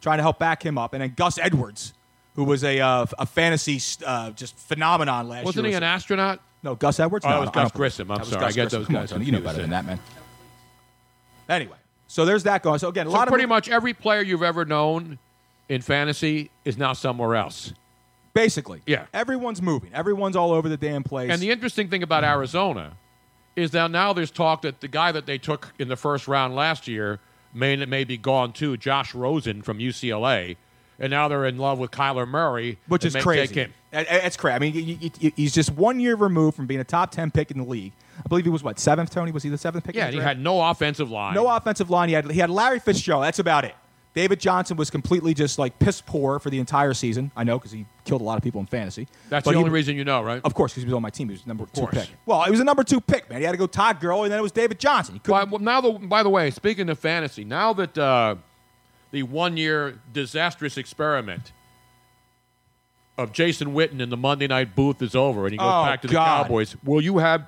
S8: trying to help back him up, and then Gus Edwards, who was a uh, a fantasy uh, just phenomenon last year.
S10: wasn't he
S8: Was-
S10: an astronaut?
S8: No, Gus Edwards.
S10: Oh,
S8: no,
S10: that was
S8: I don't
S10: Gus
S8: believe-
S10: Grissom. I'm
S8: that was
S10: sorry,
S8: Gus
S10: I get
S8: Grissom.
S10: those
S8: Come on,
S10: guys
S8: Tony, you know better
S10: confused
S8: than that, man. Anyway, so there's that going. So again, a
S10: So
S8: lot
S10: pretty
S8: of
S10: much every player you've ever known in fantasy is now somewhere else.
S8: basically,
S10: Yeah.
S8: everyone's moving. Everyone's all over the damn place.
S10: And the interesting thing about Arizona is that now there's talk that the guy that they took in the first round last year may, may be gone too, Josh Rosen from UCLA. And now they're in love with Kyler Murray,
S8: which
S10: and
S8: is
S10: may
S8: crazy.
S10: Take him.
S8: That- That's crazy. I mean, you- you- you- he's just one year removed from being a top ten pick in the league. I believe he was what seventh. Tony was he the seventh pick? in
S10: Yeah,
S8: the
S10: and he
S8: draft?
S10: had no offensive line.
S8: No offensive line. He had he had Larry Fitzgerald. That's about it. David Johnson was completely just like piss poor for the entire season. I know because he killed a lot of people in fantasy.
S10: That's
S8: But
S10: the
S8: he-
S10: only reason you know, right?
S8: Of course, because he was on my team. He was number two
S10: course.
S8: pick. Well, he was a number two pick, man. He had to go Todd Gurley, and then it was David Johnson. He couldn't-
S10: By, well, now, the, by the way, speaking of fantasy, now that uh, the one-year disastrous experiment of Jason Witten in the Monday night booth is over, and he goes
S8: Oh,
S10: back to the
S8: God.
S10: Cowboys, will you have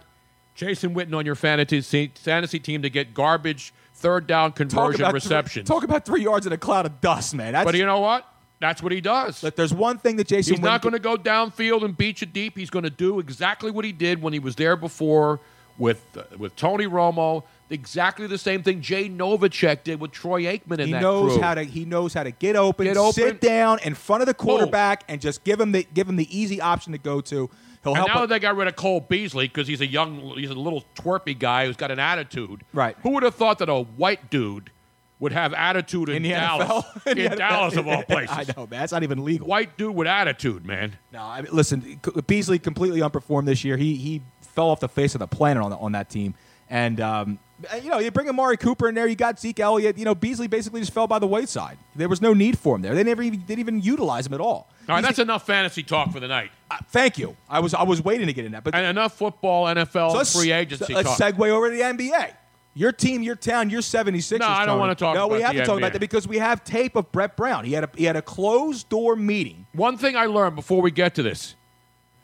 S10: Jason Witten on your fantasy fantasy team to get garbage third down
S8: talk
S10: conversion
S8: about
S10: receptions?
S8: Three, talk about three yards in a cloud of dust, man. That's,
S10: but you know what? That's what he does.
S8: but there's one thing that Jason
S10: He's not
S8: Witten
S10: going to go downfield and beat you deep. He's going to do exactly what he did when he was there before with uh, with Tony Romo. Exactly the same thing Jay Novacek did with Troy Aikman in
S8: He
S10: that
S8: knows
S10: crew.
S8: how to. He knows how to get open,
S10: Get open.
S8: sit down in front of the quarterback, and just give him the give him the easy option to go to. He'll
S10: and
S8: help.
S10: now
S8: him-
S10: that they got rid of Cole Beasley because he's a young, he's a little twerpy guy who's got an attitude.
S8: Right.
S10: Who would have thought that a white dude would have attitude in,
S8: the *laughs*
S10: Dallas?
S8: NFL? In the NFL.
S10: Dallas of all
S8: *laughs*
S10: places.
S8: I know, man. That's not even legal.
S10: White dude with attitude, man.
S8: No, I mean, listen, Beasley completely unperformed this year. He he fell off the face of the planet on on that team. And um, you know, you bring Amari Cooper in there. You got Zeke Elliott. You know, Beasley basically just fell by the wayside. There was no need for him there. They never even didn't even utilize him at all.
S10: All right, that's enough fantasy talk for the night.
S8: Thank you. I was I was waiting to get in that, but
S10: and enough football, NFL,
S8: So let's-
S10: free agency
S8: so Let's
S10: talk.
S8: segue over to the NBA. Your team, your town, your 76ers.
S10: No, I don't
S8: Tony.
S10: wanna talk
S8: No, we
S10: about
S8: have
S10: the
S8: to talk
S10: NBA.
S8: about that because we have tape of Brett Brown. He had a he had a closed door meeting.
S10: One thing I learned before we get to this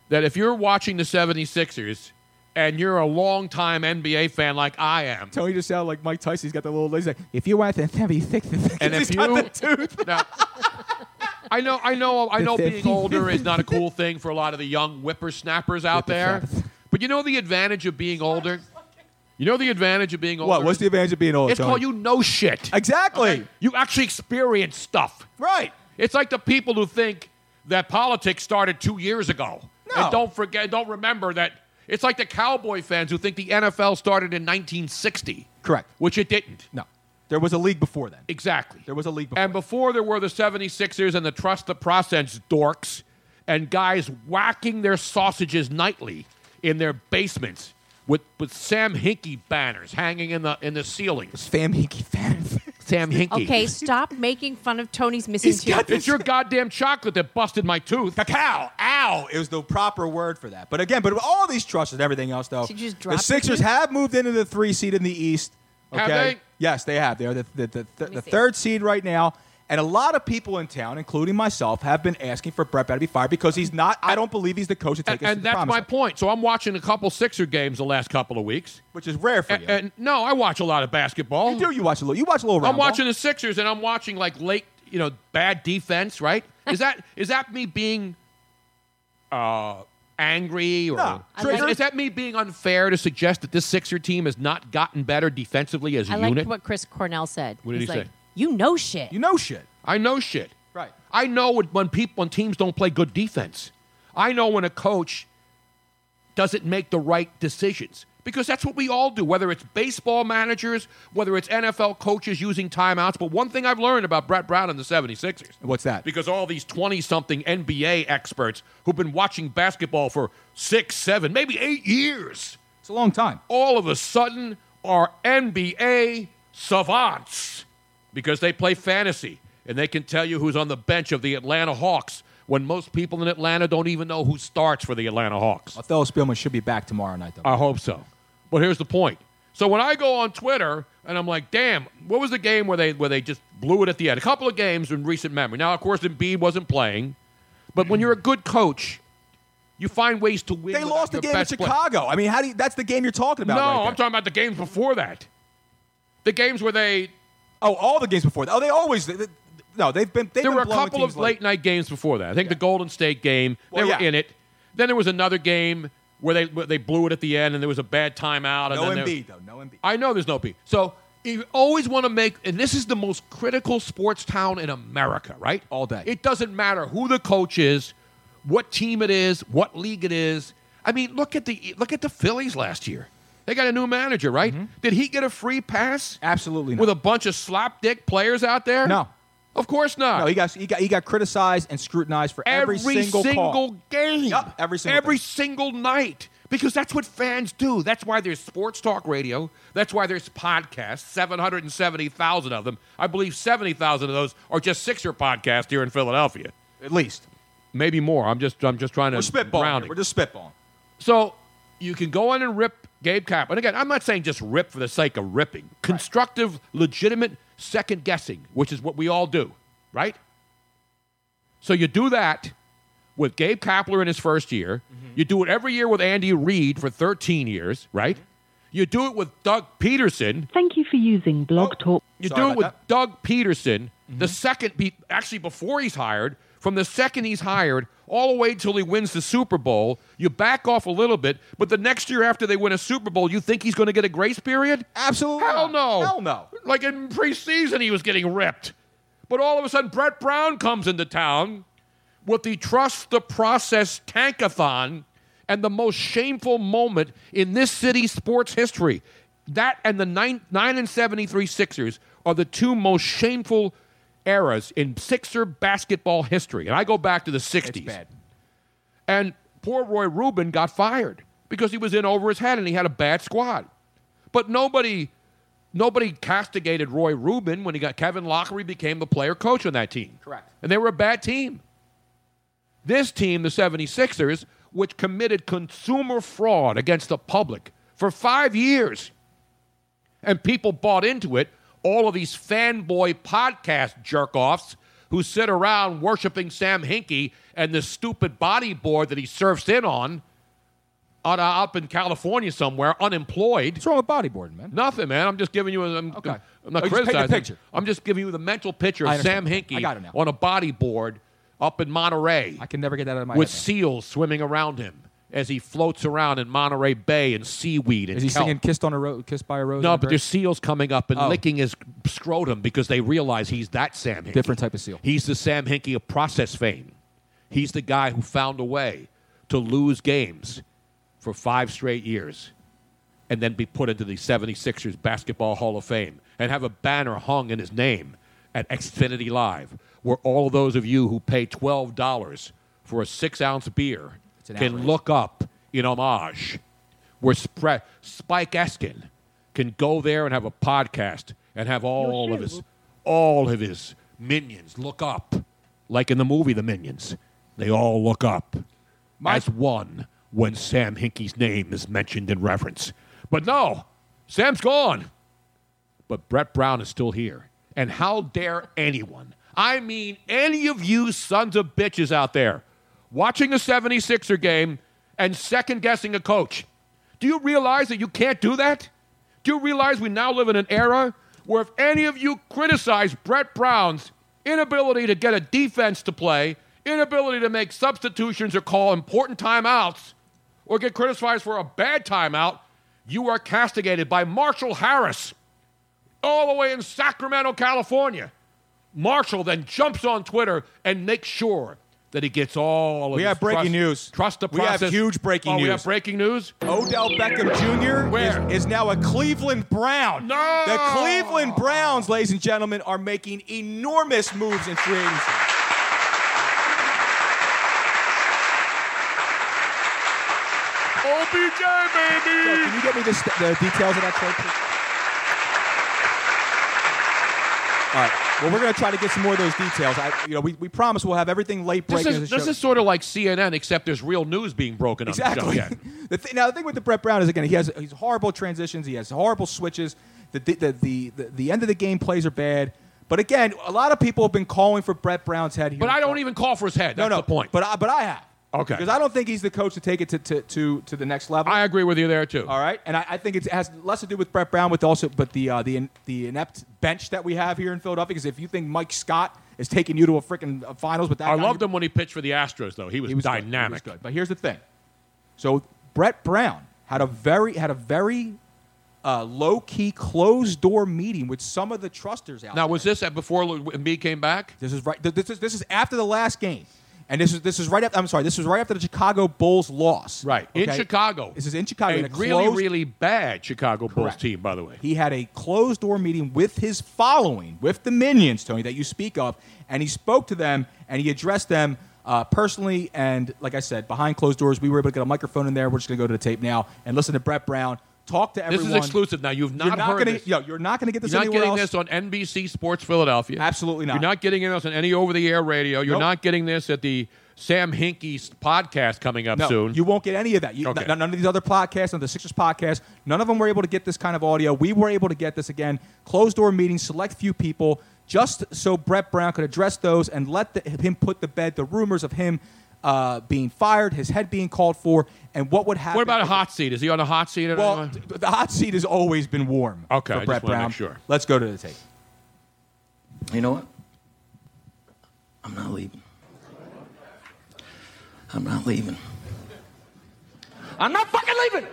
S10: that if you're watching the 76ers and you're a longtime NBA fan like
S8: *laughs*
S10: I am,
S8: Tony just sounded like Mike Tyson. He's got the little laser. If you want the 76ers,
S10: and if
S8: he's
S10: you
S8: got the
S10: *laughs*
S8: tooth.
S10: Now, I know, I know, I know.
S8: The
S10: Being
S8: 50.
S10: older
S8: *laughs*
S10: is not a cool thing for a lot of the young whippersnappers out there, but you know the advantage of being older. You know the advantage of being older.
S8: What? What's the advantage of being old?
S10: It's
S8: Tony?
S10: called you know shit.
S8: Exactly.
S10: You actually experience stuff.
S8: Right.
S10: It's like the people who think that politics started two years ago and don't forget, don't remember that. It's like the cowboy fans who think the NFL started in 1960.
S8: Correct.
S10: Which it didn't.
S8: No. There was a league before then.
S10: Exactly.
S8: There was a league before.
S10: And before there were the 76ers and the trust the process dorks and guys whacking their sausages nightly in their basements with, with Sam Hinkie banners hanging in the in the ceilings.
S8: Sam Hinkie fans.
S10: Sam Hinkie.
S5: Okay, stop making fun of Tony's missing tooth.
S10: it's your goddamn chocolate that busted my tooth.
S8: Cacao. Ow. It was the proper word for that. But again, but with all these trusts and everything else, though,
S5: Did you just drop
S8: the
S5: your
S8: Sixers
S5: tooth?
S8: have moved into the three seed in the East. Okay?
S10: Have they?
S8: Yes, they have. They are the, the, the,
S10: me
S8: the
S10: see.
S8: third seed right now. And a lot of people in town, including myself, have been asking for Brett Brown to be fired because he's not. I don't believe he's the coach to take us to
S10: and
S8: the
S10: that's
S8: promised
S10: my
S8: land.
S10: point. So I'm watching a couple Sixer games the last couple of weeks,
S8: which is rare for
S10: you. And no, I watch a lot of basketball. You do.
S8: You watch a little. You watch a little.
S10: I'm
S8: round ball.
S10: watching the Sixers, and I'm watching like late, you know, bad
S8: *laughs*
S10: defense. Right? Is that is that me being uh, angry or
S8: No. I
S10: is,
S8: like-
S10: is that me being unfair to suggest that this Sixer team has not gotten better defensively as a
S5: I liked
S10: unit?
S5: what Chris Cornell said.
S10: What did
S5: He's
S10: he
S5: like,
S10: say?
S5: You know shit.
S8: You know shit.
S10: I know shit.
S8: Right.
S10: I know when- when people when teams don't play good defense. I know when a coach doesn't make the right decisions because that's what we all do. Whether it's baseball managers, whether it's NFL coaches using timeouts. But one thing I've learned about Brett Brown and the 76ers.
S8: What's that?
S10: Because all these 20 something NBA experts who've been watching basketball for six, seven, maybe eight years.
S8: It's a long time.
S10: All of a sudden are NBA savants because they play fantasy and they can tell you who's on the bench of the Atlanta Hawks when most people in Atlanta don't even know who starts for the Atlanta Hawks.
S8: Othello Spielman should be back tomorrow night, though.
S10: I hope so. But here's the point. So when I go on Twitter and I'm like, damn, what was the game where they where they just blew it at the end? A couple of games in recent memory. Now, of course, Embiid wasn't playing, but when you're a good coach, you find ways to win.
S8: They
S10: without
S8: lost the
S10: your
S8: game in
S10: best player.
S8: Chicago. I mean, how do you, that's the game you're talking about?
S10: No,
S8: right there.
S10: I'm talking about the games before that. The games where they
S8: Oh, all the games before that. Oh, they always. They, they- no, they've been. They've
S10: there
S8: been
S10: were a
S8: blowing
S10: couple of
S8: teams like-
S10: late night games before that. I think the Golden State game,
S8: Well,
S10: they
S8: yeah.
S10: were in it. Then there was another game where they where they blew it at the end, and there was a bad timeout.
S8: No
S10: and then there-
S8: Embiid though. No Embiid.
S10: I know there's no B. So you always want to make, and this is the most critical sports town in America, right? All day. It doesn't matter who the coach is, what team it is, what league it is. I mean, look at the look at the Phillies last year. They got a new manager, right? Did he get a free pass?
S8: Mm-hmm. Absolutely not.
S10: With a bunch of slapdick players out there?
S8: No.
S10: Of course not.
S8: No, he got he got he got criticized and scrutinized for every, single, call.
S10: game.
S8: every single
S10: every single night. Because that's what fans do. That's why there's sports talk radio. That's why there's podcasts, 770,000 of them. I believe 70,000 of those are just Sixer podcasts here in Philadelphia.
S8: At least.
S10: Maybe more. I'm just I'm just trying to
S8: We're spitballing.
S10: round
S8: here.
S10: it.
S8: We're just spitballing.
S10: So you can go in and rip Gabe Kaplan. Again, I'm not saying just rip for the sake of ripping. Constructive, legitimate second guessing, which is what we all do, right? So you do that with Gabe Kapler in his first year. You do it every year with Andy Reid for 13 years, right? You do it with Doug Peterson.
S14: Thank you for using Blog
S5: Oh,
S14: Talk.
S10: You do it with Doug Peterson, the second, be- actually before he's hired, from the second he's hired all the way till he wins the Super Bowl, you back off a little bit, but the next year after they win a Super Bowl, you think he's going to get a grace period?
S8: Absolutely.
S10: Hell no.
S8: Hell no.
S10: Like in preseason, he was getting ripped. But all of a sudden, Brett Brown comes into town with the Trust the Process tankathon and the most shameful moment in this city's sports history. That and the 9, nine and 73 Sixers are the two most shameful eras in Sixer basketball history. And I go back to the 60s. And poor Roy Rubin got fired because he was in over his head and he had a bad squad. But nobody, nobody castigated Roy Rubin when he got Kevin Lockery became the player coach on that team.
S15: Correct.
S10: And they were a bad team. This team, the 76ers, which committed consumer fraud against the public for five years, and people bought into it, all of these fanboy podcast jerk offs who sit around worshiping Sam Hinkie and this stupid body board that he surfs in on out, up in California somewhere, unemployed. What's
S8: wrong with bodyboarding, man?
S10: Nothing, man. I'm just giving you. A, I'm,
S8: Okay.
S10: I'm not
S8: Oh, you just paint the
S10: criticizing.
S8: picture.
S10: I'm just giving you the mental picture
S8: I
S10: of Sam
S8: understand.
S10: Hinkie
S8: I got it now.
S10: on a bodyboard up in Monterey. I
S8: can never get that out of my
S10: with
S8: head, man.
S10: seals swimming around him as he floats around in Monterey Bay and seaweed and
S8: Is he
S10: kelp.
S8: singing "Kissed on a Rose"? Kissed by a Rose?
S10: No,
S8: on a
S10: but
S8: Bird?
S10: there's seals coming up and
S8: Oh.
S10: licking his scrotum because they realize he's that Sam Hinkie.
S8: Different type of seal.
S10: He's the Sam Hinkie of process fame. He's the guy who found a way to lose games for five straight years and then be put into the 76ers Basketball Hall of Fame and have a banner hung in his name at Xfinity Live, where all those of you who pay $12 for a six ounce beer
S8: an
S10: can
S8: outrage.
S10: look up in homage, where Spre- Spike Eskin can go there and have a podcast and have all of his all of his minions look up, like in the movie The Minions. They all look up as one when Sam Hinkie's name is mentioned in reference. But no, Sam's gone. But Brett Brown is still here. And how dare anyone, I mean any of you sons of bitches out there, watching a 76er game and second guessing a coach. Do you realize that you can't do that? Do you realize we now live in an era where if any of you criticize Brett Brown's inability to get a defense to play, inability to make substitutions or call important timeouts, or get criticized for a bad timeout, you are castigated by Marshall Harris all the way in Sacramento, California. Marshall then jumps on Twitter and makes sure that he gets all of
S8: We
S10: his
S8: have breaking
S10: trust-
S8: news.
S10: Trust the
S8: We have
S10: process.
S8: huge breaking
S10: oh, We
S8: news.
S10: have breaking news.
S8: Odell Beckham Jr. Is, is now a Cleveland Brown. No! The Cleveland Browns, ladies and gentlemen, are making enormous moves in free agency.
S10: OBJ, baby!
S8: So can you get me the, st- the details of that trade, please? All right. Well, we're going to try to get some more of those details. I, you know, we, we promise we'll have everything late
S10: This
S8: breaking.
S10: is,
S8: as the
S10: this
S8: show-
S10: is sort of like CNN, except there's real news being broken on
S8: Exactly.
S10: the show. Yeah.
S8: *laughs* The th- now the thing with the Brett Brown is again he has he's horrible transitions. He has horrible switches. The the, the the the the end of the game plays are bad. But again, a lot of people have been calling for Brett Brown's head here.
S10: But I don't even call for his head.
S8: no
S10: That's
S8: no
S10: the point.
S8: But I but I have
S10: Okay.
S8: because I don't think he's the coach to take it to to to, to the next level.
S10: I agree with you there too.
S8: All right, and I, I think it's, it has less to do with Brett Brown, with also but the uh, the in, the inept bench that we have here in Philadelphia. Because if you think Mike Scott is taking you to a freaking uh, finals with that,
S10: I
S8: guy,
S10: loved him when he pitched for the Astros, though. He was, dynamic.
S8: good. But here's the thing. So Brett Brown had a very had a very uh, low key closed door meeting with some of the trusters out.
S10: Now, was this at before Lu- Embiid came back?
S8: This is right. th- This is this is after the last game, and this is this is right. After, I'm sorry. This was right after the Chicago Bulls loss. Right
S10: In Chicago.
S8: This is in Chicago.
S10: A
S8: in a
S10: really,
S8: closed-
S10: really bad Chicago Bulls
S8: Correct.
S10: team, by the way.
S8: He had a closed door meeting with his following, with the minions, Tony, that you speak of, and he spoke to them and he addressed them uh, personally. And like I said, behind closed doors, we were able to get a microphone in there. We're just going to go to the tape now and listen to Brett Brown talk to
S10: This
S8: everyone.
S10: is exclusive. Now, you've not,
S8: You're not
S10: heard
S8: gonna,
S10: this.
S8: Yo, you're not going to get this
S10: You're not
S8: anywhere
S10: getting
S8: else.
S10: this on NBC Sports Philadelphia.
S8: Absolutely not.
S10: You're not getting this on any over the air radio. You're
S8: Nope.
S10: not getting this at the Sam Hinkie's podcast coming up
S8: no,
S10: soon.
S8: You won't get any of that. You,
S10: Okay.
S8: n- none of these other podcasts, none of the Sixers podcast, none of them were able to get this kind of audio. We were able to get this again. Closed door meetings, select few people, just so Brett Brown could address those and let the, him put to bed the rumors of him uh, being fired, his head being called for, and what would happen.
S10: what about a hot seat? Is he on a hot seat? At
S8: Well,
S10: all?
S8: th- the hot seat has always been warm
S10: Okay,
S8: for
S10: I just
S8: Brett
S10: wanna
S8: Brown.
S10: make sure.
S8: Let's go to the tape.
S16: You know what? I'm not leaving. I'm not leaving.
S2: I'm not fucking leaving.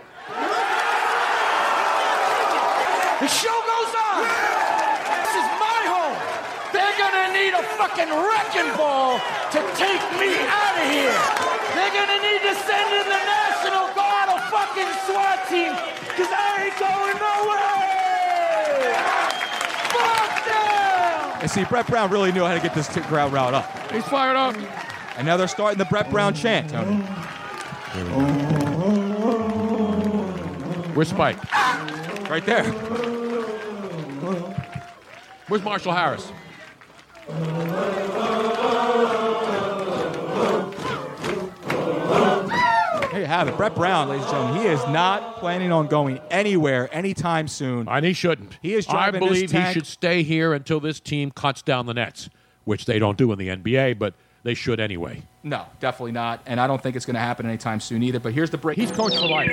S2: The show goes on. This is my home. They're gonna need a fucking wrecking ball to take me out of here. They're gonna need to send in the National Guard or fucking SWAT team, cause I ain't going nowhere. Fuck them.
S8: And see, Brett Brown really knew how to get this t- crowd riled up.
S10: He's fired up.
S8: And now they're starting the Brett Brown chant, Tony.
S10: We're Spike.
S8: Right there.
S10: Where's Marshall Harris?
S8: There you have it. Brett Brown, ladies and gentlemen, he is not planning on going anywhere anytime soon.
S10: And he shouldn't.
S8: He is
S10: I
S8: driving
S10: believe
S8: his
S10: he
S8: tank.
S10: should stay here until this team cuts down the nets, which they don't do in the NBA, but they should anyway.
S8: No, definitely not. And I don't think it's going to happen anytime soon either. But here's the break. He's
S10: coach for life.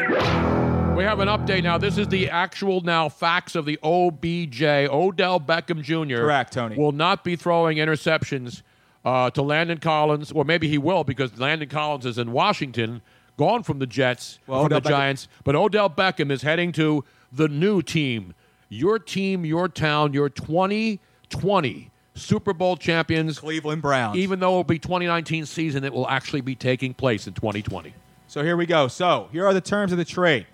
S10: We have an update now. This is the actual now facts of the OBJ. Odell Beckham Jr.
S8: Correct, Tony.
S10: Will not be throwing interceptions uh, to Landon Collins, or maybe he will because Landon Collins is in Washington, gone from the Jets,
S8: Well,
S10: from
S8: Odell
S10: the
S8: Beckham-
S10: Giants. But Odell Beckham is heading to the new team, your team, your town, your 2020 Super Bowl champions,
S8: Cleveland Browns.
S10: Even though it'll be 2019 season, it will actually be taking place in 2020.
S8: So here we go. So here are the terms of the trade.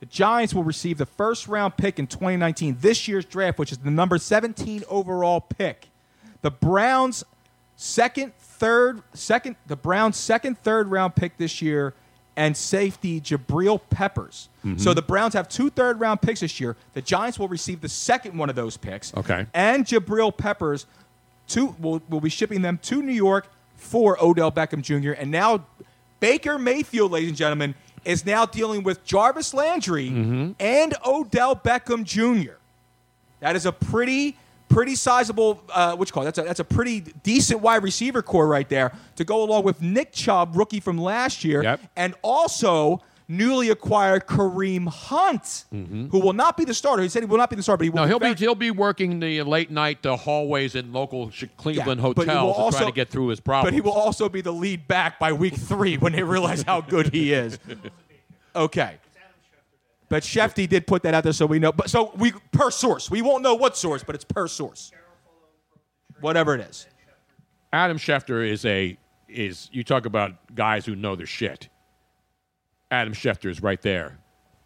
S8: The Giants will receive the first round pick in 2019, this year's draft, which is the number 17 overall pick. The Browns second, third, second, the Browns second, third round pick this year, and safety Jabril Peppers.
S10: Mm-hmm.
S15: Mhm.
S8: So the Browns have two third round picks this year. The Giants will receive the second one of those picks.
S10: Okay.
S8: And Jabril Peppers to will will be shipping them to New York for Odell Beckham Jr. And now Baker Mayfield, ladies and gentlemen, is now dealing with Jarvis Landry
S10: Mm-hmm.
S8: and Odell Beckham Jr. That is a pretty pretty sizable uh, what you call it? that's a that's a pretty decent wide receiver core right there to go along with Nick Chubb, rookie from last year, and also newly acquired Kareem Hunt, who will not be the starter. He said he will not be the starter, but he will
S10: Mm-hmm. No,
S8: be
S10: he'll be he'll be working the late night uh, hallways in local Chi- Cleveland
S8: Yeah, but he will
S10: hotels and
S8: also-
S10: trying to get through his problems.
S8: But he will also be the lead back by week three when they realize how good he
S10: *laughs*
S8: is. Okay. But Shefty did put that out there, so we know. But so we per source, we won't know what source, but it's per source. Whatever it is.
S10: Adam Schefter is a is you talk about guys who know their shit. Adam Schefter is right there.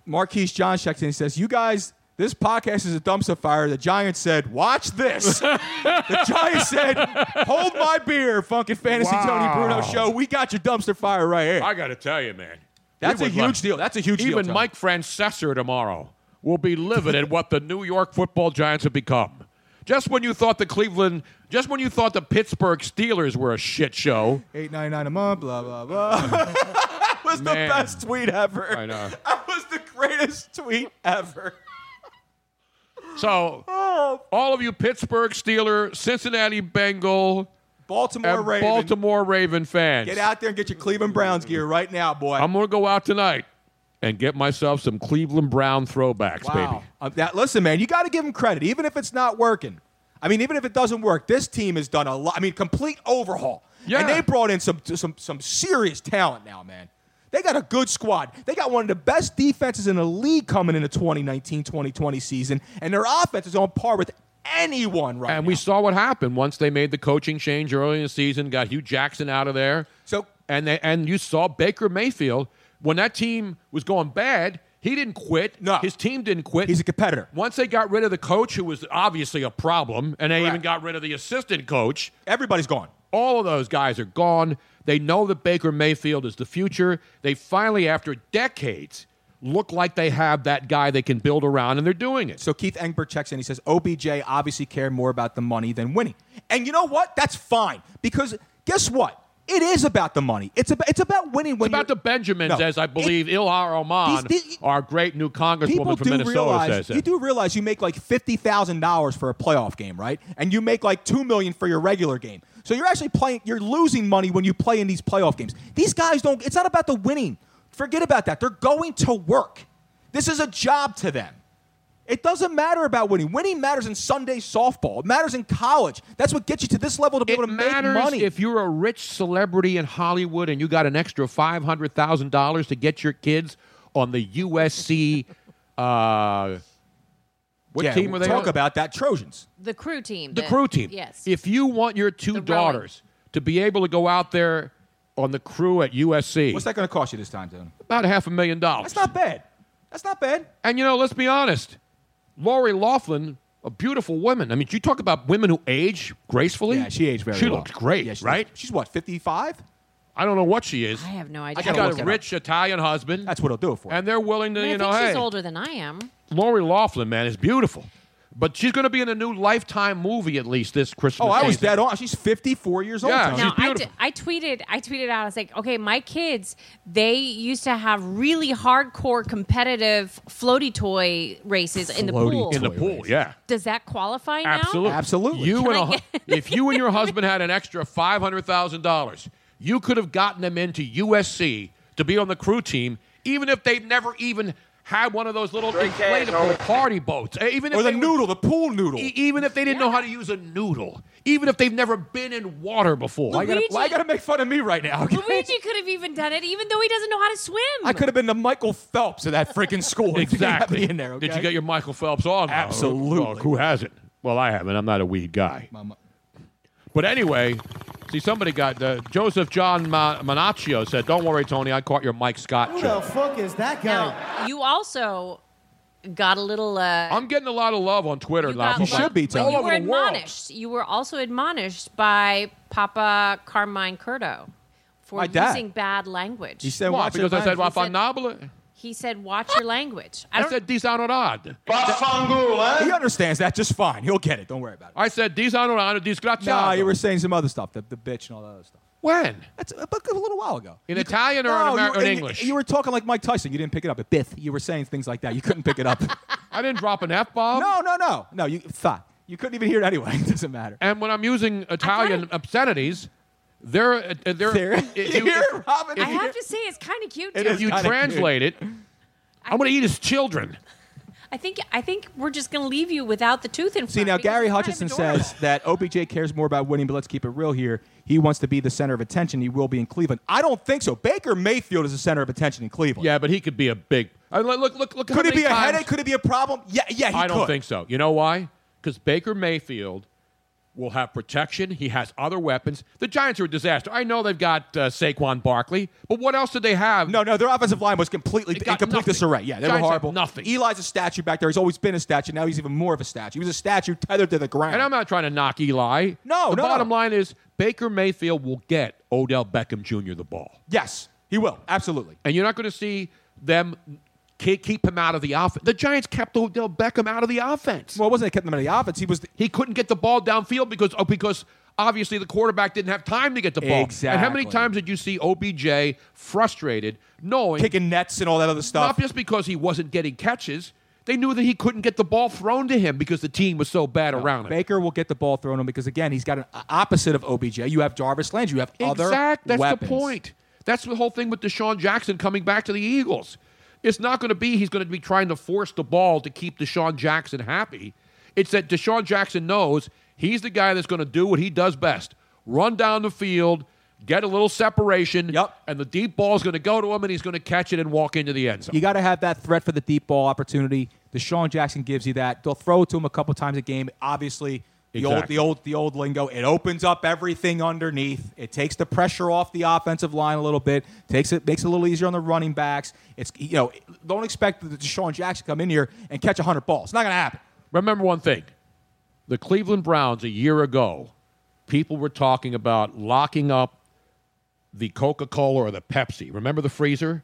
S8: Marquise John checks in and says, "You guys, this podcast is a dumpster fire." The Giants said, "Watch
S10: *laughs*
S8: this." the Giants said, "Hold my beer, Funkin' Fantasy Tony
S10: Wow.
S8: Bruno Show. We got your dumpster fire right here."
S10: I got to tell you, man,
S8: That's
S10: we
S8: a
S10: would
S8: huge
S10: love-
S8: deal. That's a huge deal,
S10: Even
S8: Tom.
S10: Mike Francesor tomorrow will be livid at what the New York Football Giants have become. Just when you thought the Cleveland, just when you thought the Pittsburgh Steelers were a shit show,
S8: Eight ninety nine a month, blah blah blah. *laughs* that was
S10: Man.
S8: the best tweet ever.
S10: I know.
S8: *laughs* That was the greatest tweet ever.
S10: So,
S8: Oh.
S10: all of you Pittsburgh Steeler, Cincinnati Bengal,
S8: Baltimore
S10: and
S8: Raven.
S10: Baltimore Raven fans,
S8: Get out there and get your Cleveland Browns gear right now, boy.
S10: I'm gonna go out tonight and get myself some Cleveland Brown throwbacks, baby.
S8: Uh, that, listen, man, you got to give them credit, even if it's not working. I mean, even if it doesn't work, this team has done a lot. I mean, complete overhaul. Yeah. And they brought in some some some serious talent now, man. They got a good squad. They got one of the best defenses in the league coming into 2019-2020 season, and their offense is on par with anyone right
S10: And we saw what happened once they made the coaching change early in the season, got Hugh Jackson out of there.
S8: So
S10: and they, and you saw Baker Mayfield when that team was going bad. He didn't quit. No, his team didn't quit. He's a
S8: competitor.
S10: Once they got rid of the coach, who was obviously a problem, and they even got rid of the assistant coach.
S8: Everybody's gone.
S10: All of those guys are gone. They know that Baker Mayfield is the future. They finally, after decades, look like they have that guy they can build around, and they're doing it.
S8: So Keith Engberg checks in. He says OBJ obviously cared more about the money than winning. And you know what? That's fine because guess what? It is about the money. It's about it's about winning. When it's about the
S10: Benjamins, as I believe Ilhar Oman,
S8: These- these-
S10: our great new
S8: people
S10: congresswoman from
S8: do
S10: Minnesota,
S8: realize
S10: says that.
S8: you do realize you make like fifty thousand dollars for a playoff game, right? And you make like two million for your regular game. So you're actually playing. You're losing money when you play in these playoff games. These guys don't. It's not about the winning. Forget about that. They're going to work. This is a job to them. It doesn't matter about winning. Winning matters in Sunday softball. It matters in college. That's what gets you to this level to be able to make
S10: matters
S8: money.
S10: if you're a rich celebrity in Hollywood and you got an extra five hundred thousand dollars to get your kids on the USC. Uh, what
S8: Yeah,
S10: team are they?
S8: talk
S10: on?
S8: about that Trojans,
S5: The crew team.
S10: the crew team.
S5: Yes.
S10: If you want your two daughters to be able to go out there on the crew at USC,
S8: what's that going to cost you this time, Tony?
S10: About half a million dollars.
S8: That's not bad. That's not bad.
S10: And you know, let's be honest, Lori Laughlin, a beautiful woman. I mean, you talk about women who age gracefully. Yeah,
S8: she aged very
S10: She
S8: well.
S10: looked great,
S8: Yeah, she
S10: right?
S8: She's what, fifty-five?
S10: I don't know what she is.
S5: I have no
S10: I
S5: idea.
S10: got a rich Italian husband.
S8: That's what it'll do it for.
S10: And they're willing to,
S5: I, mean,
S10: you
S5: I
S10: know,
S5: think
S10: hey,
S5: she's older than I am.
S10: Lori Laughlin, man, is beautiful. But she's going to be in a new Lifetime movie at least this Christmas.
S8: Oh, I was
S10: season.
S8: dead on. She's 54 years old.
S10: Yeah,
S8: Tony.
S10: she's
S5: I, d- I tweeted I tweeted out I was like okay my kids they used to have really hardcore competitive floaty toy races in the pool
S10: In the pool, yeah.
S5: does that qualify now
S10: Absolutely. Absolutely. You
S5: Can
S10: and
S5: I
S10: a hu- if you and your husband had an extra $500,000, you could have gotten them into USC to be on the crew team, even if they'd never even had one of those little inflatable party boats. Eh, Even if
S8: Or the
S10: they were-
S8: noodle, the pool noodle.
S10: E- even if they didn't know how to use a noodle, even if they've never been in water before.
S8: Why you gotta- why you gotta
S10: make fun of me right now?
S5: Luigi could have even done it even though he doesn't know how to swim
S8: I could have been the Michael Phelps of that freaking school. if you didn't have
S10: Exactly.
S8: me in there.
S10: Did you
S8: okay?
S10: get your Michael Phelps on? though?
S8: Absolutely.
S10: Well, who hasn't? Well, I haven't. I'm not a weed guy. But anyway, see, somebody got uh, Joseph John Ma- Manaccio said, "Don't worry, Tony. I caught your Mike Scott."
S2: Who
S10: joke."
S2: the fuck is that guy?
S5: you also got a little uh,
S10: I'm getting a lot of love on Twitter. now.
S5: got
S10: from,
S5: like-
S10: like,
S5: but
S10: all
S5: you
S10: over
S5: were
S10: the world.
S5: admonished. You were also admonished by Papa Carmine Curto for
S10: My dad.
S5: using bad language.
S10: He said, Why? "Watch your Because I said, language." "Wafanabla."
S5: He said, "Watch your language." I
S10: I,
S5: don't.
S10: said dishonorad.
S8: He understands that just fine. He'll get it. Don't worry about
S10: I said dishonorado, disgraziato.
S8: it. No, you were saying some other stuff, the, the bitch and all that other stuff.
S10: when?
S8: That's a, a little while ago.
S10: In Italian or in,
S8: No,
S10: Amer-
S8: you-
S10: in
S8: and
S10: English?
S8: You were talking like Mike Tyson. You didn't pick it up. Bith. You were saying things like that. You couldn't pick
S10: *laughs*
S8: it up.
S10: I didn't drop an F bomb.
S8: No, no, no. No, you thought. You couldn't even hear it anyway. *laughs* It doesn't matter.
S10: And when I'm using Italian obscenities, they're uh, uh,
S8: *laughs*
S10: they're. if you- if-
S5: I
S10: if you-
S5: have to say, it's kind of cute.
S10: if you translate it, I'm going to eat his children.
S5: I think I think we're just going to leave you without the tooth in front.
S8: See now,
S5: because
S8: Gary
S5: it's kind of
S8: Hutchinson
S5: adorable.
S8: says that OBJ cares more about winning, but let's keep it real here. He wants to be the center of attention. He will be in Cleveland. I don't think so. Baker Mayfield is the center of attention in Cleveland.
S10: Yeah, but he could be a big. I mean, look, look, look. how
S8: Could it
S10: many
S8: be a
S10: times-
S8: headache? Could it be a problem? Yeah, yeah. He
S10: I don't
S8: could.
S10: think so. You know why? Because Baker Mayfield will have protection. He has other weapons. The Giants are a disaster. I know they've got uh, Saquon Barkley, but what else did they have?
S8: No, no. Their offensive line was completely in complete disarray. Yeah, they
S10: Giants
S8: were
S10: have
S8: horrible. Nothing. Eli's a statue back there. He's always been a statue. Now he's even more of a statue. He was a statue tethered to the ground.
S10: And I'm not trying to knock Eli.
S8: No,
S10: the
S8: no,
S10: bottom line is Baker Mayfield will get Odell Beckham Jr. the ball.
S8: Yes, he will. Absolutely.
S10: And you're not going to see them ke- keep him out of the offense. The Giants kept Odell Beckham out of the offense.
S8: Well, it wasn't they kept him out of the offense. He was
S10: he couldn't get the ball downfield because oh, because obviously the quarterback didn't have time to get the ball. And how many
S8: Exactly.
S10: times did you see OBJ frustrated, knowing
S8: Kicking nets and all that other stuff?
S10: Not just because he wasn't getting catches. They knew that he couldn't get the ball thrown to him because the team was so bad around him.
S8: Baker will get the ball thrown to him because again, he's got an o- opposite of OBJ. You have Jarvis Landry. You have other
S10: exact. That's
S8: weapons.
S10: the point. That's the whole thing with Deshaun Jackson coming back to the Eagles. It's not going to be he's going to be trying to force the ball to keep Deshaun Jackson happy. It's that Deshaun Jackson knows he's the guy that's going to do what he does best: run down the field, get a little separation, yep. and the deep ball is going to go to him, and he's going to catch it and walk into the end zone.
S8: You got to have that threat for the deep ball opportunity. Deshaun Jackson gives you that. They'll throw it to him a couple times a game. Obviously, the old
S10: Exactly.
S8: the old the old lingo. It opens up everything underneath. It takes the pressure off the offensive line a little bit. Takes it makes it a little easier on the running backs. It's you know don't expect the Deshaun Jackson to come in here and catch hundred balls. It's not going to happen.
S10: Remember one thing: the Cleveland Browns a year ago, people were talking about locking up the Coca Cola or the Pepsi. Remember the freezer?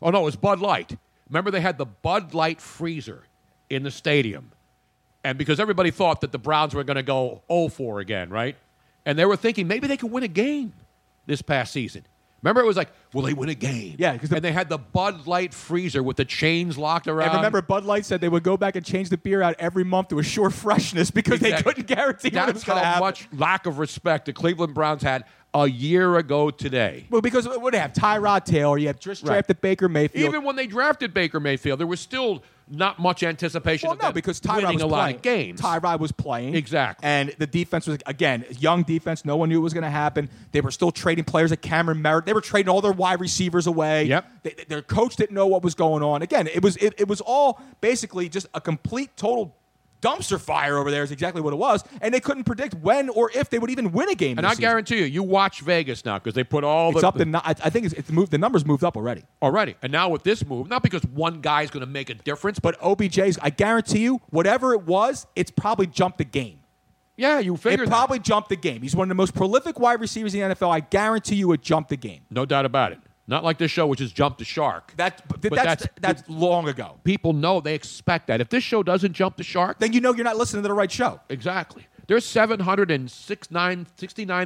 S10: Oh, no, it was Bud Light. Remember they had the Bud Light freezer in the stadium. And because everybody thought that the Browns were going to go 0 4 again, right? And they were thinking maybe they could win a game this past season. Remember, it was like, will they win a game? Yeah. and they had the Bud Light freezer with the chains locked around.
S8: And remember, Bud Light said they would go back and change the beer out every month to assure freshness because they couldn't guarantee what it
S10: That's
S8: was going to
S10: how
S8: happen.
S10: much lack of respect the Cleveland Browns had a year ago today.
S8: Well, because what do they have? Tyrod Taylor. You have just
S10: Right.
S8: drafted Baker Mayfield.
S10: Even when they drafted Baker Mayfield, there was still not much anticipation
S8: well,
S10: of
S8: no,
S10: them
S8: because
S10: winning
S8: Tyrod was
S10: a lot
S8: playing.
S10: of games.
S8: Tyrod was playing
S10: Exactly.
S8: and the defense was again young defense. No one knew it was going to happen. They were still trading players like Cameron Merritt. They were trading all their wide receivers away. Yep. They, their coach didn't know what was going on. Again, it was it, it was all basically just a complete total dumpster fire over there. Is exactly what it was, and they couldn't predict when or if they would even win a game.
S10: and
S8: this
S10: I
S8: season.
S10: guarantee you, you watch Vegas now because they put all
S8: It's
S10: the
S8: up to ni- I I think it's, it's moved. The numbers moved up already.
S10: already. And now with this move, not because one guy's going to make a difference, but
S8: But OBJ's, I guarantee you, whatever it was, it's probably jumped the game.
S10: Yeah, you
S8: figured it probably jumped the game. He's one of the most prolific wide receivers in the NFL. I guarantee you, it jumped the game.
S10: no doubt about it. Not like this show, which has jumped the shark.
S8: That, but
S10: that's,
S8: that's- that's long ago.
S10: People know they expect that. If this show doesn't jump the shark,
S8: then you know you're not listening to the right show.
S10: Exactly. There's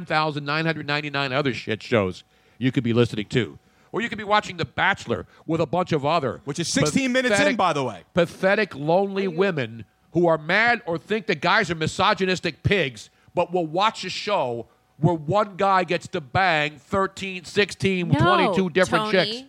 S10: 769,999 other shit shows you could be listening to. Or you could be watching The Bachelor with a bunch of other. Which
S8: is 16 minutes in, by the way.
S10: Pathetic, lonely women who are mad or think that guys are misogynistic pigs, but will watch a show where one guy gets to bang 13, 16, 22 different
S5: Tony,
S10: chicks.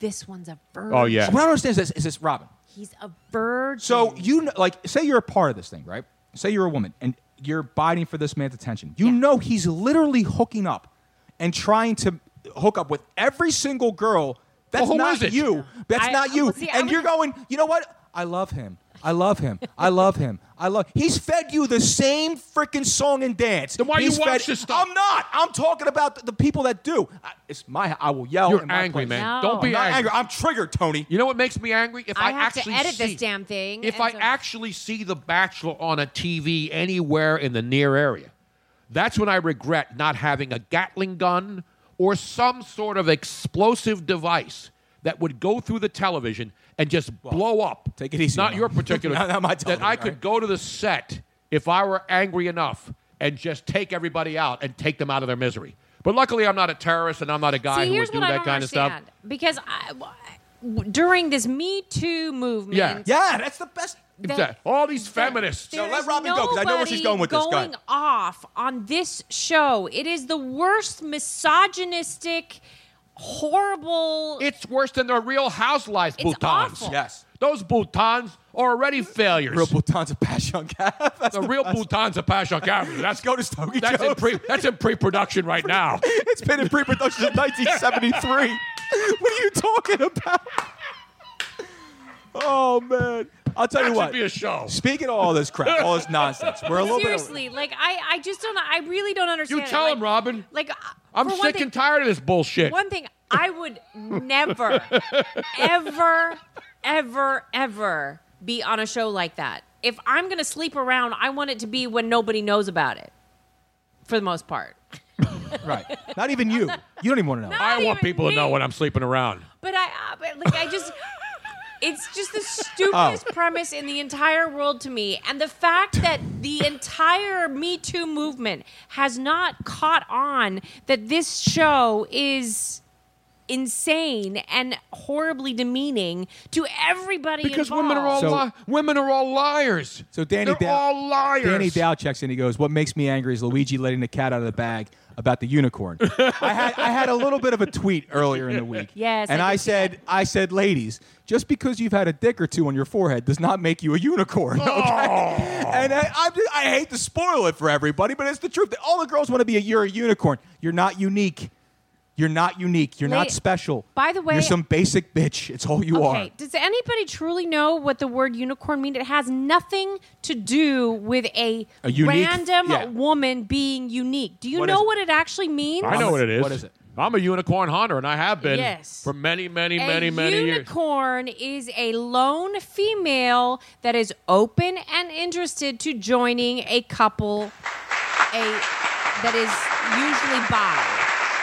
S5: This one's a bird.
S10: Oh, yeah.
S8: So what I don't understand is this, is this Robin.
S5: He's a bird.
S8: So you know, like say you're a part of this thing, right? Say you're a woman and you're biting for this man's attention. You know he's literally hooking up and trying to hook up with every single girl. That's
S2: Well, who
S8: not
S2: is it?
S8: you. That's
S2: I-
S8: not you.
S2: well, see, I
S8: and you're going, you know what? I love him. I love him. I love him. I love. He's fed you the same freaking song and dance. Then
S10: why you watch this
S8: stuff? I'm not. I'm talking about the, the people that do. I, it's my. I will yell.
S10: You're
S8: in my
S10: angry,
S8: place.
S10: man. No. Don't be
S8: I'm not
S10: angry.
S8: I'm triggered, Tony.
S10: You know what makes me angry? If
S5: I,
S10: I,
S5: have to
S10: actually
S5: edit
S10: see,
S5: this damn thing.
S10: If
S5: and
S10: I
S5: so-
S10: actually see The Bachelor on a TV anywhere in the near area, that's when I regret not having a Gatling gun or some sort of explosive device that would go through the television and just blow up. Take it easy. Not your particular.
S8: *laughs* Not- not my
S10: that
S8: television,
S10: I could
S8: right?
S10: go to the set if I were angry enough and just take everybody out and take them out of their misery. But luckily, I'm not a terrorist and I'm not a guy
S5: See,
S10: who
S5: here's
S10: would do
S5: what I
S10: that
S5: don't
S10: kind of stuff.
S5: understand. Because I, w- during this Me Too movement,
S10: Yeah.
S8: Yeah, that's the best.
S10: Exactly. All these feminists.
S8: No, let
S5: There's
S8: Robin go because I know where
S5: nobody
S8: she's going with this. Go
S5: Going
S8: ahead.
S5: off on this show, oh, it is the worst misogynistic, horrible.
S10: It's worse than the Real Housewives
S5: It's
S10: boutons.
S5: awful.
S8: Yes.
S10: Those boutons are already failures. Real
S8: boutons of passion That's
S10: *laughs* the, real boutons of passion Cav. That's *laughs* go to Stogie that's in, pre, that's in pre-production *laughs* right now.
S8: it's been in pre-production since 1973. what are you talking about? Oh man, I'll tell
S10: That
S8: you
S10: should
S8: what.
S10: be a show.
S8: Speaking of all this crap, all this nonsense, we're a little bit.
S5: Seriously, like I, I just don't. I really don't understand.
S10: Oh, You
S5: it.
S10: tell
S5: like,
S10: him, Robin.
S5: Like
S10: I'm
S5: for one
S10: sick
S5: thing-
S10: and tired of this bullshit.
S5: One thing I would
S10: *laughs*
S5: never, ever, ever, ever be on a show like that. If I'm going to sleep around, I want it to be when nobody knows about it, for the most part.
S8: Right. Not even you. You don't even
S10: *laughs*
S8: want to know.
S10: I want people to know when I'm sleeping around.
S5: But I, uh, but like, I just. It's just the
S10: Oh.
S8: Oh.
S5: stupidest premise in the entire world to me. And the fact that the entire Me Too movement has not caught on that this show is insane and horribly demeaning to everybody
S10: Because
S5: involved.
S10: women are all
S8: So-
S10: li- women are all liars.
S8: So Danny
S10: They're
S8: Dow,
S10: all liars.
S8: Danny Dow checks in. He goes, "What makes me angry is Luigi letting the cat out of the bag about the
S10: *laughs*
S8: unicorn." I had I had a little bit of a tweet earlier in the week.
S2: Yes,
S8: and
S2: I
S8: I,
S2: did see
S8: said, I said, ladies, just because you've had a dick or two on your forehead does not make you a unicorn. *laughs* Okay? And I, I, I hate to spoil it for everybody, but it's the truth. That all the girls want to be a you're a unicorn. You're not unique. You're not unique. You're
S5: Lady-
S8: not special.
S5: By the way-
S8: you're some basic bitch. It's all you
S5: okay. Does anybody truly know what the word unicorn means? It has nothing to do with a,
S8: A unique-
S5: random
S10: yeah.
S5: woman being unique. Do you
S10: What is
S5: know
S10: it?
S5: what it actually means?
S10: I know what it is.
S8: What is it?
S10: I'm a unicorn hunter, and I have been
S5: Yes.
S10: for many, many,
S5: a
S10: many, many years.
S5: unicorn is a lone female that is open and interested to joining a couple, a that is usually bi.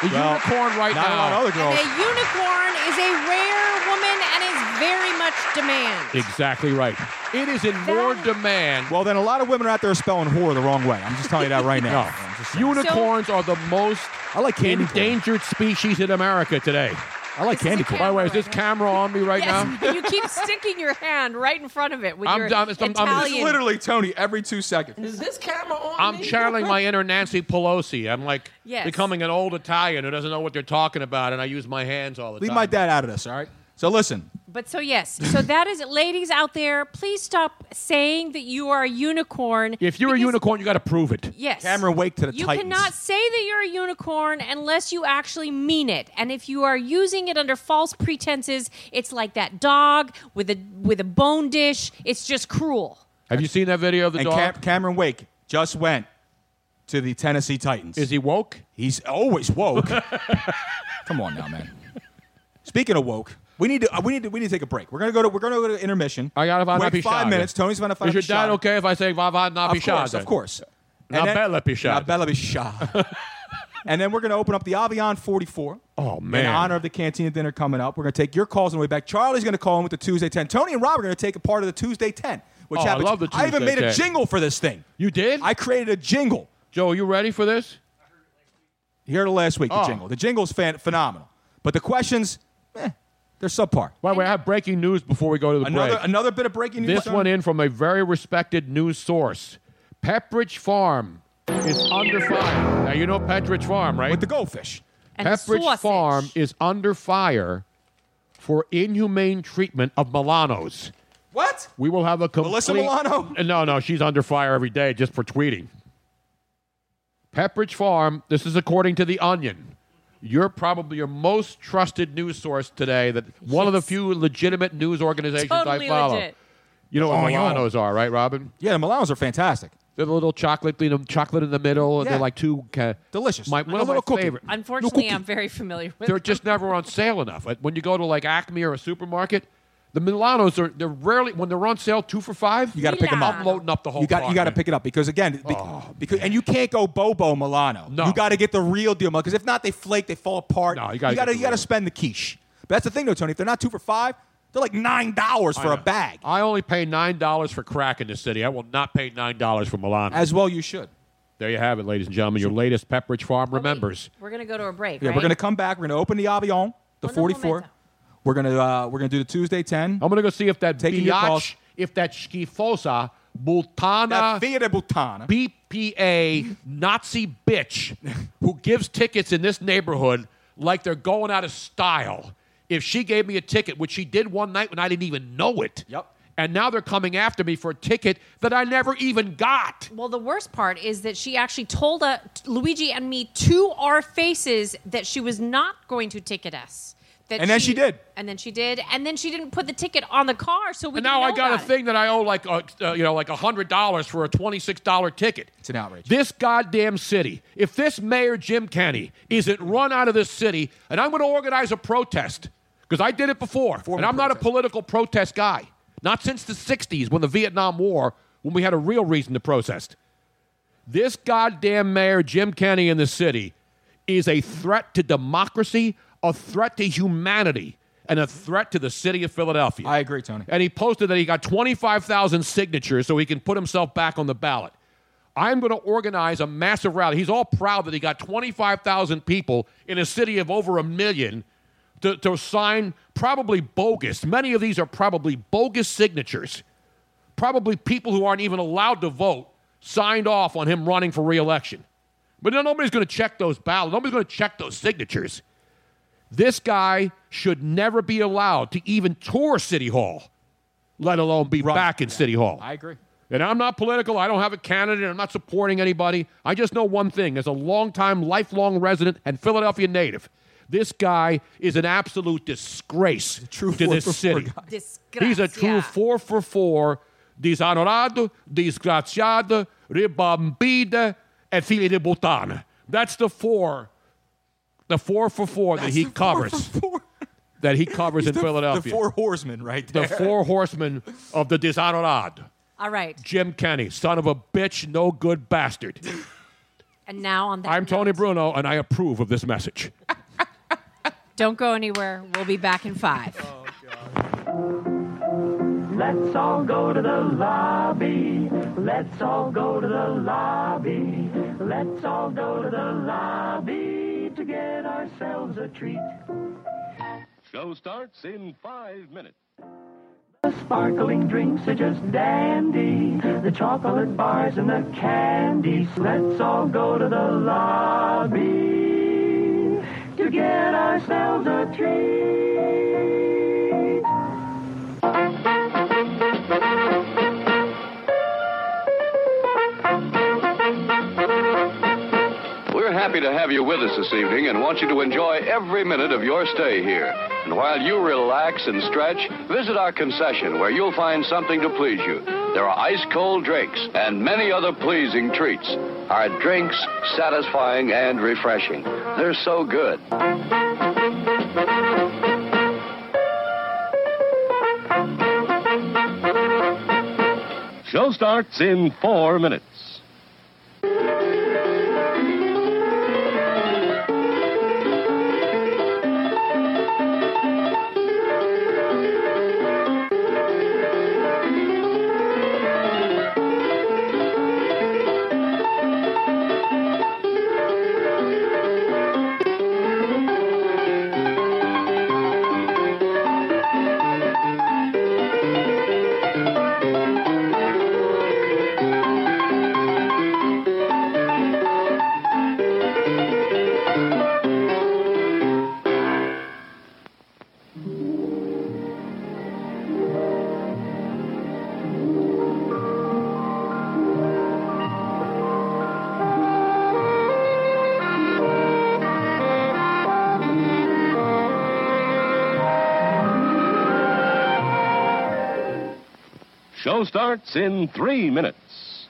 S10: A unicorn right
S8: not a
S10: now.
S8: lot of other
S5: And a unicorn is a rare woman and is very much demand.
S10: Exactly right. It is in more demand.
S8: Well, then a lot of women are out there spelling whore the wrong way. I'm just telling you that
S10: *laughs*
S8: right now. I'm just saying.
S10: Unicorns are the most
S8: I like candy corn.
S10: endangered species in America today.
S8: I like candy corn.
S10: By the way, is this camera on me right
S5: Yes, *laughs*
S10: now?
S5: you keep sticking your hand right in front of it with
S10: I'm
S5: your
S10: done. It's- I'm- I'm-
S5: Italian.
S10: It's literally-
S8: Literally, Tony, every two seconds.
S5: Is this camera on?
S10: I'm channeling my inner Nancy Pelosi. I'm like
S5: Yes.
S10: becoming an old Italian who doesn't know what they're talking about, and I use my hands all the
S8: Leave
S10: time.
S8: my dad out of this, all right? So listen,
S5: But so yes, so that is, ladies out there, please stop saying that you are a unicorn.
S10: If you're a unicorn, you got to prove it.
S5: Yes.
S8: Cameron, wake to the
S5: You
S8: Titans.
S5: cannot say that you're a unicorn unless you actually mean it. And if you are using it under false pretenses, it's like that dog with a with a bone dish. It's just cruel.
S10: Have you seen that video of the
S8: and
S10: dog?
S8: Cam- Cameron Wake just went to the Tennessee Titans. Is
S10: he woke?
S8: He's always
S10: *laughs*
S8: woke. Come on now, man. Speaking of woke, we need to uh, we need to we need to take a break. We're gonna go to we're gonna go to intermission. I
S10: gotta find out
S8: Wait
S10: if he's
S8: five
S10: shot.
S8: minutes. Tony's gonna find
S10: Is
S8: out
S10: your
S8: if he's shot.
S10: dad okay if I say Vava
S8: Of course,
S10: Napishaza?
S8: of course.
S10: Now
S8: And then-
S10: Bella *laughs*
S8: Now Bella Pishada. And then we're going to open up the Avion 44. Oh,
S10: man.
S8: In honor of the cantina dinner coming up. We're going to take your calls on the way back. Charlie's going to call in with the Tuesday 10. Tony and Rob are going to take a part of the Tuesday 10, which
S10: Oh, I
S8: happens.
S10: love the
S8: I even
S10: Tuesday
S8: made a
S10: 10.
S8: jingle for this thing.
S10: You did?
S8: I created a jingle.
S10: Joe, are you ready for this?
S8: You heard it last week, the
S10: Oh.
S8: jingle. The jingle's fan- phenomenal. But the questions, eh, they're subpar.
S10: By the way, I have breaking news before we go to the
S8: Another,
S10: break.
S8: another bit of breaking news.
S10: This
S8: sir?
S10: one in from a very respected news source. Pepperidge Farm is under fire. Now you know Pepperidge Farm, right? With the
S8: goldfish.
S5: And
S10: Pepperidge
S5: sausage.
S10: Farm is under fire for inhumane treatment of Milanos.
S8: What?
S10: We will have a complete.
S8: Melissa Milano?
S10: *laughs* No, no, she's under fire every day just for tweeting. Pepperidge Farm. This is according to the Onion. You're probably your most trusted news source today. That one of the few legitimate news organizations I
S5: Totally
S10: follow.
S5: legit.
S10: You know what
S8: Oh, yeah.
S10: Milanos are, right, Robin?
S8: Yeah, the Milanos are fantastic.
S10: They're the little chocolate, you know, chocolate in the middle, and
S5: Yeah.
S10: they're like two uh,
S8: delicious.
S10: My, one of my favorite.
S5: Unfortunately, I'm very familiar with.
S10: They're just never on sale enough. Like, When you go to like Acme or a supermarket, the Milanos are they're rarely when they're on sale two for five.
S8: You got to pick them up.
S10: I'm loading up the whole. Oh,
S8: You got you
S10: cart,
S8: got to
S10: man.
S8: pick it up because again, be- oh, because, and you can't go Bobo Milano. No. you got to get the real deal because if not, they flake, they fall apart. No, you
S10: gotta
S8: you got to
S10: get the
S8: you got
S10: real.
S8: to spend the quiche. But that's the thing though, Tony. If they're not two for five, they're like nine dollars
S10: I
S8: for a
S10: know.
S8: bag.
S10: I only pay nine dollars for crack in this city. I will not pay nine dollars for Milano.
S8: As well, you should.
S10: There you have it, ladies and gentlemen. Your latest Pepperidge Farm remembers.
S5: We're gonna go to a break.
S8: Yeah,
S5: right?
S8: we're gonna come back. We're gonna open the Avion, the forty four. We're gonna uh, we're gonna do the Tuesday ten. I'm
S10: gonna go see if that
S8: taking your
S10: Biatch,
S8: calls.
S10: if that schifosa Bultana, BPA Nazi bitch who gives tickets in this neighborhood like they're going out of style. If she gave me a ticket, which she did one night when I didn't even know it, yep. and now they're coming after me for a ticket that I never even got.
S5: Well, the worst part is that she actually told uh, Luigi and me to our faces that she was not going to ticket us. That
S10: And then she did.
S5: And then she did. And then she didn't put the ticket on the car, so we.
S10: And now I
S5: didn't know
S10: got a
S5: about it.
S10: thing that I owe like uh, uh, you know like hundred dollars for a twenty six dollar ticket. It's
S8: an outrage.
S10: This goddamn city. If this mayor Jim Kenney isn't run out of this city, and I'm going to organize a protest because I did it before, and I'm not a political protest guy. Not since the '60s when the Vietnam War, when we had a real reason to protest. This goddamn mayor, Jim Kenney, in the city is a threat to democracy, a threat to humanity, and a threat to the city of Philadelphia. I
S8: agree, Tony.
S10: And he posted that he got 25,000 signatures so he can put himself back on the ballot. I'm going to organize a massive rally. He's all proud that he got 25,000 people in a city of over a million to, to sign probably bogus. Many of these are probably bogus signatures probably people who aren't even allowed to vote signed off on him running for reelection. But no, nobody's going to check those ballots. Nobody's going to check those signatures. This guy should never be allowed to even tour City Hall, let alone be back in City Hall.
S8: I agree.
S10: And I'm not political. I don't have a candidate. I'm not supporting anybody. I just know one thing as a longtime, lifelong resident and Philadelphia native, this guy is an absolute disgrace to
S8: four
S10: this
S8: for four
S10: city.
S8: guy.
S5: Disgrace,
S10: He's a true
S5: yeah.
S10: four for four, dishonorado, disgraciado, ribambida, and figlio di puttana. That's the four, the four for four that he covers. That he covers in Philadelphia.
S8: The four horsemen, right *laughs*
S10: The
S8: there.
S10: four horsemen of the dishonorado.
S5: All right.
S10: Jim Kenny, son of a bitch, no good bastard.
S5: And now on that.
S10: I'm Tony Bruno, and I approve of this message.
S5: Don't go anywhere. We'll be back in five.
S2: Let's all go to the lobby. Let's all go to the lobby. Let's all go to the lobby to get ourselves a treat.
S15: Show starts in five minutes.
S2: The sparkling drinks are just dandy. The chocolate bars and the candies. Let's all go to the lobby to get ourselves a treat.
S15: We're happy to have you with us this evening and want you to enjoy every minute of your stay here. And while you relax and stretch, visit our concession where you'll find something to please you. There are ice cold drinks and many other pleasing treats. Our drinks satisfying and refreshing. They're so good.
S17: Show starts in four minutes.
S2: Show starts in three minutes.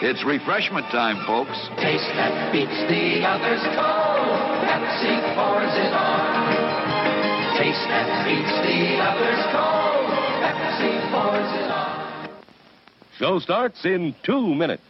S2: It's refreshment time, folks.
S18: Taste that beats the others cold. Pepsi pours it on. Taste that beats the others cold. Pepsi pours it on.
S2: Show starts in two minutes.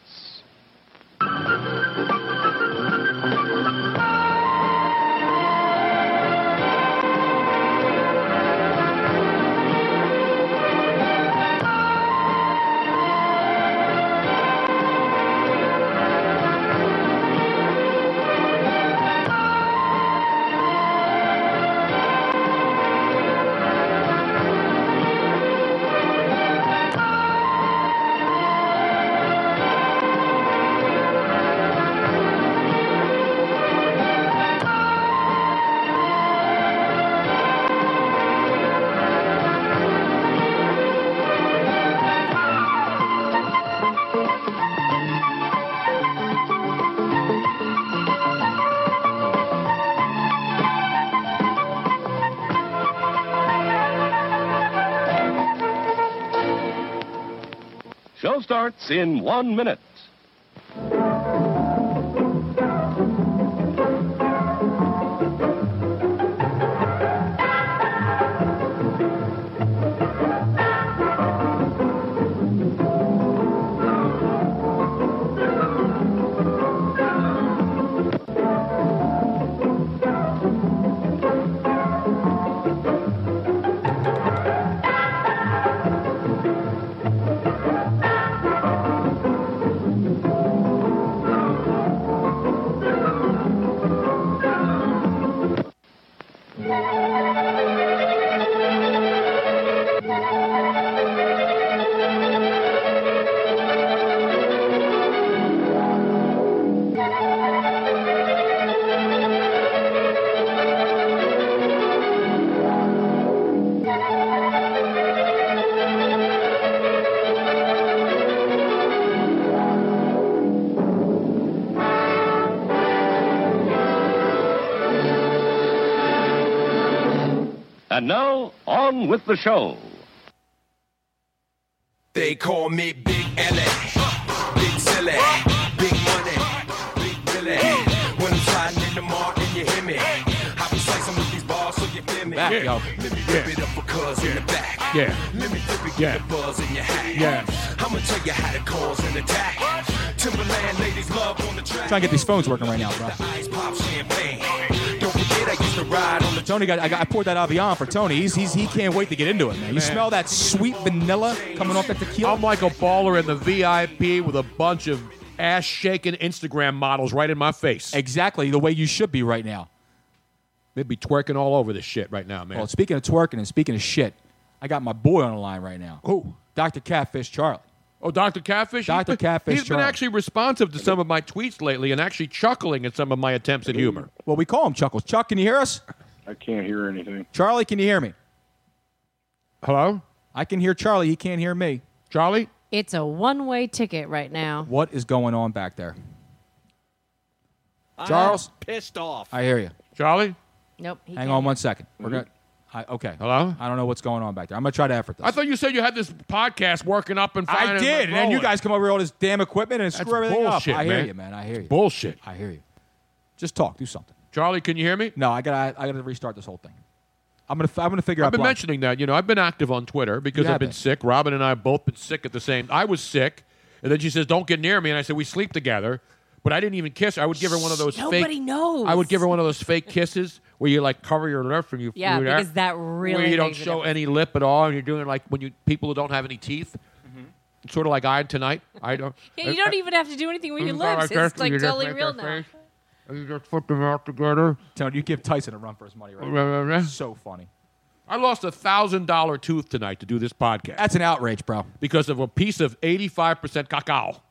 S2: Show starts in one minute. And now, on with the show.
S6: They call me Big L.A., Big Silly, Big Money, Big Billy. When I'm sliding in the mark and you hear me, I be slicing with these balls so you feel me.
S18: Back, yo.
S6: Let me
S18: Yeah.
S6: rip it up for cuz in the back.
S18: Yeah.
S6: Let me dip it, get
S18: Yeah.
S6: the buzz in your hat.
S18: Yeah.
S6: I'ma tell you how to cause an attack. Timberland ladies love on the track.
S8: Trying to get these phones working right now, bro.
S6: Ice pop champagne. Don't forget I used to ride on the
S8: Tony got I, got I poured that Avion for Tony. He's, he's he can't wait to get into it, man. You smell that sweet vanilla coming off that tequila?
S10: I'm like a baller in the VIP with a bunch of ass shaking Instagram models right in my face.
S8: Exactly the way you should be right now.
S10: They'd be twerking all over this shit right now, man.
S8: Well, speaking of twerking and speaking of shit, I got my boy on the line right now.
S10: Who?
S8: Dr. Catfish Charlie.
S10: Oh, Dr. Catfish?
S8: Dr.
S10: He's been-
S8: Catfish
S10: He's been
S8: Charlie.
S10: actually responsive to some of my tweets lately and actually chuckling at some of my attempts at humor.
S8: Well, we call him Chuckles. Chuck, can you hear us?
S4: I can't hear anything.
S8: Charlie, can you hear me?
S10: Hello?
S8: I can hear Charlie. He can't hear me.
S10: Charlie?
S3: It's a one-way ticket right now.
S8: What is going on back there?
S3: Uh,
S8: Charles?
S3: pissed off.
S8: I hear you.
S10: Charlie?
S3: Nope. he
S8: Hang
S3: can't
S8: on
S3: hear.
S8: one second. We're going I, okay.
S10: Hello?
S8: I don't know what's going on back there. I'm going to try to effort this.
S10: I thought you said you had this podcast working up and fine.
S8: I did, and then you guys come over with all this damn equipment and
S10: That's
S8: screw everything
S10: bullshit,
S8: up. I hear
S10: man.
S8: you, man. I hear
S10: It's
S8: you.
S10: bullshit.
S8: I hear you. Just talk. Do something.
S10: Charlie, can you hear me?
S8: No, I got. to I got to restart this whole thing. I'm gonna. f- I'm gonna figure
S10: I've
S8: out.
S10: been
S8: Blanc.
S10: mentioning that. You know, I've been active on Twitter because
S8: You
S10: I've
S8: have
S10: been
S8: been.
S10: sick. Robin and I have both been sick at the same. I was sick, and then she says, "Don't get near me," and I said, "We sleep together." But I didn't even kiss her. I would give her one of those.
S3: Shh, nobody
S10: fake,
S3: knows.
S10: I would give her one of those fake kisses where you like cover your lip from your
S3: Yeah,
S10: from your-
S3: because that really
S10: where you don't
S3: makes a
S10: show any lip at all, and you're doing like when you people who don't have any teeth. Sort of like I tonight. I don't.
S5: Mm-hmm. *laughs* Yeah, you don't even have to do anything with your lips. It's like totally real now.
S10: You just put them out together.
S8: Tony, you give Tyson a run for his money right
S10: Right, right,
S8: now.
S10: right.
S8: So funny.
S10: I lost a thousand dollar tooth tonight to do this podcast.
S8: That's an outrage, bro.
S10: Because of a piece of eighty five percent cacao.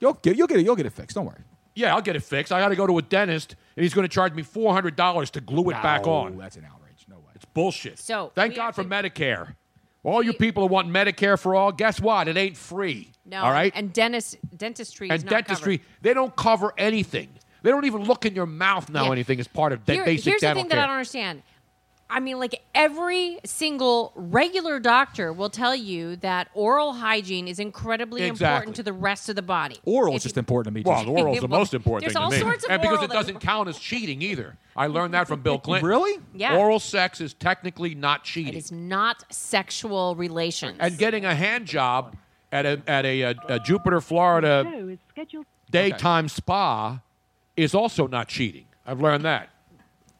S8: You'll get, you'll get it. You'll get it fixed. Don't worry.
S10: Yeah, I'll get it fixed. I got to go to a dentist, and he's going to charge me four hundred dollars to glue it back
S8: No,
S10: on.
S8: that's an
S10: outrage. No way. It's bullshit.
S5: So,
S10: thank God for Medicare. All you people who want Medicare for all, guess what? It ain't free.
S5: No.
S10: All right.
S5: And dentist dentistry. is
S10: and
S5: not
S10: dentistry,
S5: covered.
S10: they don't cover anything. They don't even look in your mouth now.
S5: Yeah.
S10: Anything as part of de-
S5: Here-
S10: basic
S5: here's the
S10: dental
S5: thing
S10: care.
S5: that I don't understand. I mean, like every single regular doctor will tell you that oral hygiene is incredibly
S10: Exactly.
S5: important to the rest of the body.
S8: Oral is just important to me.
S10: Well,
S8: too.
S10: the oral's the
S5: Well,
S10: most important
S5: there's
S10: thing
S5: all
S10: to me.
S5: sorts of
S10: and because
S5: oral
S10: it
S5: that-
S10: doesn't count as cheating either. I
S5: *laughs*
S10: learned that from Bill Clinton.
S8: Really?
S5: Yeah.
S10: Oral sex is technically not cheating.
S5: It's not sexual relations.
S10: And getting a hand job at a at a, uh a Jupiter, Florida
S14: is scheduled.
S10: daytime spa is also not cheating. I've learned that.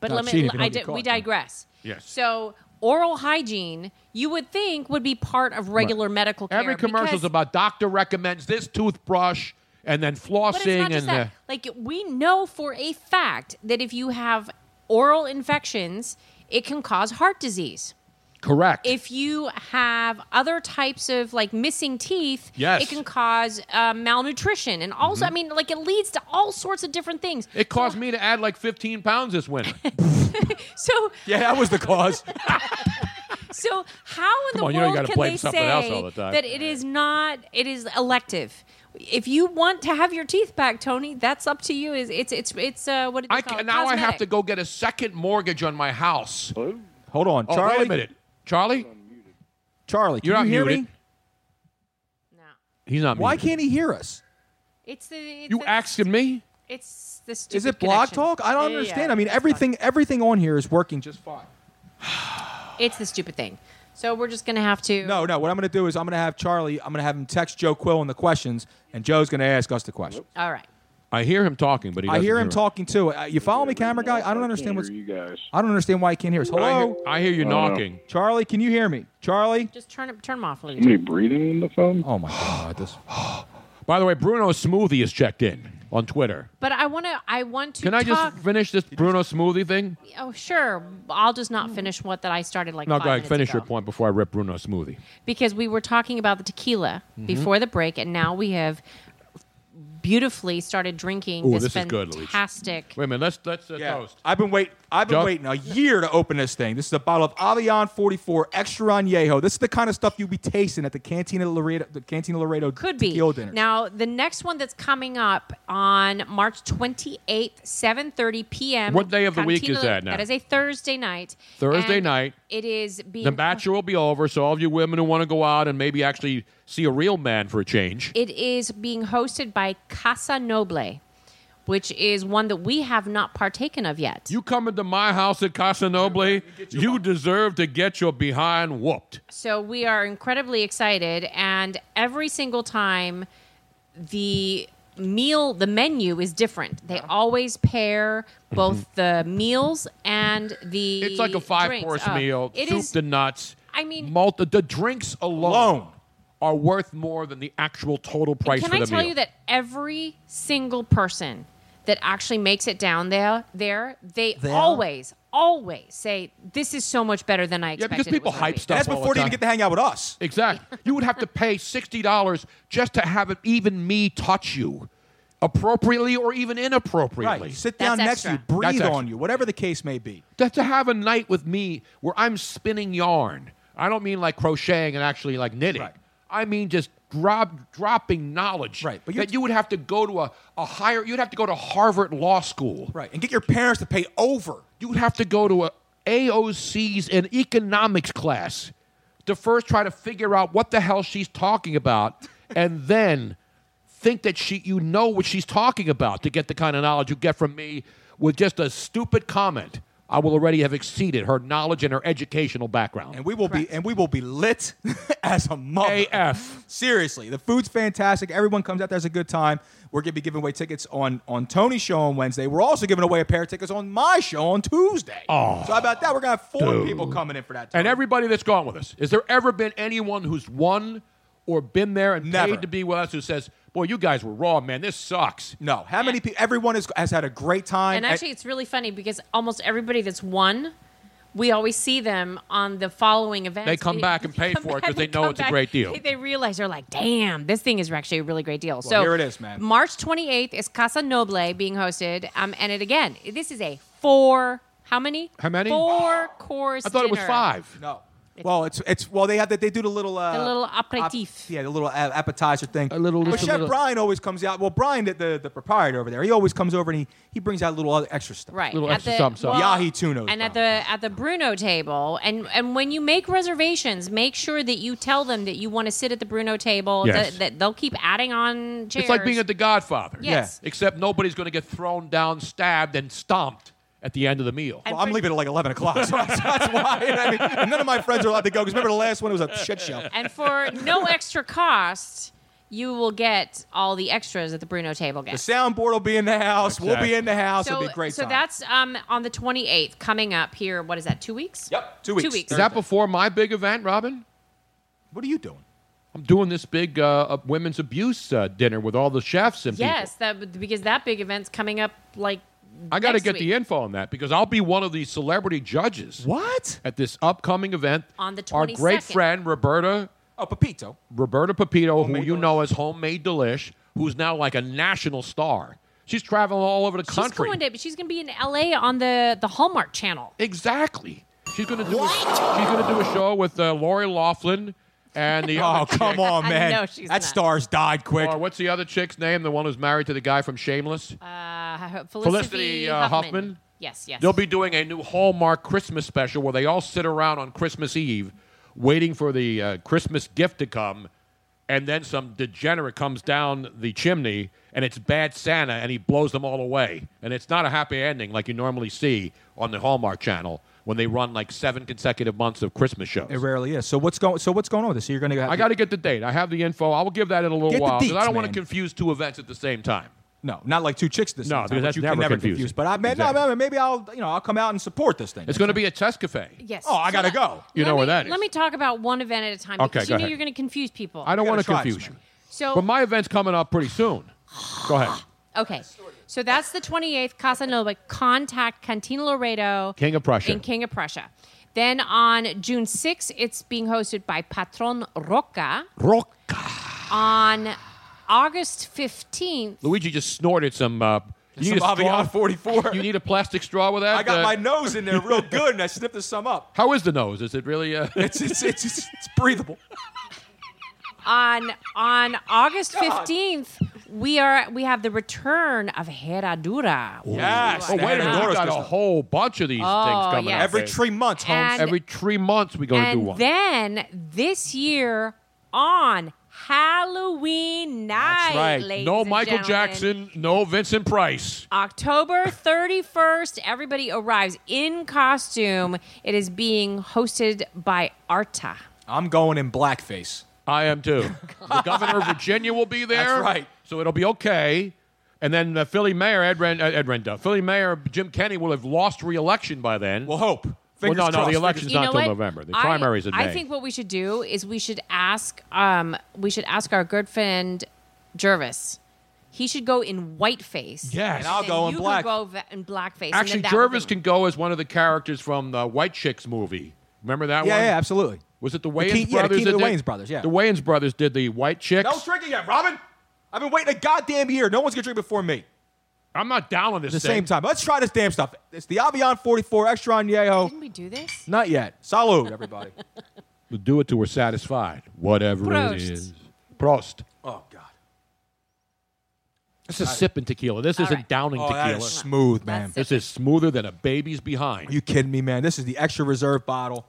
S5: But
S10: Not
S5: let me,
S10: cheating if you
S5: I
S10: don't get
S5: di- we
S10: caught, then.
S5: digress.
S10: Yes.
S5: So oral hygiene, you would think, would be part of regular medical care.
S10: Every commercial's
S5: because-
S10: about doctor recommends this toothbrush and then flossing
S5: But it's not just
S10: and
S5: that.
S10: uh,
S5: Like we know for a fact that if you have oral infections, it can cause heart disease.
S10: correct.
S5: If you have other types of like missing teeth,
S10: Yes.
S5: it can cause uh, malnutrition and also, I mean, like it leads to all sorts of different things.
S10: It caused me to add like 15 pounds this winter.
S5: So,
S10: yeah, that was the cause.
S5: *laughs* so how in
S10: Come
S5: the
S10: on, you know you
S5: world
S10: gotta
S5: can
S10: blame
S5: they
S10: something else
S5: say
S10: all the time.
S5: that it is not? It is elective. If you want to have your teeth back, Tony, that's up to you. Is it's it's it's uh, what do they
S10: I
S5: call
S10: ca-
S5: it?
S10: now I have
S5: Cosmetic.
S10: to go get a second mortgage on my house.
S8: Hold on,
S10: Oh,
S8: Charlie.
S10: wait a minute. Charlie?
S8: Charlie, can
S10: You're not
S8: you hear
S10: muted.
S8: me?
S10: He's not
S8: Why
S10: muted.
S8: can't he hear us?
S5: It's the it's
S10: You
S5: the-
S10: asking me?
S5: It's the stupid
S8: Is it blog
S5: connection.
S8: talk? I don't
S5: Yeah, yeah,
S8: understand.
S5: yeah.
S8: I mean, everything everything on here is working just fine.
S5: It's the stupid thing. So we're just gonna have to.
S8: No, no. What I'm going to do is I'm going to have Charlie. I'm going to have him text Joe Quill on the questions, and Joe's going to ask us the questions.
S5: All right.
S10: I hear him talking, but he
S8: I
S10: doesn't
S8: hear him
S10: us.
S8: talking too. Uh, you follow me, camera guy? I don't understand what's.
S10: you guys.
S8: I don't understand why he can't hear us.
S10: I
S8: Hello.
S10: hear, I hear you knocking.
S8: Charlie, can you hear me? Charlie.
S5: Just turn it turn them off. Lou.
S10: breathing in the phone?
S8: Oh my god! This.
S10: By the way, Bruno Smoothie has checked in on Twitter.
S5: But I want to. I want to.
S10: Can I
S5: talk.
S10: just finish this Bruno Smoothie thing?
S5: Oh sure. I'll just not finish what that I started like.
S10: no,
S5: five
S10: go ahead.
S5: minutes
S10: Finish
S5: ago.
S10: your point before I rip Bruno Smoothie.
S5: because we were talking about the tequila
S10: Mhm.
S5: before the break, and now we have beautifully started drinking
S10: Ooh,
S5: this,
S10: this is good, Louise.
S5: fantastic.
S10: Wait a minute. Let's let's uh, toast.
S8: I've been wait. I've been
S10: Joe?
S8: waiting a year to open this thing. This is a bottle of Avion 44 Extra Añejo. This is the kind of stuff you be tasting at the Cantina Laredo, the Cantina Laredo
S5: Could be.
S8: tequila dinner.
S5: Now, the next one that's coming up on March 28th, 7.30 p.m.
S10: What day of the week
S5: Cantina-
S10: is that now?
S5: That is a Thursday night.
S10: Thursday
S5: And
S10: night.
S5: It is being...
S10: The bachelor will be over, so all of you women who want to go out and maybe actually see a real man for a change.
S5: It is being hosted by Casa Noble, which is one that we have not partaken of yet.
S10: You come into my house at Casa Noble, you deserve to get your behind whooped.
S5: So we are incredibly excited, and every single time the meal, the menu is different. They always pair both the meals and the.
S10: It's like a five
S5: drinks.
S10: course
S5: Oh,
S10: meal,
S5: It
S10: soup
S5: is-
S10: to nuts.
S5: I mean-
S10: multi, the drinks alone, are worth more than the actual total price
S5: Can
S10: for
S5: I
S10: the
S5: tell
S10: meal.
S5: you that every single person that actually makes it down there, there, they
S10: There?
S5: always, always say, "This is so much better than I
S10: yeah,
S5: expected."
S10: because
S5: it
S10: people
S5: was gonna
S10: hype
S5: be."
S10: stuff.
S8: That's before they even get to hang out with us.
S10: Exactly. you would have to pay sixty dollars just to have it, even me touch you, appropriately or even inappropriately.
S8: Right. Sit down next to you, breathe on you, whatever the case may be.
S10: to, to have a night with me where I'm spinning yarn. I don't mean like crocheting and actually like knitting. I mean just drop, dropping knowledge. Right. But that you would have to go to a, a higher, you'd have to go to Harvard Law School.
S8: Right. And get your parents to pay over.
S10: You would have to go to a AOC's an economics class to first try to figure out what the hell she's talking about and then think that she you know what she's talking about to get the kind of knowledge you get from me with just a stupid comment. I will already have exceeded her knowledge and her educational background.
S8: And we will be and we will be lit *laughs* as a mother.
S10: AF.
S8: Seriously, the food's fantastic. Everyone comes out. There's a good time. We're gonna be giving away tickets on on Tony's show on Wednesday. We're also giving away a pair of tickets on my show on Tuesday.
S10: Oh,
S8: so how about that? We're gonna have four
S10: dude.
S8: people coming in for that.
S10: And everybody that's gone with us. Is there ever been anyone who's won or been there and
S8: Never.
S10: paid to be with us who says, "Boy, you guys were wrong, man. This sucks."
S8: No, how many people? Everyone has, has had a great time.
S5: and actually, it's really funny because almost everybody that's won, we always see them on the following event.
S10: They come back and pay for it because they know it's a great deal.
S5: They realize they're like, damn, this thing is actually a really great deal. so
S10: here it is, man.
S5: March 28th is Casa Noble being hosted. Um, and it again, this is a four. How many?
S8: How many?
S5: Four course.
S8: I thought it was
S5: dinner.
S8: five. No. well, it's it's well they have that they do the little uh,
S5: The little aperitif.
S8: ap- yeah, the little a- appetizer thing. A little. But
S5: just a
S8: Chef
S5: little-
S8: Brian always comes out. Well, Brian, the, the the proprietor over there, he always comes over and he he brings out little other extra stuff.
S5: Right. Little At extra the- something, something. well,
S8: Yahi tunos.
S5: and at the at the Bruno table, and and when you make reservations, make sure that you tell them that you want to sit at the Bruno table. That,
S10: Yes.
S5: that they'll keep adding on chairs.
S10: It's like being at The Godfather.
S5: Yes.
S10: Except nobody's going to get thrown down, stabbed, and stomped at the end of the meal.
S8: Well, I'm leaving at like 11 o'clock, so *laughs* that's, that's why. I mean, and none of my friends are allowed to go because remember the last one was a shit show.
S5: and for
S10: *laughs*
S5: no extra cost, you will get all the extras that the Bruno table
S8: The
S5: gets.
S8: soundboard will be in the house. We'll be in the house.
S5: So,
S8: It'll be a great.
S5: so
S8: time.
S5: that's um, on the 28th coming up here. What is that? Two weeks? Yep.
S8: Two weeks.
S5: Two weeks.
S10: Is that before my big event, Robin?
S8: What are you doing?
S10: I'm doing this big uh, uh, women's abuse uh, dinner with all the chefs and people.
S5: yes, that, because that big event's coming up like.
S10: I got to
S5: next
S10: get
S5: week.
S10: the info on that because I'll be one of the celebrity judges.
S8: What?
S10: At this upcoming event.
S5: On the
S10: Our great
S5: 22nd.
S10: friend, Roberta.
S8: Oh, Pepito.
S10: Roberta Pepito, who you know as Homemade Delish, who's now like a national star. She's traveling all over the
S5: She's
S10: country.
S5: going to. She's going to be in L.A. on the the Hallmark Channel.
S10: Exactly. She's going to do. A, she's going to do a show with uh, Lori Laughlin and the.
S8: *laughs* Oh,
S10: other
S8: come
S10: chick.
S8: on, man. that star's died quick.
S10: Or what's the other chick's name? The one who's married to the guy from Shameless.
S5: Uh, Felicity,
S10: Felicity, uh,
S5: Huffman.
S10: Huffman?
S5: Yes, yes.
S10: They'll be doing a new Hallmark Christmas special where they all sit around on Christmas Eve, waiting for the uh, Christmas gift to come, and then some degenerate comes down the chimney and it's Bad Santa and he blows them all away. And it's not a happy ending like you normally see on the Hallmark Channel when they run like seven consecutive months of Christmas shows.
S8: It rarely is. So what's going? So what's going on with this? So you're going to.
S10: I got to get the date. I have the info. I will give that in a little
S8: Get the
S10: while because I
S8: deets,
S10: don't want to
S8: man.
S10: confuse two events at the same time.
S8: No, not like two chicks this
S10: No,
S8: time,
S10: because
S8: which
S10: that's
S8: you
S10: never
S8: can never
S10: confusing.
S8: confuse. But I, man, no, man, maybe I'll you know I'll come out and support this thing.
S10: It's going to be a test cafe.
S5: Yes.
S8: Oh, I
S5: So
S8: gotta
S5: let-
S8: go.
S10: You
S5: let
S10: know where
S5: me-
S10: that is.
S5: Let me talk about one event at a time
S10: Okay,
S5: because
S10: go
S5: you know
S10: ahead.
S5: you're going to confuse people.
S10: I don't want to
S8: try
S10: confuse you.
S5: So-
S10: but my event's coming up pretty soon. Go ahead.
S5: Okay. So that's the 28th Casa Nova. Contact Cantina Laredo.
S10: King of Prussia.
S5: In King of Prussia. Then on June 6th, it's being hosted by Patron Roca.
S10: Rock.
S5: On August 15th,
S10: Luigi just snorted some. Uh, you
S8: Some
S10: need a straw.
S8: Avion *laughs* 44.
S10: You need a plastic straw with that.
S8: I got
S10: Uh,
S8: my nose in there
S10: *laughs*
S8: real good, and I sniffed this sum up.
S10: How is the nose? Is it really?
S8: *laughs*
S10: Uh,
S8: It's it's it's, it's, it's breathable.
S5: on on August
S8: God.
S5: 15th, we are we have the return of Herradura.
S8: Yes.
S10: Oh, wait a minute. We
S8: Pandora's
S10: got a
S8: stuff.
S10: whole bunch of these
S5: Oh,
S10: things coming
S5: yes.
S10: up.
S5: Every
S10: babe.
S5: three months, Holmes. And-
S10: Every three months, we going to do
S5: and
S10: one.
S5: then this year on Halloween night,
S10: That's right.
S5: ladies
S10: No
S5: and
S10: Michael
S5: gentlemen,
S10: Jackson. No Vincent Price.
S5: October 31st, everybody arrives in costume. It is being hosted by Arta.
S8: I'm going in blackface.
S10: I
S8: *laughs*
S10: am too. the governor of Virginia will be there.
S8: That's right.
S10: So it'll be okay. And then uh, Philly Mayor Ed, Ren- uh, Ed Rendell, Philly Mayor Jim Kenney will have lost re-election by then. Well,
S8: hope. Fingers
S10: well, no, no,
S8: crossed.
S10: the election's
S5: You
S10: not
S5: know
S10: until
S5: what?
S10: November. The
S5: I-
S10: primaries in May.
S5: I think what we should do is we should ask um we should ask our good friend Jervis. He should go in whiteface.
S10: Yes. And I'll
S5: then
S10: go in
S5: you
S10: black.
S5: Can go va- in blackface. and
S10: Actually,
S5: then that would
S10: Jervis
S5: be-
S10: can go as one of the characters from the White Chicks movie. Remember that
S8: Yeah,
S10: one?
S8: yeah, absolutely.
S10: Was it the
S8: The
S10: Wayans
S8: Ke- yeah, the
S10: brothers?
S8: Keaton
S10: that
S8: and
S10: did-
S8: Wayans brothers, yeah.
S10: The Wayans brothers did the White Chicks.
S8: No drinking yet, Robin. I've been waiting a goddamn year. No one's gonna drink before me.
S10: I'm not down on
S8: At
S10: this.
S8: the
S10: thing.
S8: same time, let's try this damn stuff. It's the Avion 44 Extra Añejo.
S5: Didn't we do this?
S8: Not yet. Salud, everybody.
S10: We'll do it till we're satisfied, whatever it
S8: Prost.
S10: is. Prost.
S8: *laughs* oh God.
S10: This is sipping tequila. This isn't downing
S8: Oh,
S10: tequila.
S8: that is smooth, man.
S10: This is smoother than a baby's behind.
S8: Are you kidding me, man? This is the extra reserve bottle.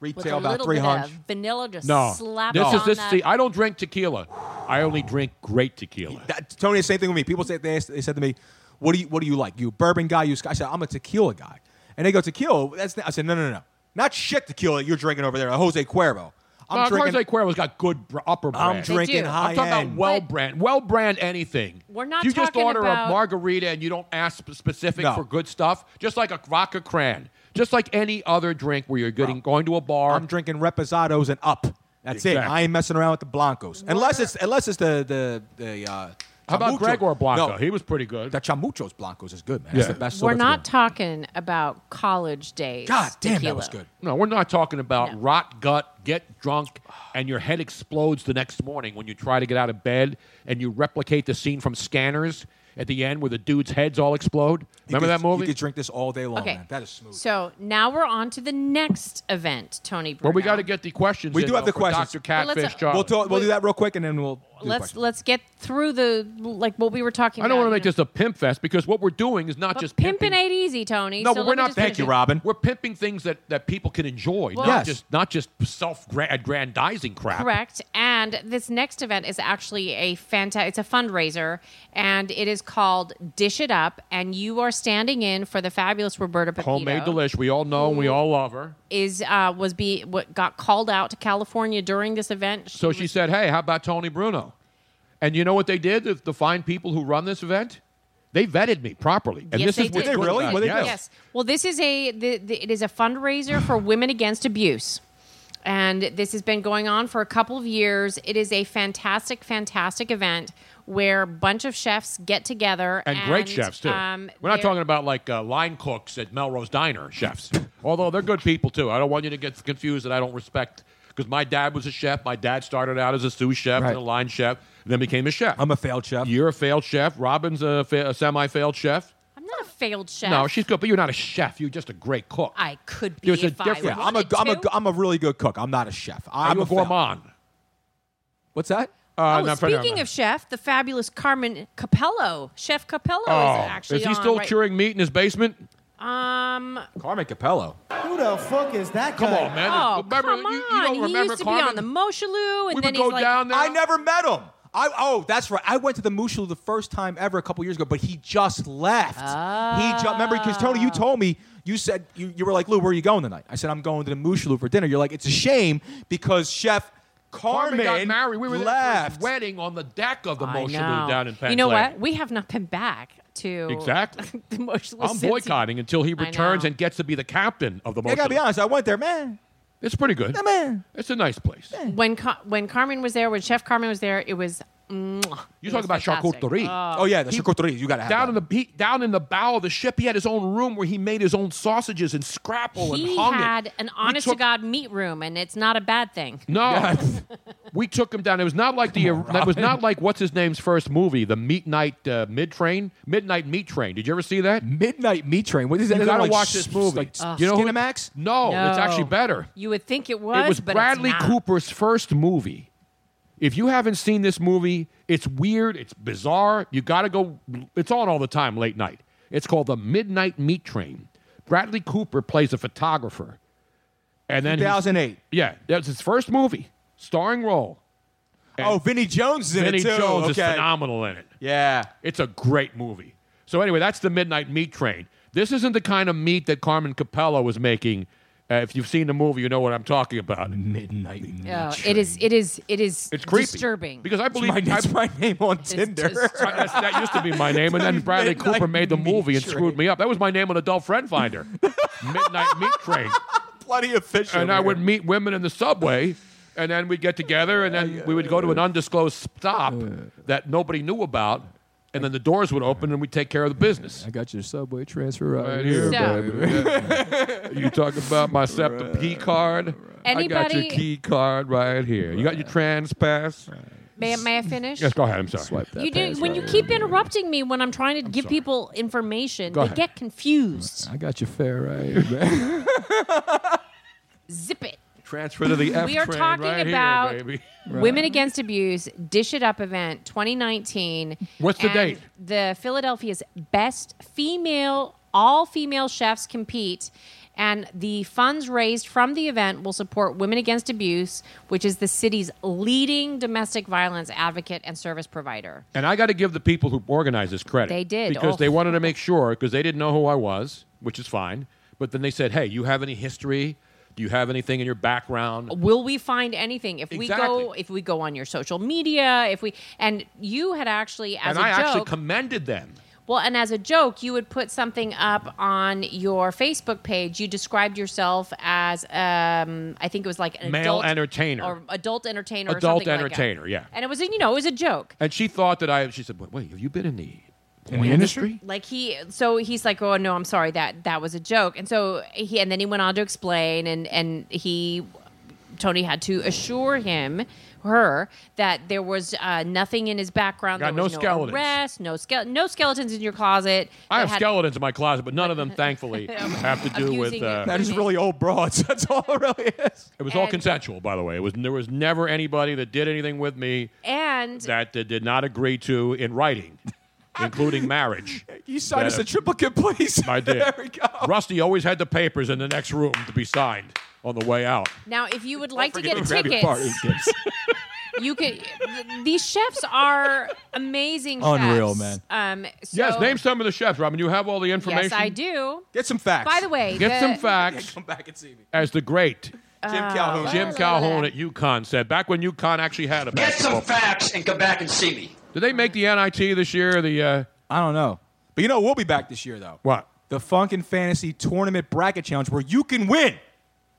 S5: with a
S8: Retail about
S5: little bit
S8: 300.
S5: of vanilla just
S10: No,
S5: slapped
S10: this
S5: on
S10: is this.
S5: that.
S10: See, I don't drink tequila. I only drink great tequila.
S8: That- Tony, the same thing with me. People say they, asked- they said to me, "What do you What do you like? You a bourbon guy? You?" a sc-" I said, "I'm a tequila guy." And they go, "Tequila?" That's not-" I said, "No, no, no, not shit tequila you're drinking over there, Jose Cuervo. I'm
S10: No,
S8: drinking.
S10: Jose Cuervo's Uh, got good br- upper brand.
S8: I'm drinking high
S10: I'm talking about
S8: end.
S10: well brand, well brand anything.
S5: We're not
S10: You just
S5: talking
S10: order
S5: about-
S10: a margarita and you don't ask sp- specific
S8: No.
S10: for good stuff, just like a vodka cran, just like any other drink where you're getting, going to a bar.
S8: I'm drinking reposados and up. That's it.
S10: Exactly.
S8: I ain't messing around with the Blancos unless it's unless it's the the the. Uh,
S10: How about
S8: Chamucho.
S10: Gregor Blanco?
S8: No,
S10: he was pretty good.
S8: that Chamuchos Blancos is good, man. That's
S10: Yeah.
S8: the best.
S5: We're
S8: sort that's
S5: not talking about college days.
S10: God damn,
S5: tequila.
S10: that was good. No, we're not talking about rot gut, get drunk, and your head explodes the next morning when you try to get out of bed and you replicate the scene from Scanners at the end where the dude's heads all explode. Remember that movie? You could
S8: drink this all day long,
S5: Okay.
S8: That is smooth.
S5: So now we're on to the next event, Tony. Bruno.
S10: Well, we got to get the questions.
S8: We
S10: in,
S8: do have
S10: though,
S8: the
S10: for
S8: questions.
S10: Dr.
S5: Well, let's,
S10: Catfish
S5: uh,
S10: Charlie.
S8: good. We'll, talk, we'll do that real quick, and then we'll. do the
S5: let's let's get through the like what we were talking.
S10: I don't want to
S5: about.
S10: make this a pimp fest because what we're doing is not
S5: But
S10: just
S5: pimping ain't easy, Tony.
S10: No,
S5: so
S10: but
S5: let
S10: we're
S5: me
S10: not.
S5: just finish it.
S10: We're pimping things that, that people can enjoy,
S5: Well- Yes.
S10: not just not just self-aggrandizing crap.
S5: Correct. And this next event is actually a fanta it's a fundraiser and it is called Dish It Up and you are standing in for the fabulous Roberta Pepito.
S10: Homemade delish. We all know. and We all love her.
S5: is uh was be what got called out to California during this event.
S10: So she said, "Hey, how about Tony Bruno?" And you know what they did? The, the fine people who run this event, they vetted me properly. And
S5: Yes,
S10: this
S5: they
S10: is what's
S5: did.
S10: good about it.
S5: yes. Well, this is a the, the, it is a fundraiser for women against abuse. And this has been going on for a couple of years. It is a fantastic, fantastic event where a bunch of chefs get together
S10: And, great chefs too.
S5: um,
S10: We're not
S5: they're-
S10: talking about like uh, line cooks at Melrose Diner chefs, although they're good people too. I don't want you to get confused that I don't respect because my dad was a chef. My dad started out as a sous chef and a line chef, and then became a chef. I'm
S8: a failed chef.
S10: You're a failed chef. Robin's a, fa- a semi-failed chef.
S5: I'm not a failed chef.
S10: No, she's good, but you're not a chef. You're just a great cook.
S5: I could be
S10: There's a
S5: if I
S10: difference.
S8: Yeah, I'm a
S5: wanted
S8: I'm a
S5: to.
S8: I'm a really good cook. I'm not a chef.
S10: Are
S8: I'm
S10: you
S8: a
S10: a gourmand.
S8: What's that?
S10: Uh,
S5: Oh,
S10: not for-
S5: speaking of chef, the fabulous Carmen Capello, Chef Capello is actually
S10: Oh, is he
S5: on,
S10: still
S5: right?
S10: curing meat in his basement?
S5: Um,
S8: Carmen Capello.
S2: Who the fuck is that
S10: Come
S2: guy?
S10: on, man.
S5: oh
S10: Remember,
S5: come on!
S10: you- you don't
S5: he
S10: remember
S5: used to
S10: Carmen?
S5: be on the Moshaloo, and
S10: We
S5: then
S10: would
S5: he's
S10: go
S5: like,
S10: down there.
S8: I never met him. I oh, that's right. I went to the Mushu the first time ever a couple years ago, but he just left. He
S10: Ah.
S8: just remember because Tony, you told me you said you, you were like Lou, where are you going tonight? I said I'm going to the Mushu for dinner. You're like it's a shame because Chef Carmen,
S10: got married. We were there for
S8: left.
S10: his wedding on the deck of the
S5: I
S10: Moshaloo
S5: know.
S10: down in Penn
S5: You know what? We have not been back to
S10: Exactly.
S5: *laughs* the Moshaloo
S10: I'm
S5: since he-
S10: boycotting until he
S5: I
S10: returns
S5: know.
S10: and gets to be the captain of the Moshaloo.
S8: I gotta be honest. I went there, man.
S10: It's pretty good.
S8: Yeah, man.
S10: It's a nice place.
S5: When Ca- when Carmen was there, when Chef Carmen was there, it was. mwah.
S10: You
S5: It
S10: talk
S5: was
S10: about
S5: fantastic.
S10: charcuterie.
S5: Oh.
S8: yeah, the charcuterie. You gotta have
S10: Uh, down in the he, down in the bow of the ship. He had his own room where he made his own sausages and scrapple
S5: He
S10: and hung
S5: had
S10: it.
S5: an
S10: We
S5: honest
S10: took-
S5: to god meat room, and it's not a bad thing.
S10: No, *laughs* we took him down. It was not like the that was not like what's his name's first movie, the Meat Night uh, Mid Train, Midnight Meat Train. Did you ever see that?
S8: Midnight Meat Train. What is that?
S10: You
S8: Is that
S10: gotta
S8: like
S10: watch
S8: s-
S10: this movie.
S8: like
S5: Ugh.
S10: you know who-
S8: Cinemax?
S10: No, it's actually
S5: No.
S10: better.
S5: You would think it was.
S10: it was
S5: but
S10: Bradley
S5: it's not.
S10: Cooper's first movie. If you haven't seen this movie, it's weird, it's bizarre. You got to go. It's on all the time late night. It's called The Midnight Meat Train. Bradley Cooper plays a photographer. And then he's-
S8: 2008.
S10: Yeah, that was his first movie, starring role.
S8: Oh, Vinny Jones is in it
S10: Vinny
S8: too.
S10: Jones is
S8: Okay.
S10: phenomenal in it.
S8: Yeah.
S10: It's a great movie. So anyway, that's the Midnight Meat Train. This isn't the kind of meat that Carmen Capello was making. Uh, if you've seen the movie, you know what I'm talking about.
S8: Midnight Meat
S5: Oh, it is. It is. It is.
S10: It's creepy.
S5: Disturbing.
S10: Because *laughs* I believe
S8: my, that's my name on Tinder. *laughs*
S10: That's- that used to be my name, and then Bradley Cooper made the movie and screwed me up. That was my name on Adult Friend Finder, Midnight Meat Train.
S8: Plenty of fish.
S10: And
S8: over
S10: I
S8: here.
S10: would meet women in the subway, and then we'd get together, and then we would go to an undisclosed stop that nobody knew about, and then the doors would open, and we'd take care of the business.
S8: I got your subway transfer right,
S10: Right
S8: here,
S10: here,
S5: So-
S8: baby.
S10: you talking about my SEPTA key card? I got your
S5: Anybody-
S10: key card right here. You got your trans pass?
S5: May, may I finish?
S10: Yes, go ahead. I'm sorry. Swipe
S5: You do, when you keep interrupting me when I'm trying to give people information,
S10: Go
S5: they
S10: ahead.
S5: get confused.
S8: I got your fare right here, baby.
S5: *laughs* Zip it.
S10: Transfer to the F
S5: we are
S10: train
S5: talking
S10: right here,
S5: about
S10: baby.
S5: Women Against Abuse Dish It Up event 2019.
S10: What's the
S5: And
S10: date?
S5: The Philadelphia's best female, all female chefs compete. And the funds raised from the event will support Women Against Abuse, which is the city's leading domestic violence advocate and service provider.
S10: And I got to give the people who organized this credit.
S5: They did.
S10: Because
S5: Oh.
S10: they wanted to make sure, because they didn't know who I was, which is fine. But then they said, hey, you have any history? Do you have anything in your background?
S5: will we find anything if we go
S10: Exactly.
S5: if we go on your social media if we and you had actually as
S10: and
S5: a
S10: I
S5: joke
S10: actually commended them.
S5: Well, and as a joke, you would put something up on your Facebook page. You described yourself as, um, I think it was like an
S10: Male
S5: adult
S10: entertainer.
S5: or adult entertainer, or
S10: Adult
S5: something like that.
S10: entertainer, yeah.
S5: And it was, you know, it was a joke.
S10: And she thought that I. She said, "Wait, wait have you been in the in
S5: the Like he, so he's like, oh no, I'm sorry that that was a joke. And so he, and then he went on to explain, and and he, Tony had to assure him, her, that there was uh, nothing in his background.
S10: Got
S5: there was
S10: no skeletons.
S5: arrest, no skele- no skeletons in your closet.
S10: I
S5: It
S10: have
S5: had-
S10: skeletons in my closet, but none
S5: *laughs*
S10: of them, thankfully, have to do with.
S5: Abusing
S10: Uh,
S5: That is
S8: really old broads. *laughs* That's all it really is.
S10: It was all
S5: And-
S10: consensual, by the way. It was there was never anybody that did anything with me
S5: And
S10: that uh, did not agree to in writing, including marriage.
S8: You signed us a triplicate, please.
S5: *laughs*
S8: *laughs*
S10: I did. Rusty always had the papers in the next room to be signed on the way out.
S5: now, if you would like to get
S10: Forget to grab your
S5: tickets,
S10: party gifts.
S5: you could. These chefs are amazing.
S10: Unreal,
S5: chefs. Um, so
S10: yes, name some of the chefs, Robin. You have all the information.
S5: Yes, I do.
S8: Get some facts.
S5: By the way,
S10: Get
S5: the- *laughs*
S10: some facts.
S8: *laughs* Come back and see me.
S10: As the great
S5: Uh,
S10: Jim Calhoun at UConn said, back when UConn actually had a
S19: Get some
S10: basketball.
S19: facts and come back and see me.
S10: Did they make the NIT this year? The uh...
S8: I don't know, but you know we'll be back this year though.
S10: What?
S8: The Funk and Fantasy Tournament Bracket Challenge, where you can win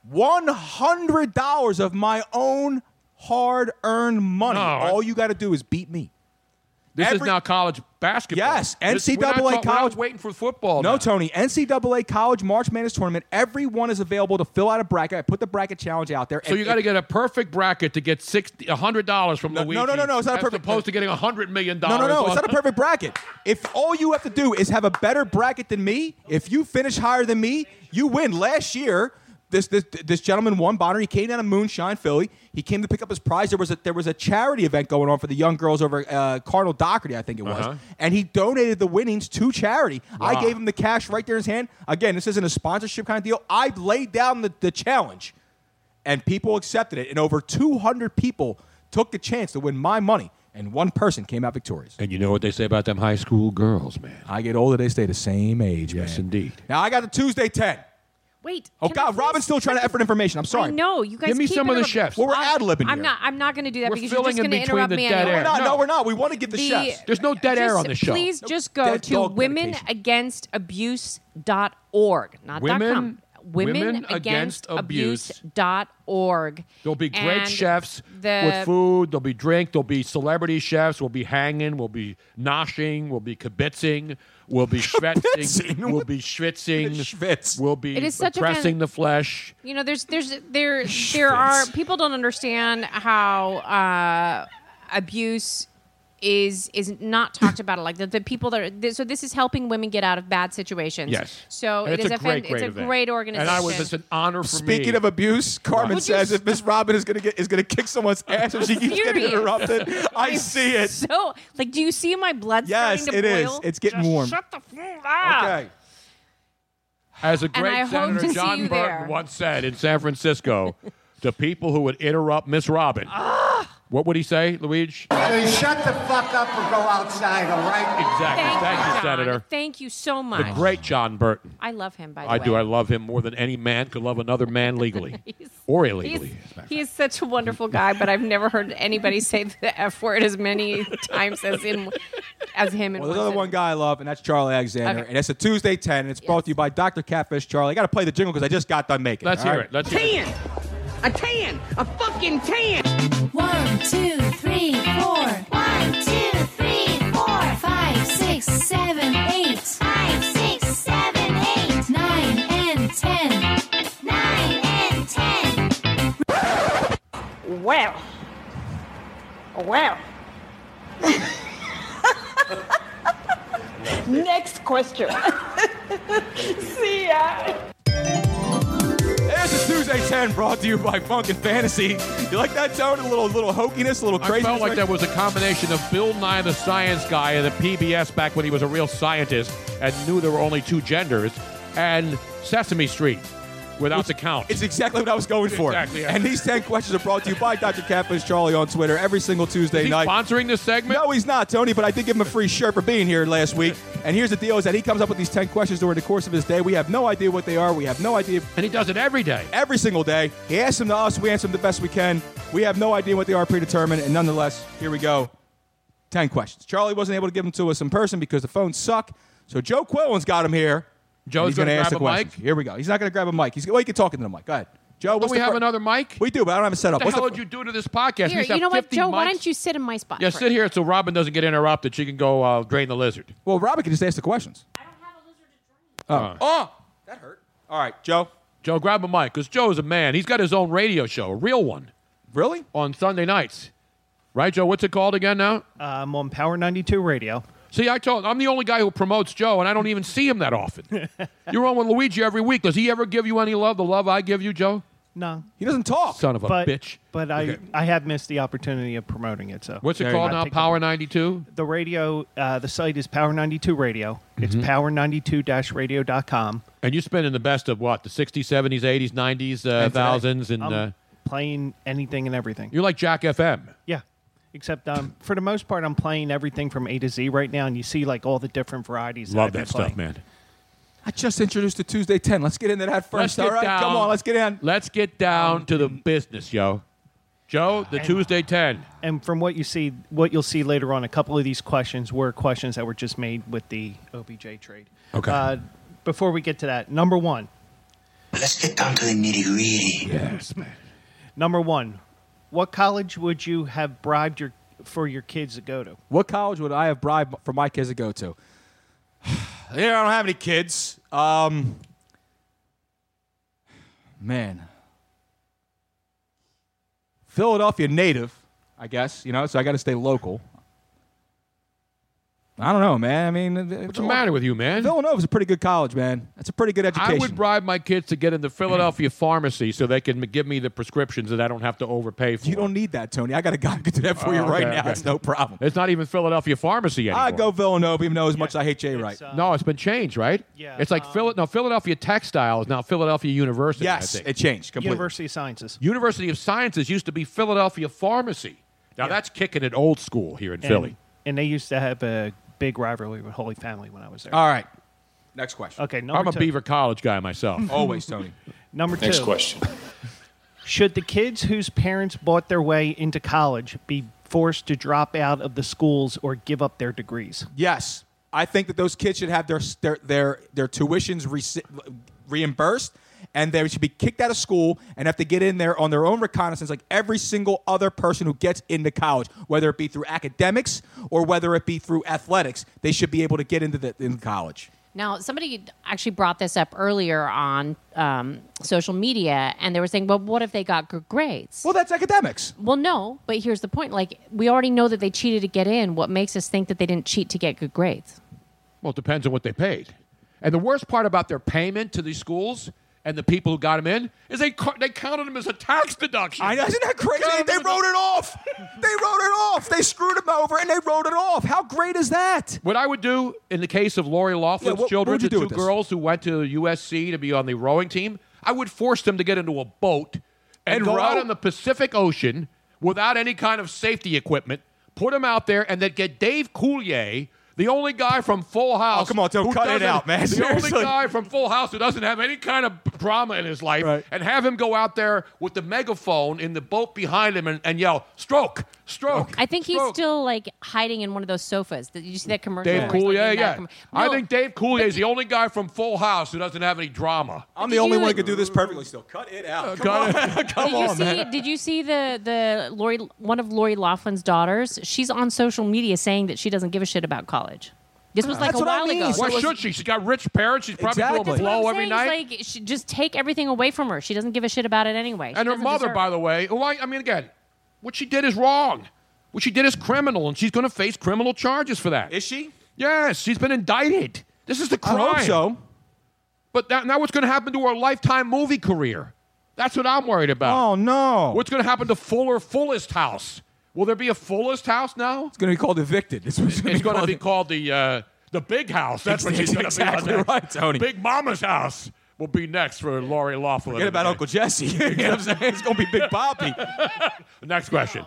S8: one hundred dollars of my own hard-earned money. All you got to do is beat me.
S10: This is
S8: Every-
S10: now college basketball.
S8: Yes,
S10: This- we're
S8: NCAA
S10: not talk- we're not
S8: college-
S10: waiting for football.
S8: No,
S10: now.
S8: Tony. NCAA College March Madness Tournament. Everyone is available to fill out a bracket. I put the bracket challenge out there.
S10: So you got to get a perfect bracket to get sixty, hundred dollars from Luigi.
S8: no, no, no, no, it's not a
S10: as
S8: perfect-
S10: Opposed to getting hundred million
S8: No, no,
S10: dollars.
S8: no. It's not a perfect bracket. If all you have to do is have a better bracket than me, if you finish higher than me, you win. Last year, this this this gentleman won Bonner. He came down to Moonshine, Philly. He came to pick up his prize. There was a there was a charity event going on for the young girls over uh, Cardinal Doherty, I think it was.
S10: Uh-huh.
S8: And he donated the winnings to charity. I
S10: Wow.
S8: gave him the cash right there in his hand. Again, this isn't a sponsorship kind of deal. I laid down the, the challenge and people accepted it, and over 200 people took the chance to win my money, and one person came out victorious.
S10: And you know what they say about them high school girls, man.
S8: I get older, they stay the same age, yes,
S10: indeed.
S8: Now I got the Tuesday 10.
S5: Wait.
S8: Oh
S5: can I
S8: God,
S5: please-
S8: Robin's still trying to effort information. I'm sorry.
S5: know, you guys Give me keep some of the interrupt- chefs.
S8: Well, we're ad libbing
S5: I'm not. I'm not going to do that
S10: We're
S5: because you're
S10: filling
S5: just
S10: in
S5: going to
S10: between
S5: interrupt
S10: the
S5: me.
S10: dead
S5: anyway.
S10: air. No, no,
S8: we're not. We want to get the chefs.
S10: There's no dead air
S5: just-
S10: on this show.
S5: Please just go
S10: dead
S5: to
S10: dog
S5: womenagaintstabuse.org, not
S10: Women-
S5: .com. Women against abuse dot org.
S10: There'll be great
S5: And
S10: chefs
S5: the-
S10: with food. There'll be drink. There'll be celebrity chefs. We'll be hanging. We'll be noshing. We'll be kibitzing.
S8: *laughs*
S10: We'll be schwitzing. we'll be schwitzing. We'll be
S5: It is such a
S10: pressing
S5: fan-
S10: the flesh.
S5: You know, there's there's there
S6: *laughs*
S5: there are people don't understand how uh, abuse is is not talked about like the, the people that are th- so this is helping women get out of bad situations
S10: Yes.
S5: so
S10: And
S5: it
S10: it's
S5: is
S10: a great,
S5: fan-
S10: great
S5: it's a
S10: event.
S5: great organization
S10: And I was, it's an honor for me.
S8: Speaking of abuse, Carmen
S10: Would you
S8: says if Miss Robin is gonna get is gonna kick someone's ass if she keeps getting
S5: Furious.
S8: interrupted, I see it.
S5: so like do you see my blood
S8: Yes,
S5: starting
S8: it
S5: to
S8: is.
S5: boil
S8: It's getting
S5: Just
S8: warm.
S5: shut the f- up.
S10: As a
S5: And I
S10: great
S5: hope to
S10: Senator
S5: see
S10: John
S5: you
S10: Burton
S5: there.
S10: once said in San Francisco, to people who would interrupt Miss Robin,
S5: Ah.
S10: what would he say, Luigi?
S2: shut the fuck up or go outside, all right?
S10: Exactly.
S5: Thank,
S10: Thank
S5: you,
S10: you,
S5: John.
S10: Senator.
S5: Thank you so much.
S10: The great John Burton.
S5: I love him, by the
S10: I
S5: way.
S10: do. I love him more than any man could love another man *laughs* legally or illegally.
S5: He's, he is such a wonderful guy, but I've never heard anybody say the F word as many times as in as him. In
S8: Well, there's another one guy I love, and that's Charlie Alexander.
S5: Okay.
S8: And it's a Tuesday 10, and it's brought to you by Dr. Catfish Charlie. I got to play the jingle because I just got done making
S10: Let's
S8: it. all
S10: hear
S8: right?
S10: it. Let's hear it.
S20: Tan! A tan! A fucking tan! One, two, three, four. One, two, three, four. Five, six, seven, eight. Five, six, seven, eight. Nine and ten. Nine and ten.
S21: Well, well. Next question. See ya.
S8: There's a Tuesday 10 brought to you by Funk and Fantasy. You like that, Tone? A little, little hokiness, a little
S10: I
S8: craziness.
S10: felt like
S8: right?
S10: that was a combination of Bill Nye the Science Guy and the PBS back when he was a real scientist and knew there were only two genders, and Sesame Street without the count.
S8: It's exactly what I was going for.
S10: Exactly, yeah.
S8: And these 10 questions are brought to you by Dr. Catfish Charlie on Twitter every single Tuesday
S10: Is he
S8: night.
S10: sponsoring this segment?
S8: No, he's not, Tony, but I did give him a free shirt for being here last week. And here's the deal is that he comes up with these 10 questions during the course of his day. We have no idea what they are. We have no idea.
S10: And he does it every day.
S8: Every single day. He asks them to us. We answer them the best we can. We have no idea what they are predetermined. And nonetheless, here we go. 10 questions. Charlie wasn't able to give them to us in person because the phones suck. So Joe Quillen's got him here.
S10: Joe's
S8: and he's gonna
S10: gonna
S8: ask
S10: grab
S8: the
S10: a
S8: questions. Here we go. He's not going to grab a mic. He's well, you can talk into the mic. Go ahead. Joe, what's
S10: we
S8: the
S10: have
S8: fir-
S10: another mic?
S8: We do, but I don't have it set
S10: What
S8: up.
S10: the
S8: What's
S10: hell
S8: the
S10: would you do to this
S5: Here,
S10: podcast? We used to
S5: you know
S10: have
S5: what,
S10: 50
S5: Joe? Why
S10: mics.
S5: don't you sit in my spot?
S10: Yeah,
S5: for
S10: sit
S5: it?
S10: here so Robin doesn't get interrupted. She can go uh, drain the lizard.
S8: Well, Robin can just ask the questions. Uh,
S10: Oh. oh, that hurt.
S8: All right, Joe.
S10: Joe, grab a mic because Joe is a man. He's got his own radio show, a real one.
S8: Really?
S10: On Sunday nights. Right, Joe? What's it called again now?
S6: I'm on Power 92 Radio.
S10: See, I told I'm the only guy who promotes Joe, and I don't even see him
S6: *laughs*
S10: that often. You're on with Luigi every week. Does he ever give you any love? The love I give you, Joe?
S6: No.
S8: He doesn't talk.
S10: Son of a
S6: but,
S10: bitch.
S6: But I,
S10: Okay.
S6: I have missed the opportunity of promoting it. So
S10: What's it called now? Power 92?
S6: The radio, uh, the site is Power 92 Radio. It's
S1: Mm-hmm.
S6: power92 radio.com.
S10: And you spend in the best of what? The 60s, 70s, 80s, 90s, uh,
S6: And today,
S10: thousands, and
S6: I'm
S10: uh,
S6: playing anything and everything.
S10: you're like Jack FM.
S6: Yeah. Except um, for the most part, I'm playing everything from A to Z right now, and you see like all the different varieties. that, I've been playing.
S10: man.
S8: I just introduced the Tuesday 10. Let's get into that 1st
S10: Let's get
S8: all right,
S10: down.
S8: come on, let's get in.
S10: Let's get
S6: Um,
S10: down to the business, yo. Joe, the Tuesday 10.
S6: And from what you see, what you'll see later on, a couple of these questions were questions that were just made with the OBJ trade.
S10: Okay.
S6: Uh, before we get to that, number one.
S22: Let's get down to the nitty gritty.
S10: Yes, man.
S6: Number one, what college would you have bribed your for your kids to go to?
S8: What college would I have bribed for my kids to go to? *sighs* yeah, I don't have any kids. Um, man, Philadelphia native, I guess. You know, so I got to stay local. I don't know, man. I mean, what's
S10: the matter with you, man?
S8: Villanova's a pretty good college, man. That's a pretty good education.
S10: I would bribe my kids to get into Philadelphia pharmacy so they can give me the prescriptions that I don't have to overpay for.
S8: you don't need that, Tony. I got a guy who can *laughs* do that for you
S10: Oh,
S8: right
S10: okay,
S8: now.
S10: okay.
S8: It's no problem.
S10: It's not even Philadelphia pharmacy anymore.
S8: I go Villanova, even though as much as I hate Jay Wright.
S6: uh,
S10: no, it's uh, been changed, right?
S6: Yeah, um,
S10: It's like Phil- no, Philadelphia Textile is now Philadelphia University.
S8: Yes,
S10: I think.
S8: it changed completely.
S6: University of Sciences.
S10: University of Sciences used to be Philadelphia Pharmacy. Now that's kicking it old school here in
S6: And-
S10: Philly.
S6: And they used to have a big rivalry with Holy Family when I was there.
S8: All right. Next question.
S6: Okay, number
S10: Uh, I'm a
S6: two.
S10: Beaver College guy myself.
S8: Hmm.
S6: Always,
S8: Tony.
S6: Number two.
S10: Next question.
S6: Should the kids whose parents bought their way into college be forced to drop out of the schools or give up their degrees?
S8: Yes, I think that those kids should have their their their, their tuitions re- reimbursed, and they should be kicked out of school and have to get in there on their own reconnaissance, like every single other person who gets into college, whether it be through academics or whether it be through athletics. They should be able to get into the in college.
S5: Now, somebody actually brought this up earlier on um, social media, and they were saying, well, what if they got good grades? Well,
S8: that's academics.
S5: Well, no, but here's the point. Like, we already know that they cheated to get in. What makes us think that they didn't cheat to get good grades?
S10: Well, it depends on what they paid. And the worst part about their payment to these schools and the people who got them in is they ca- they counted them as a tax deduction.
S8: I know, isn't that crazy? They wrote it off. They wrote it off. They screwed them over and they wrote it off. How great is that?
S10: What I would do in the case of Lori Laughlin's
S8: Yeah, what-
S10: children,
S8: what would you
S10: the
S8: do
S10: two
S8: with this?
S10: girls who went to USC to be on the rowing team, I would force them to get into a boat and,
S8: And
S10: go
S8: row?
S10: out on the Pacific Ocean without any kind of safety equipment, put them out there, and then get Dave Coulier, the only guy from Full House.
S8: Oh, come on, Tim,
S10: who
S8: cut it
S10: doesn't-
S8: out, man.
S10: *laughs* The
S8: Seriously.
S10: only guy from Full House who doesn't have any kind of drama in his life, and have him go out there with the megaphone in the boat behind him and, and yell, stroke, stroke.
S5: I think he's still, like, hiding in one of those sofas. Did you see that commercial?
S10: Dave
S5: where he's, like,
S10: Coulier,
S5: in that
S10: yeah.
S5: com-
S10: I
S5: No,
S10: think Dave Coulier is the only guy from Full House who doesn't have any drama.
S8: I'm the only one who could do this perfectly. Still, Uh, cut it *laughs* out.
S10: cut
S8: come on, come
S5: Mm. did you
S8: on,
S5: see?
S8: man.
S5: Did you see the the Lori? One of Lori Laughlin's daughters. She's on social media saying that she doesn't give a shit about college. This was like
S10: That's
S5: a
S10: what I
S5: while
S10: mean.
S5: ago.
S10: Why
S5: It was-
S10: should she? She's got rich parents. She's probably
S5: That's
S10: doing
S5: what I'm
S10: blow
S5: saying.
S10: every night.
S5: It's Like, she, just take everything away from her. She doesn't give a shit about it anyway. She
S10: and her
S5: doesn't
S10: mother,
S5: deserve
S10: by the way, who I, I mean, again, what she did is wrong. What she did is criminal, and she's going to face criminal charges for that. Is
S8: she?
S10: Yes, she's been indicted. This is the
S8: I
S10: crime.
S8: hope so.
S10: But that, now what's going to happen to her lifetime movie career? That's what I'm worried about.
S8: Oh no!
S10: What's going to happen to Fuller Fullest House? Will there be a Fullest House now?
S8: It's going to be called evicted. It's,
S10: It's going to be called the uh, the Big House. That's what she's going to
S8: Exactly
S10: be. on next.
S8: right, Tony.
S10: Big Mama's House will be next for Lori Laughlin.
S8: Forget about Uncle Jesse. *laughs* you know what I'm saying? It's going to be Big Bobby.
S10: next question.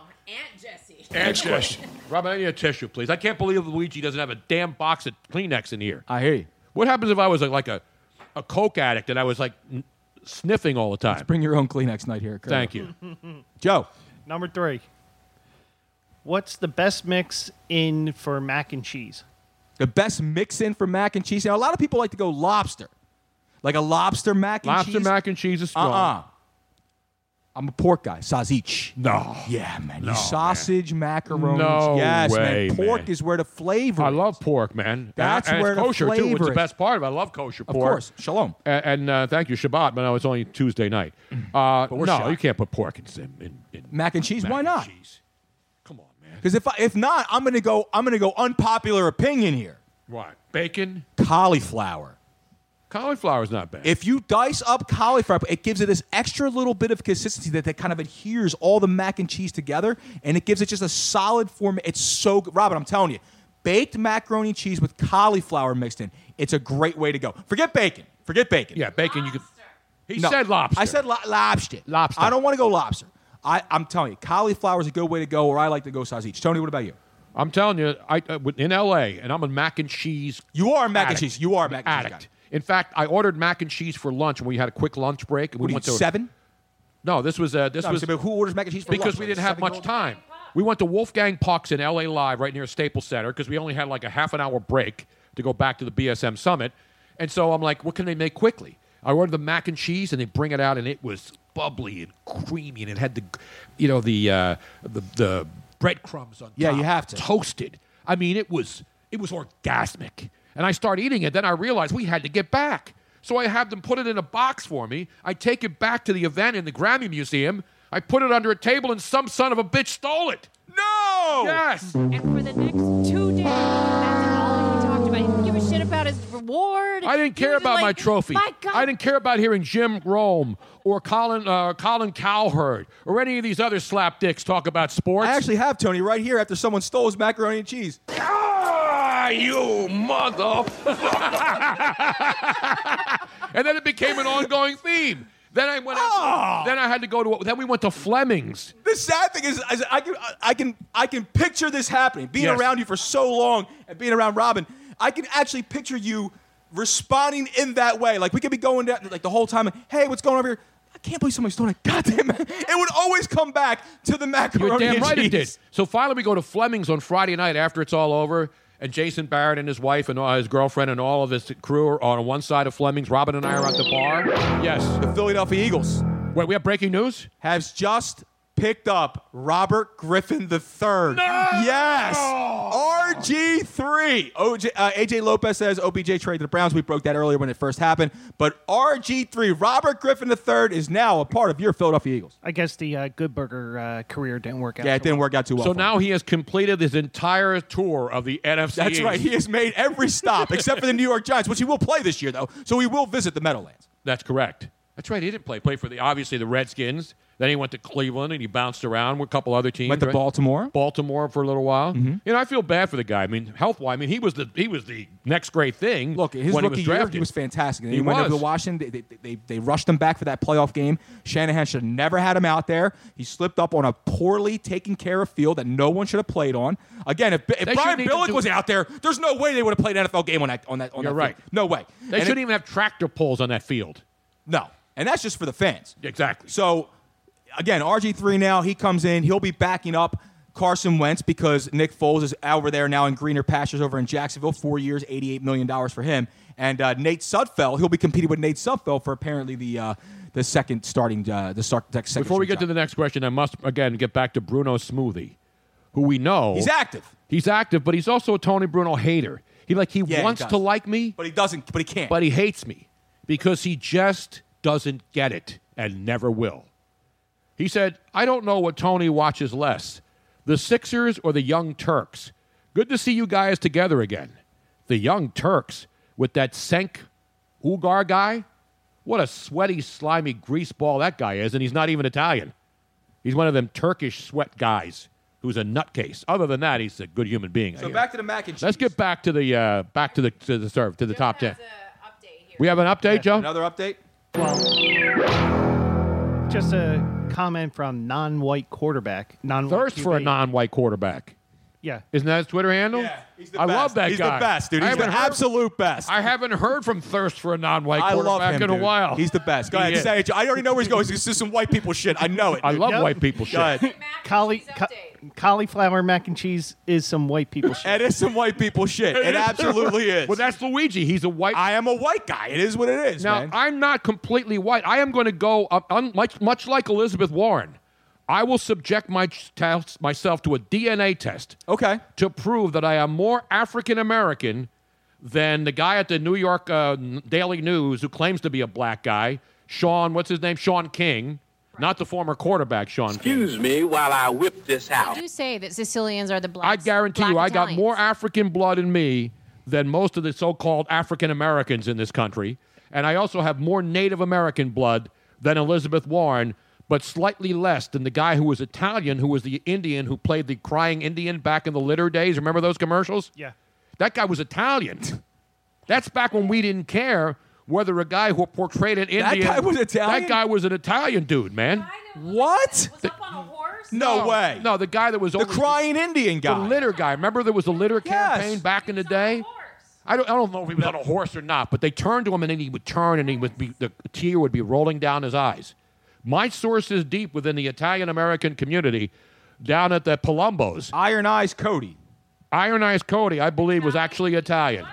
S8: Next
S10: Jesse.
S8: question.
S10: Robin, I need a tissue, please. I can't believe Luigi doesn't have a damn box of Kleenex in here.
S8: *laughs* I hear you.
S10: What happens if I was like, like a a coke addict and I was like n- sniffing all the time?
S8: Mm-hmm. Bring your own Kleenex night here. Kurt.
S10: Thank you.
S8: Joe.
S6: Number three. What's the best mix in for mac and cheese?
S8: The best mix in for mac and cheese. Now, a lot of people like to go lobster, like a lobster mac and
S10: Lobster
S8: cheese.
S10: mac and cheese is strong.
S8: Uh-uh. I'm a pork guy. Sausage. No. Yeah, man.
S10: No,
S8: You sausage macaroni.
S10: No
S8: yes,
S10: way,
S8: man. Pork
S10: man.
S8: is where the flavor.
S10: I love pork, man.
S8: That's
S10: and, and
S8: where
S10: it's
S8: the
S10: kosher too. It's
S8: flavor
S10: the
S8: is.
S10: best part of it. I love kosher pork.
S8: course. Shalom.
S10: And, and, uh, thank you, Shabbat. But no, it's only Tuesday night. Uh,
S8: Mm. we're
S10: no,
S8: shot.
S10: you can't put pork in. in, in
S8: Mac and cheese.
S10: Mac
S8: why
S10: and
S8: not?
S10: Come on, man.
S8: Because if I, if not, I'm gonna go. I'm gonna go unpopular opinion here.
S10: What? Bacon.
S8: Cauliflower.
S10: Cauliflower's not bad.
S8: If you dice up cauliflower, it gives it this extra little bit of consistency that, that kind of adheres all the mac and cheese together, and it gives it just a solid form. It's so good. Robin, I'm telling you, baked macaroni and cheese with cauliflower mixed in, it's a great way to go. Forget bacon. Forget bacon.
S10: Yeah, bacon you can. He said lobster.
S8: I said lo- lobster. Lobster. I don't want to go lobster. I, I'm telling you, cauliflower is a good way to go, or I like to go sausage. Tony, what about you?
S10: I'm telling you, I uh, in L.A. and I'm a mac and cheese.
S8: You are a mac and
S10: addict.
S8: cheese. You are a mac and cheese
S10: addict. In fact, I ordered mac and cheese for lunch when we had a quick lunch break. and
S8: What
S10: we
S8: do you
S10: went
S8: eat,
S10: to
S8: seven?
S10: No, this was uh, this
S8: No, I'm
S10: was.
S8: saying, but who orders mac and cheese for
S10: because
S8: lunch?
S10: we
S8: Like
S10: didn't
S8: a
S10: have much
S8: seven-year-old?
S10: time. We went to Wolfgang Puck's in LA Live right near Staples Center because we only had like a half an hour break to go back to the BSM Summit. And so I'm like, what can they make quickly? I ordered the mac and cheese, and they bring it out, and it was bubbly and creamy, and it had the, you know, the uh, the, the breadcrumbs on
S8: Yeah,
S10: top,
S8: you have to.
S10: toasted. I mean, it was it was orgasmic. And I started eating it. Then I realized we had to get back. So I had them put it in a box for me. I take it back to the event in the Grammy Museum. I put it under a table, and some son of a bitch stole it.
S8: No.
S10: Yes.
S5: Two days. That's all he talked about. He didn't give a shit about his reward.
S10: I didn't
S5: He
S10: care
S5: was
S10: about my
S5: like,
S10: trophy.
S5: My God.
S10: I didn't care about hearing Jim Rome or Colin uh, Colin Cowherd or any of these other slapdicks talk about sports.
S8: I actually have Tony right here after someone stole his macaroni and cheese.
S10: Ah, you motherfucker! *laughs* and then it became an ongoing theme. Then I went.
S8: Ah.
S10: Out, Then I had to go to. Then we went to Fleming's.
S8: The sad thing is, is I can I can I can picture this happening. Being
S10: Yes.
S8: around you for so long and being around Robin, I can actually picture you responding in that way. Like we could be going down like the whole time. And, hey, what's going on over here? I can't believe somebody's doing it. *laughs* Goddamn it! It would always come back to the macaroni
S10: You're damn
S8: and
S10: right
S8: cheese.
S10: it did. So finally, we go to Fleming's on Friday night after it's all over, and Jason Barrett and his wife and all, his girlfriend and all of his crew are on one side of Fleming's. Robin and I are at the bar. Yes.
S8: The Philadelphia Eagles
S10: Wait, we have breaking news.
S8: has just picked up Robert Griffin III. Yes. RG3. OJ, uh, AJ Lopez says OBJ traded to the Browns. We broke that earlier when it first happened. But RG3, Robert Griffin III, is now a part of your Philadelphia Eagles.
S6: I guess the uh, Good Burger uh, career didn't work out.
S8: Yeah, it
S6: so
S8: didn't
S6: well.
S8: work out too well.
S10: So
S8: for him.
S10: now he has completed his entire tour of the NFC.
S8: That's right. He has made every stop except for the New York Giants, which he will play this year, though. So he will visit the Meadowlands.
S10: That's correct. That's right. He didn't play. Play for the obviously the Redskins. Then he went to Cleveland and he bounced around with a couple other teams.
S8: Went to
S10: right?
S8: Baltimore. Mm-hmm.
S10: Baltimore for a little while. You know, I feel bad for the guy. I mean, health wise, I mean, he was the he was the next great thing. Look,
S8: His
S10: when
S8: rookie
S10: he was
S8: year,
S10: drafted.
S8: he was fantastic. And then
S10: He
S8: he, went over
S10: was.
S8: to Washington. They, they, they, they rushed him back for that playoff game. Shanahan should have never had him out there. He slipped up on a poorly taken care of field that no one should have played on. Again, if, if
S10: They
S8: Brian
S10: shouldn't even
S8: Billick
S10: do-
S8: was out there, there's no way they would have played an NFL game on that on that on
S10: You're
S8: that
S10: right.
S8: field. No way.
S10: They
S8: And
S10: shouldn't
S8: it-
S10: even have tractor pulls on that field.
S8: no. And that's just for the fans.
S10: Exactly.
S8: So, again, RG3 now, he comes in. He'll be backing up Carson Wentz because Nick Foles is over there now in greener pastures over in Jacksonville. Four years, $88 million for him. And uh, Nate Sudfeld, he'll be competing with Nate Sudfeld for apparently the uh, the second starting, uh, the start, the second
S10: Before we
S8: string
S10: get to
S8: job.
S10: the next question, I must again get back to Bruno Smoothie, who we know
S8: He's active.
S10: He's active, but he's also a Tony Bruno hater. He like he
S8: Yeah, he
S10: wants
S8: does.
S10: to like me,
S8: But he doesn't, but he can't.
S10: but he hates me because he just doesn't get it and never will. He said, I don't know what Tony watches less, the Sixers or the Young Turks. Good to see you guys together again. The Young Turks with that Senk Ugar guy. What a sweaty, slimy grease ball that guy is, and he's not even Italian. He's one of them Turkish sweat guys who's a nutcase. Other than that, he's a good human being. I
S8: so
S10: hear.
S8: back to the mac and cheese.
S10: Let's get back to the uh, back to the to the serve to the top ten. We have an update, Joe.
S8: Another update?
S6: Just a comment from non-white quarterback. Non
S10: Thirst for a non-white quarterback.
S6: Yeah.
S10: Isn't that his Twitter handle? Yeah,
S8: he's the
S10: I
S8: best.
S10: love that
S8: He's the
S10: guy.
S8: best, dude.
S10: I
S8: He's the
S10: haven't heard-
S8: absolute best.
S10: I haven't heard from Thirst for a non-white
S8: I
S10: quarterback
S8: love him,
S10: in a
S8: dude.
S10: while.
S8: He's the best. Go
S10: He
S8: ahead,
S10: is.
S8: say it. I already know where he's going. It's just some white people shit. I know it.
S10: I
S8: dude.
S10: love white people shit.
S8: Go *laughs* ahead.
S6: Colli- ca- cauliflower mac and cheese is some white
S8: *laughs*
S6: people shit.
S8: It is some white people shit. It,
S10: It is.
S8: absolutely
S10: *laughs*
S8: is.
S10: Well, that's Luigi. He's a white.
S8: I am a white guy. It is what it is.
S10: Now
S8: man.
S10: I'm not completely white. I am going to go uh, un- much, much like Elizabeth Warren. I will subject my test, myself to a DNA test.
S8: Okay.
S10: To prove that I am more African American than the guy at the New York uh, N- Daily News who claims to be a black guy, Sean. What's his name? Sean King, not the former quarterback, Sean. Excuse
S17: me while I whip this out.
S5: do say that Sicilians are the black.
S10: I guarantee you, I
S5: Black
S10: got more African blood in me than most of the so-called African Americans in this country, and I also have more Native American blood than Elizabeth Warren, but slightly less than the guy who was Italian, who was the Indian who played the crying Indian back in the litter days. Remember those commercials?
S6: Yeah.
S10: That guy was Italian. That's back when we didn't care whether a guy who portrayed an Indian.
S8: That guy was Italian?
S10: That guy was an Italian dude, man.
S8: What? No, way.
S10: No, the guy that was
S8: The crying Indian guy.
S10: the litter guy. Remember there was a litter
S8: Yes.
S10: campaign back in the day? I don't, I don't know if he was on a horse or not, but they turned to him and then he would turn and he would be, the tear would be rolling down his eyes. My source is deep within the Italian American community down at the Palombos.
S8: Iron Eyes Cody.
S10: Iron Eyes Cody, I believe, was actually Italian.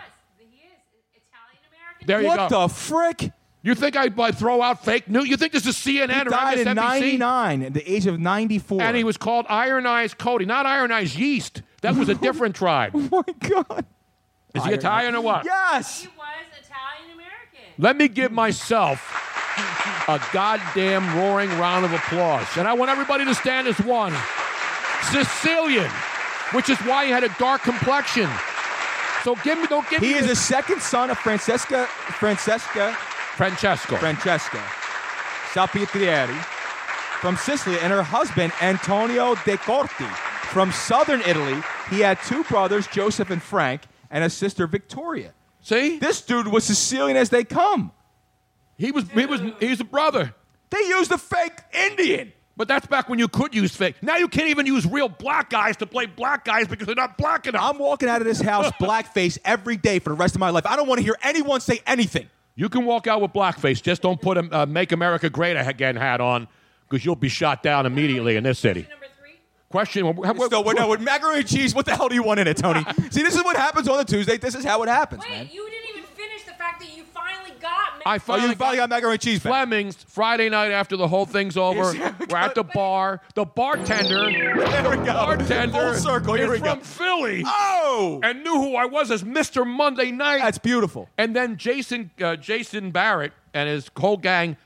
S10: There you
S8: What
S10: go.
S8: the frick?
S10: You think I would throw out fake news? You think this is CNN
S8: He
S10: or
S8: died in
S10: MSNBC?
S8: 99 at the age of 94.
S10: And
S8: *laughs*
S10: he was called Iron Eyes Cody, not Iron Eyes Yeast. That was a different tribe. Oh
S8: my God.
S10: Is he
S8: Iron
S10: Italian or what?
S8: Yes.
S10: Let me give myself a goddamn roaring round of applause. And I want everybody to stand as one. Sicilian, which is why he had a dark complexion. So give me, don't give
S8: He
S10: me.
S8: is
S10: this-
S8: the second son of Francesca Francesca
S10: Francesco
S8: Francesca Salpitrieri from Sicily and her husband Antonio De Corti from southern Italy. He had two brothers, Joseph and Frank, and a sister Victoria.
S10: See?
S8: This dude was Sicilian as they come.
S10: He was he was he's a brother.
S8: They used a fake Indian.
S10: But that's back when you could use fake. Now you can't even use real black guys to play black guys because they're not black enough.
S8: I'm walking out of this house blackface every day for the rest of my life. I don't want to hear anyone say anything.
S10: You can walk out with blackface, just don't put a uh, "Make America Great Again" hat on, because you'll be shot down immediately in this city. Question number three. Question.
S8: So what, no, with macaroni and cheese, what the hell do you want in it, Tony? See, this is what happens on the Tuesday. This is how it happens, man.
S5: You didn't even finish the fact that you finally got.
S10: I
S8: Oh,
S10: finally
S8: you finally got macaroni and cheese. back.
S10: Fleming's Friday night after the whole thing's over. we're at the bar. The bartender,
S8: There we go.
S10: bartender,
S8: Full circle. Here
S10: is
S8: we go.
S10: from Philly.
S8: Oh!
S10: and knew who I was as Mr. Monday Night.
S8: That's beautiful.
S10: And then Jason uh, Jason Barrett and his whole gang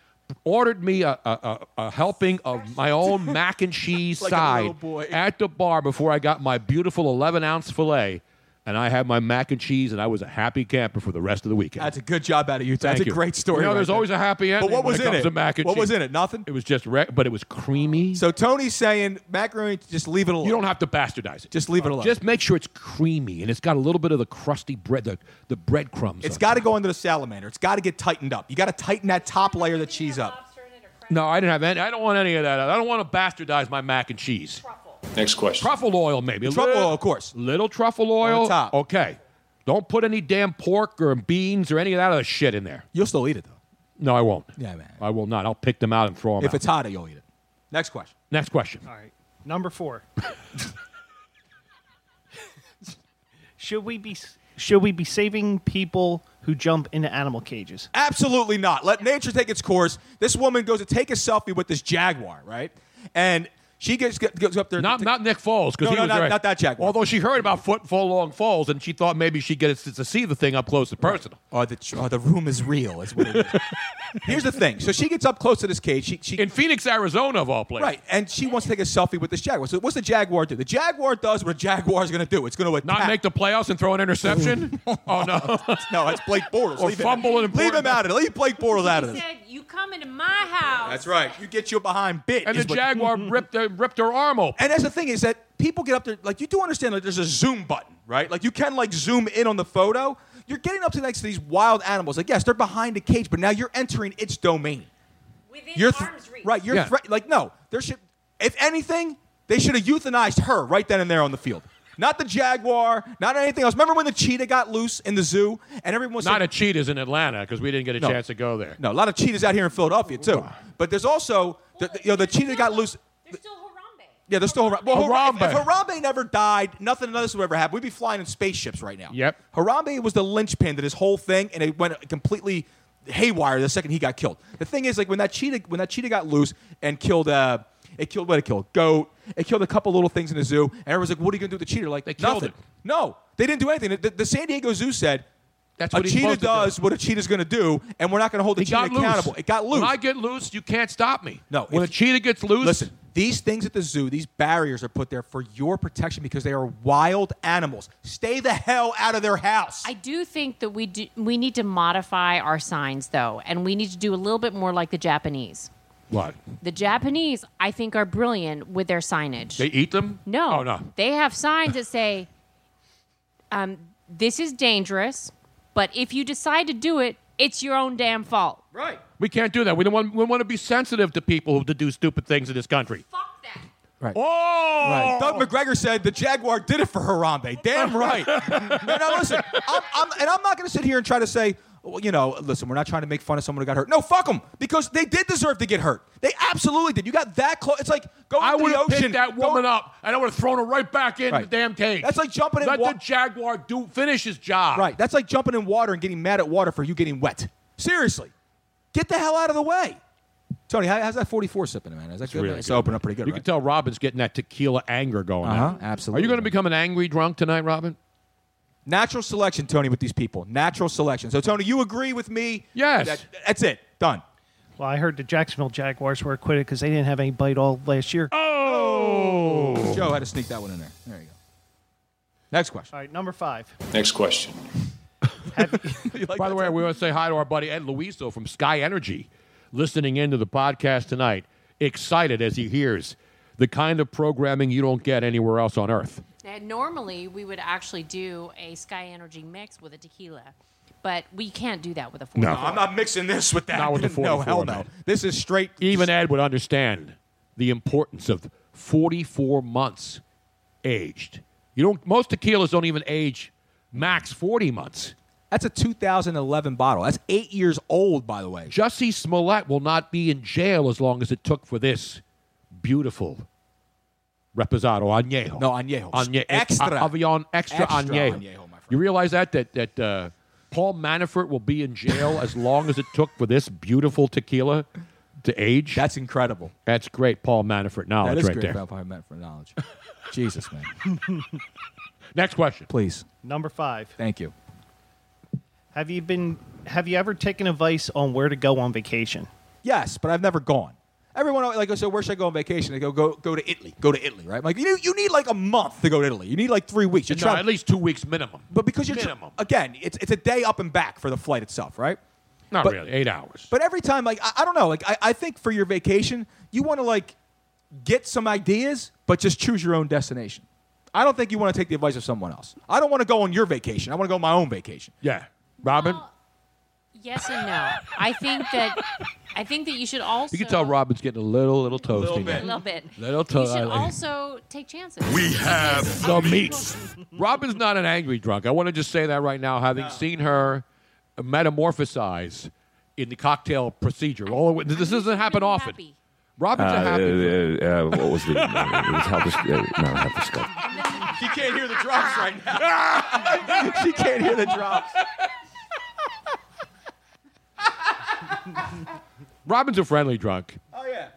S10: ordered me a, a, a, a helping of
S8: *laughs*
S10: my own mac and cheese
S8: Like a little
S10: side
S8: boy.
S10: at the bar before I got my beautiful 11 ounce filet. And I had my mac and cheese, and I was a happy camper for the rest of the weekend.
S8: That's a good job out of you. That's
S10: Thank
S8: a
S10: you.
S8: great story.
S10: You know,
S8: right
S10: there's
S8: there.
S10: always a happy ending.
S8: But what
S10: when
S8: was in
S10: it comes
S8: it?
S10: To mac and
S8: what was
S10: cheese.
S8: in it? Nothing.
S10: It was just, re- but it was creamy.
S8: So Tony's saying macaroni. Just leave it alone.
S10: you don't have to bastardize it. Uh,
S8: Just leave it alone.
S10: Just make sure it's creamy, and it's got a little bit of the crusty bread, the, the breadcrumbs.
S8: it's
S10: on
S8: got to go under the salamander. It's got to get tightened up. You got to tighten that top layer of the cheese up.
S10: No, I didn't have any. I don't want any of that. I don't want to bastardize my mac and cheese.
S1: Next question.
S10: Truffle oil, maybe. A
S8: Truffle
S10: little-
S8: oil, of course.
S10: Little truffle oil.
S8: the top.
S10: Okay. Don't put any damn pork or beans or any of that other shit in there.
S8: You'll still eat it though.
S10: No, I won't.
S8: Yeah, man.
S10: I will not. I'll pick them out and throw them
S8: If
S10: out.
S8: it's hotter, you'll eat it. Next question.
S10: Next question.
S6: All right. Number four. *laughs* should we be should we be saving people who jump into animal cages?
S8: Absolutely not. Let nature take its course. This woman goes to take a selfie with this jaguar, right? And she gets goes up there.
S10: Not not Nick Foles because
S8: No,
S10: he
S8: no,
S10: was
S8: not-
S10: right.
S8: not that jaguar.
S10: Although she heard about foot full long falls and she thought maybe she gets to see the thing up close and personal.
S8: Oh, the, oh, the room is real. Is what it
S10: *laughs*
S8: is. Here's the thing. So she gets up close to this cage. She, she
S10: In Phoenix, Arizona, of all places.
S8: Right, and she wants to take a selfie with this jaguar. So what's the jaguar do? The jaguar does what a jaguar is going to do. It's going to attack.
S10: Not make the playoffs and throw an interception. oh *laughs* no.
S8: *laughs* no, that's Blake Bortles.
S10: Or
S8: Leave him-
S10: fumble
S8: Leave
S10: an important-
S8: him out of it. Leave Blake Bortles out of
S5: He
S8: this.
S5: said, "You come into my house."
S8: That's right. You get your behind bit.
S10: and
S8: is
S10: the
S8: what- *laughs*
S10: jaguar ripped her, ripped her arm open.
S8: And that's the thing is that people get up there. Like you do understand, like there's a zoom button, right? Like you can like zoom in on the photo. You're getting up to next to these wild animals. Like yes, they're behind a cage, but now you're entering its domain.
S5: Within
S8: You're th-
S5: arm's reach.
S8: right. You're
S10: Yeah.
S8: thre- like no. There should, if anything, they should have euthanized her right then and there on the field. Not the jaguar, not anything else. Remember when the cheetah got loose in the zoo and everyone was
S10: Not
S8: saying-
S10: a cheetah's in Atlanta because we didn't get a
S8: No.
S10: chance to go there.
S8: No, a lot of cheetahs out here in Philadelphia too. But there's also the, the- you know the cheetah got loose. Yeah, they're still Harambe. Well, Harambe. If, if Harambe never died, nothing of this would ever happen. We'd be flying in spaceships right now. Yep. Harambe was the linchpin to this whole thing, and it went completely haywire the second he got killed. The thing is, like when that cheetah when that cheetah got loose and killed uh it killed what it killed goat. It killed a couple little things in the zoo, and everyone's like, "What are you gonna do with the cheetah?" Like they
S10: killed
S8: nothing.
S10: it.
S8: No, they didn't do anything. The, the San Diego Zoo said.
S10: That's
S8: a
S10: what he's
S8: cheetah
S10: supposed to do.
S8: does what a cheetah's going to do, and we're not going to hold the
S10: He
S8: cheetah
S10: got loose.
S8: accountable. It got loose.
S10: When I get loose, you can't stop me.
S8: No.
S10: When
S8: if-
S10: a cheetah gets loose,
S8: Listen, these things at the zoo, these barriers are put there for your protection because they are wild animals. Stay the hell out of their house.
S5: I do think that we do, we need to modify our signs though, and we need to do a little bit more like the Japanese.
S10: What?
S5: The Japanese, I think, are brilliant with their signage.
S10: They eat them?
S5: No.
S10: Oh, no.
S5: They have signs that say, um, "This is dangerous, but if you decide to do it, it's your own damn fault."
S10: Right. We can't do that. We don't want, we want to be sensitive to people who do stupid things in this country.
S8: Right.
S10: Oh!
S8: Right. Doug McGregor said the Jaguar did it for Harambe. Damn right. no, no, listen. I'm, I'm, and I'm not going to sit here and try to say, well, you know, listen, we're not trying to make fun of someone who got hurt. No, fuck them because they did deserve to get hurt. They absolutely did. You got that close. It's like going
S10: I
S8: into
S10: would
S8: the
S10: have
S8: ocean.
S10: picked that woman up, and I would have thrown her right back in
S8: Right.
S10: the damn cage.
S8: That's like jumping in
S10: Let
S8: wa-
S10: the jaguar do finish his job.
S8: Right. That's like jumping in water and getting mad at water for you getting wet. Seriously. Get the hell out of the way. Tony, how, how's that 44 sipping, man? Is that good?
S10: really
S8: it's
S10: good.
S8: opening up pretty good,
S10: You
S8: right?
S10: can tell Robin's getting that tequila anger going.
S8: Uh-huh,
S10: on. Absolutely. Are you going to become an angry drunk tonight,
S8: *laughs*
S10: Robin?
S8: Natural selection, Tony, with these people. Natural selection. So, Tony, you agree with me?
S6: Yes.
S8: That- that's it. Done.
S6: Well, I heard the Jacksonville Jaguars were acquitted because they didn't have any bite all last year.
S8: Oh! Joe had to sneak that one in there. There you go. Next question.
S6: All right, number five.
S10: Next question. By the way, we want to say hi to our buddy Ed Luiso from Sky Energy, listening into the podcast tonight, excited as he hears the kind of programming you don't get anywhere else on earth.
S5: And normally, we would actually do a Sky Energy mix with a tequila, but we can't do that with a four.
S8: Uh, I'm not mixing this with that.
S10: Not with the
S8: *laughs*
S10: 44.
S8: no, hell no.
S10: man.
S8: This is straight.
S10: Even Ed would understand the importance of 44 months aged. You don't. Most tequilas don't even age max 40 months.
S8: That's a 2011 bottle. That's eight years old, by the way.
S10: Jussie Smollett will not be in jail as long as it took for this beautiful reposado añejo.
S8: No, añejo.
S10: Añe-
S8: Extra.
S10: a- Avion extra,
S8: Extra
S10: añejo.
S8: añejo,
S10: You realize that that that uh, Paul Manafort will be in jail as long as it took for this beautiful tequila to age.
S8: That's incredible.
S10: That's great, Paul Manafort knowledge
S8: that is
S10: Oh, right
S8: great
S10: there.
S8: about I meant for
S10: *laughs*
S8: knowledge. Jesus, man.
S10: Next question,
S8: please.
S6: Number five.
S8: Thank you.
S6: Have you been? Have you ever taken advice on where to go on vacation?
S8: Yes, but I've never gone. Everyone like I so where should I go on vacation? They go go go to Italy. Go to Italy, right? I'm like you you need like a month to go to Italy. You need like three weeks. You're
S10: No,
S8: trying
S10: at least two weeks minimum.
S8: but because you're uh, tr- again, it's it's a day up and back for the flight itself, right?
S10: Not
S8: But-
S10: really. Eight hours.
S8: But every time, like I, I don't know, like I, I think for your vacation, you want to like get some ideas, but just choose your own destination. I don't think you want to take the advice of someone else. I don't want to go on your vacation. I want to go on my own vacation.
S10: Yeah, Robin.
S5: Yes and no. I think that I think that you should also
S10: you can tell Robin's getting a little little toasty.
S5: a little bit.
S10: Little
S5: you
S10: toasty.
S5: should also take chances.
S10: the meats. Robin's not an angry drunk. I want to just say that right now, having seen her metamorphosize in the cocktail procedure. All the way- this doesn't happen often. Robin's a happy.
S1: uh, uh, what was
S8: *laughs*
S1: the? uh, it was helpless. Uh, no, helpless. Go.
S8: She can't hear the drops right now. *laughs* she can't hear the drops.
S10: Robin's a friendly drunk.
S8: Oh yeah.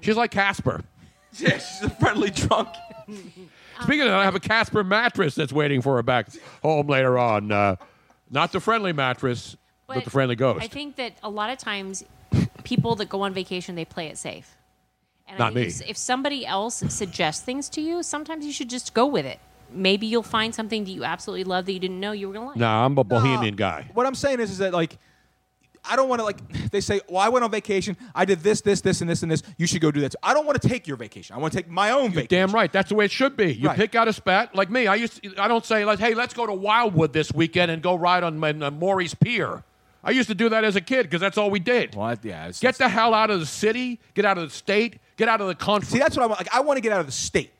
S10: She's like Casper.
S8: *laughs* Yeah, she's a friendly
S5: *laughs*
S8: drunk.
S10: Speaking of that, I have a Casper mattress that's waiting for her back home later on. Uh, not the friendly mattress, but, the friendly ghost.
S5: I think that a lot of times people that go on vacation they play it safe. And I
S10: Not
S5: think
S10: me.
S5: If, if somebody else suggests things to you, sometimes you should just go with it. Maybe you'll find something that you absolutely love that you didn't know you were going to like.
S10: no, I'm a bohemian guy.
S8: What I'm saying is, is that like, I don't want to like. They say, "Well, I went on vacation. I did this, this, this, and this, and this. You should go do that." too." I don't want to take your vacation. I want to take my own vacation.
S10: Damn right. That's the way it should be. You
S8: Right.
S10: pick out a spot like me. I used. To, I don't say like, hey, let's go to Wildwood this weekend and go ride on my, uh, Maury's Pier. I used to do that as a kid because that's all we did.
S8: What? Yeah.
S10: get the hell out of the city. Get out of the state. Get out of the country.
S8: See, that's what I want. Like, I want to get out of the state.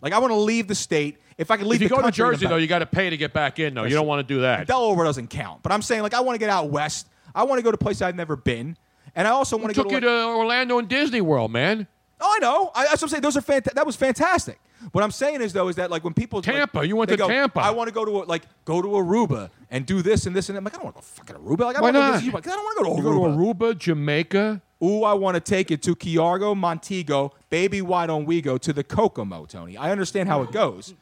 S8: Like I want to leave the state. If I could leave
S10: if you
S8: the
S10: go to
S8: country,
S10: Jersey,
S8: I'm
S10: though,
S8: back.
S10: you got to pay to get back in, though. You don't want to do that.
S8: Delaware doesn't count. But I'm saying like I want to get out west. I want to go to places I've never been, and I also want to go
S10: took
S8: to
S10: you to Orlando and Disney World, man.
S8: Oh, I know. I, that's what I'm saying. Those are fanta- that was fantastic. What I'm saying is though is that like when people Tampa,
S10: you went to Tampa.
S8: I want to go to a, like go to Aruba and do this and this and that. I'm like I don't want to go fucking Aruba. Like I
S10: Why
S8: don't wanna
S10: not?
S8: Go to, 'cause I don't want to go to
S10: You
S8: Aruba.
S10: go to Aruba, Jamaica.
S8: Ooh, I want to take it to Kiargo, Montego, baby, why don't we go to the Kokomo, Tony? I understand how it
S10: *laughs*
S8: goes.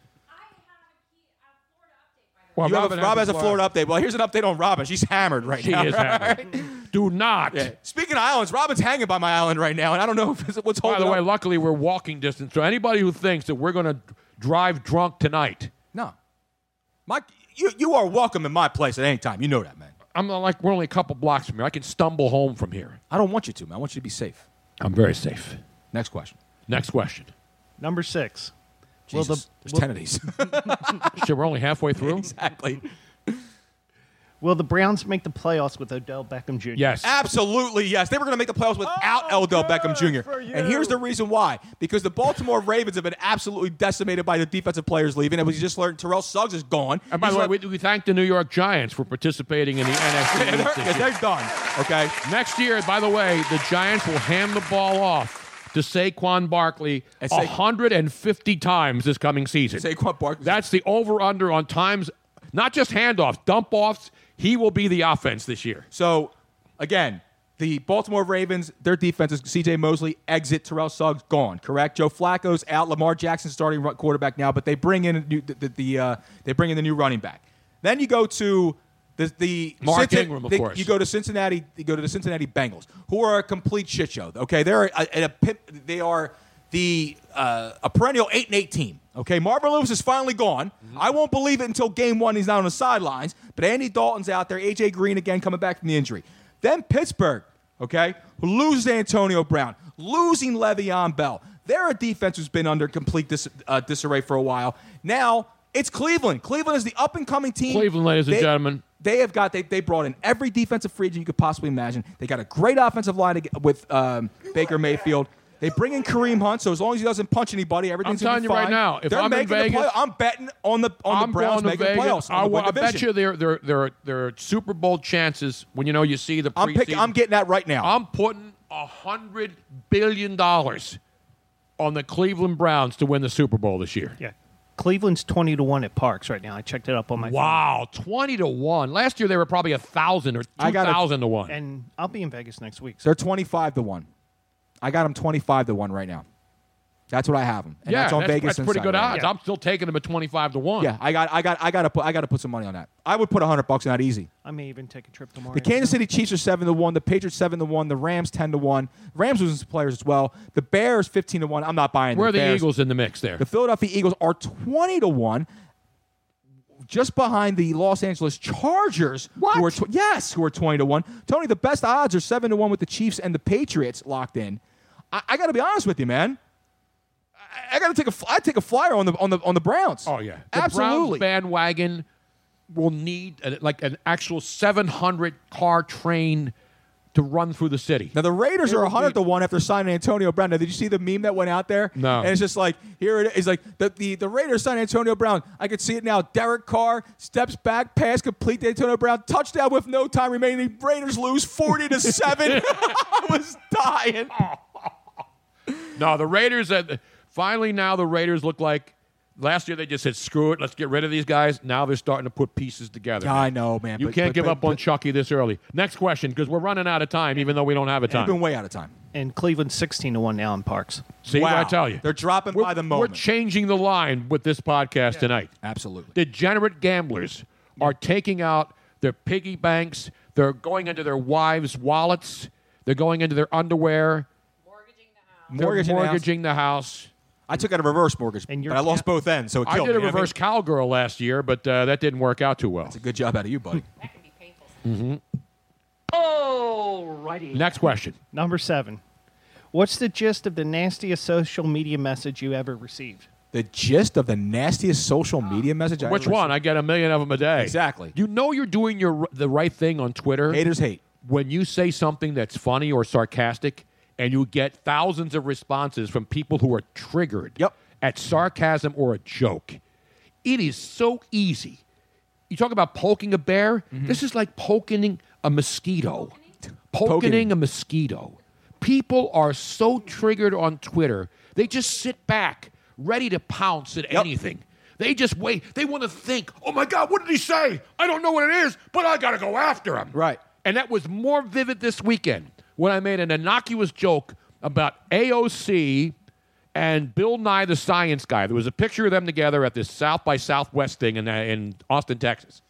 S10: Well,
S8: You have
S10: Robin
S8: a-
S10: has
S8: Rob
S10: a
S8: has a
S10: *laughs*
S8: Florida update. Well, here's an update on Robin. She's hammered right
S10: She
S8: now.
S10: is
S8: right?
S10: hammered. Do not.
S8: *laughs* Speaking of islands, Robin's hanging by my island right now, and I don't know if it's, what's holding.
S10: By the way,
S8: up.
S10: luckily we're walking distance. So anybody who thinks that we're going to drive drunk tonight,
S8: no, Mike, you you are welcome in my place at any time. You know that, man.
S10: I'm not like we're only a couple blocks from here. I can stumble home from here.
S8: I don't want you to, man. I want you to be safe.
S10: I'm very safe.
S8: Next question.
S10: Next question. *laughs*
S6: Number six.
S10: Jesus, there's 10 of these.
S6: these.
S10: Shit, we're only halfway
S8: *laughs*
S10: through.
S8: Exactly.
S6: Will the Browns make the playoffs with Odell Beckham Jr.?
S8: Absolutely, yes. They were going to make the playoffs without Odell Beckham Jr. And here's the reason why. Because the Baltimore Ravens have been absolutely decimated by the defensive players leaving. And we just learned Terrell Suggs is gone.
S10: And by
S8: He's
S10: the way,
S8: *laughs* left-
S10: we, we thank the New York Giants for
S8: *laughs*
S10: participating in the NFC.
S8: Yeah, they're-
S10: East this
S8: yeah,
S10: year.
S8: they're done. Okay.
S10: Next year, by the way, the Giants will hand the ball off to Saquon Barkley
S8: And Sa-
S10: 150 times this coming season.
S8: Saquon Barkley.
S10: That's the over/under on times, not just handoffs, dump offs. He will be the offense this year.
S8: So, again, the Baltimore Ravens, their defense is C.J. Mosley, exit, Terrell Suggs, gone, correct? Joe Flacco's out, Lamar Jackson starting ru- quarterback now, but they bring in a new, the, the, the, uh, they bring in the new running back. Then you go to the, the
S10: Mark
S8: Cincin-
S10: Ingram, of
S8: the-
S10: course.
S8: You go to Cincinnati. You go to the Cincinnati Bengals, who are a complete shit show. Okay, they're a, a, a pip- they are the uh, a perennial eight and eight team. Okay, Marvin Lewis is finally gone. I won't believe it until game one. He's not on the sidelines. But Andy Dalton's out there. AJ Green again coming back from the injury. Then Pittsburgh. Okay, who loses Antonio Brown, losing Le'Veon Bell. They're a defense who's been under complete dis- uh, disarray for a while. Now it's Cleveland. Cleveland is the up and coming team.
S10: Cleveland, ladies and
S8: They-
S10: gentlemen.
S8: they have got they, they brought in every defensive free agent you could possibly imagine. They got a great offensive line to get- with um, Baker Mayfield. They bring in Kareem Hunt, so as long as he doesn't punch anybody, everything's gonna
S10: telling you
S8: be
S10: right
S8: fine.
S10: now, if
S8: they're
S10: I'm in
S8: making the
S10: Vegas-
S8: play- I'm betting on the on
S10: I'm
S8: the Browns
S10: going to
S8: making the
S10: Vegas.
S8: playoffs. on
S10: I,
S8: the
S10: wa-
S8: win
S10: I bet
S8: division.
S10: you there there there there are Super Bowl chances when you know you see the.
S8: I'm pick-
S10: preseason.
S8: I'm getting that right now.
S10: I'm putting a hundred billion dollars on the Cleveland Browns to win the Super Bowl this year.
S6: Yeah. Cleveland's 20 to 1 at Parks right now. I checked it up on my
S10: Wow, twenty to one. Last year they were probably a thousand or
S8: I
S10: two
S8: gotta-
S10: thousand to one.
S6: And I'll be in Vegas next week.
S8: They're 25 to one. I got them 25 to one right now. That's what I have them. And
S10: yeah,
S8: that's on Vegas.
S10: pretty
S8: Insider
S10: good
S8: right
S10: odds.
S8: now.
S10: I'm still taking them at twenty-five to one.
S8: Yeah, I got I got I got to put I got to put some money on that. I would put 100 bucks on that easy.
S6: I may even take a trip tomorrow.
S8: The Kansas City Chiefs are seven to one. The Patriots seven to one. The Rams ten to one. Rams losing some players as well. The Bears fifteen to one. I'm not buying.
S10: Where are
S8: the,
S10: the
S8: Bears.
S10: Eagles in the mix there?
S8: The Philadelphia Eagles are twenty to one, just behind the Los Angeles Chargers. What? Who are tw- yes, who are twenty to one. Tony, the best odds are seven to one with the Chiefs and the Patriots locked in. I, I got to be honest with you, man. I- I got to take a fl- I take a flyer on the on the on the Browns.
S10: Oh yeah, the
S8: absolutely.
S10: Browns bandwagon will need a, like an actual 700 car train to run through the city.
S8: Now the Raiders
S10: They
S8: are
S10: will
S8: 100
S10: need-
S8: to one after signing Antonio Brown. Now, did you see the meme that went out there?
S10: No.
S8: And it's just like here it is. Like the the, the Raiders signed Antonio Brown. I could see it now. Derek Carr steps back, pass complete to Antonio Brown, touchdown with no time remaining. Raiders lose 40 to
S10: *laughs*
S8: seven. I was dying.
S10: No, the Raiders. uh, finally, now the Raiders look like last year they just said, "Screw it, let's get rid of these guys." Now they're starting to put pieces together.
S8: Yeah, I know, man,
S10: You
S8: but-
S10: can't
S8: but-
S10: give
S8: but-
S10: up on Chucky this early. Next question, because we're running out of time, even though we don't have a time.
S8: way out of time.
S6: And Cleveland's 16 to 1 now in Parks.
S10: See what I tell you?
S8: They're dropping by the
S10: We're
S8: moment.
S10: changing the line with this podcast tonight.
S8: Absolutely.
S10: Degenerate gamblers are taking out their piggy banks. They're going into their wives' wallets. They're going into their underwear.
S8: Mortgaging
S10: They're
S8: the house.
S10: mortgaging the house.
S8: I took out a reverse mortgage, and but I lost both ends, so it
S10: I
S8: killed
S10: did a
S8: me.
S10: reverse cowgirl last year, but uh, that didn't work out too well. That's a
S8: good job out of you, buddy.
S10: hmm
S6: Alrighty.
S10: Next question.
S6: Number seven. What's the gist of the nastiest social media message you ever received?
S8: The gist of the nastiest social media message. I
S10: Which
S8: ever
S10: one? I get a million of them a day.
S8: Exactly.
S10: You know you're doing your the right thing on Twitter.
S8: Haters hate.
S10: When you say something that's funny or sarcastic and you get thousands of responses from people who are triggered. Yep. at sarcasm or a joke. It is so easy. You talk about poking a bear. This is like poking a mosquito. Poking a mosquito. People are so triggered on Twitter. They just sit back, ready to pounce at anything. They just wait. They want to think, oh my God, what did he say? I don't know what it is, but I got to go after him. Right. And that was more vivid this weekend when I made an innocuous joke about AOC and Bill Nye the Science Guy. There was a picture of them together at this South by Southwest thing in, uh, in Austin, Texas.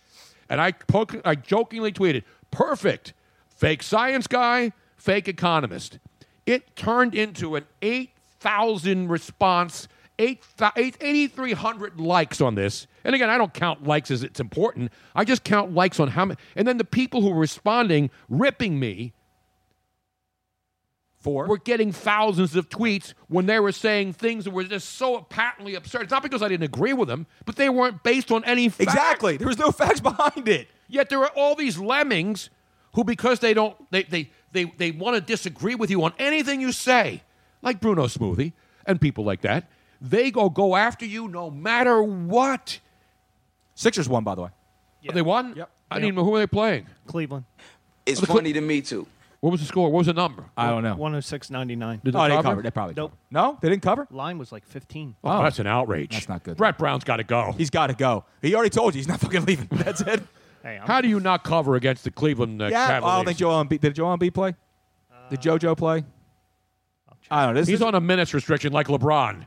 S10: And I, poke, I jokingly tweeted, perfect, fake science guy, fake economist. It turned into an 8,000 response, 8, thou- 8 8,300 likes on this. And again, I don't count likes as it's important. I just count likes on how many. And then the people who were responding, ripping me, for were getting thousands of tweets when they were saying things that were just so patently absurd. It's not because I didn't agree with them, but they weren't based on any facts. Exactly. There was no facts *laughs* behind it. Yet there are all these lemmings who, because they don't, they they they, they want to disagree with you on anything you say, like Bruno Smoothie and people like that. They go go after you no matter what. Sixers won, by the way. They won. Yep. I didn't even know who were they playing.
S6: Cleveland.
S19: It's
S10: The Cle-
S19: funny to me too.
S10: What was the score? What was the number? I don't know.
S6: 106.99.
S10: Did Oh, they Oh, they cover? covered. They probably
S6: Nope.
S10: No, they didn't cover.
S6: Line was like 15.
S10: Oh, that's an outrage. That's not good. Brett Brown's got to go. He's got to go. He already told you
S8: *laughs*
S10: he's not fucking leaving. That's *laughs* it.
S6: Hey, I'm-
S10: How do you not cover against the Cleveland uh,
S8: yeah, I
S10: Cavaliers?
S8: don't think Joel Embiid. Did Joel Embiid play?
S10: Uh,
S8: Did JoJo play? I don't know. This
S10: he's
S8: is,
S10: on a minutes restriction like LeBron.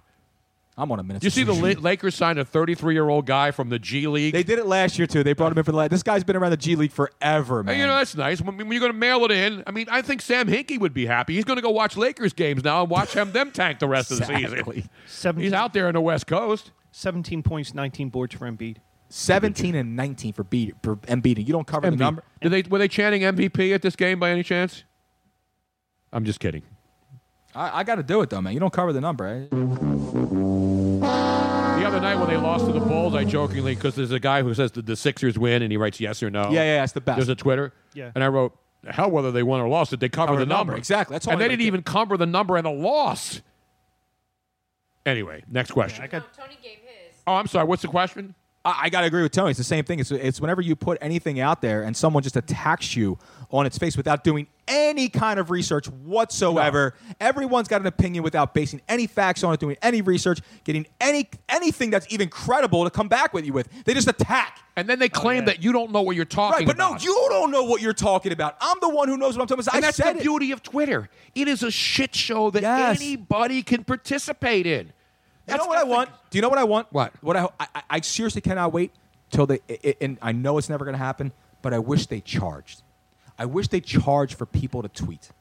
S8: I'm on a minute.
S10: You see the *laughs* La- Lakers signed a 33 year old guy from the G League.
S8: They did it last year too. They brought him in for the last. This guy's been around the G League forever, man.
S10: Hey, you know that's nice. When, when you're going to mail it in, I mean, I think Sam Hinkie would be happy. He's going to go watch Lakers games now and watch him them tank the rest of the
S6: Exactly.
S10: season. He's out there in the West Coast.
S6: 17 points, 19 boards for Embiid.
S8: 17 and 19 for, beat, for Embiid. You don't cover the
S10: MVP.
S8: number.
S10: Did they, were they chanting MVP at this game by any chance? I'm just kidding.
S8: I, I got to do it though, man. You don't cover the number. eh?
S10: The other night when they lost to the Bulls, I jokingly because there's a guy who says did the Sixers win, and he writes yes or no.
S8: Yeah, yeah, that's the best.
S10: There's a Twitter.
S8: Yeah.
S10: And I wrote hell whether they won or lost. Did they cover
S8: Cover
S10: the
S8: the number.
S10: number?
S8: Exactly. That's all
S10: And
S8: I
S10: they didn't
S8: looked at.
S10: even cover the number and the loss. Anyway, next question.
S5: Tony gave his.
S10: Oh, I'm sorry. What's the question?
S8: I, I got to agree with Tony. It's the same thing. It's, it's whenever you put anything out there and someone just attacks you on its face without doing any kind of research whatsoever. Everyone's got an opinion without basing any facts on it, doing any research, getting any anything that's even credible to come back with you with. They just attack.
S10: And then they claim that you don't know what you're
S8: right,
S10: talking
S8: but
S10: about.
S8: no, you don't know what you're talking about. I'm the one who knows what I'm talking about.
S10: And
S8: I
S10: that's
S8: said
S10: the
S8: it.
S10: beauty of Twitter. It is a shit show that
S8: Yes.
S10: anybody can participate in.
S8: You know what I want? Do you know what I want? What? What I I, I- I seriously cannot wait till they. i- i and I know it's never going to happen, but I wish they charged. I wish they charged for people to tweet,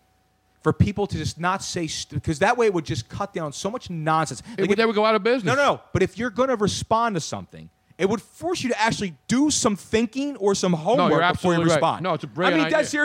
S8: for people to just not say because that way it would just cut down so much nonsense.
S10: It would- they would go out of business.
S8: No, no. But if you're going to respond to something. It would force you to actually do some thinking or some homework before you
S10: absolutely right.
S8: respond.
S10: No, it's a brilliant
S8: I mean,
S10: idea.
S8: that's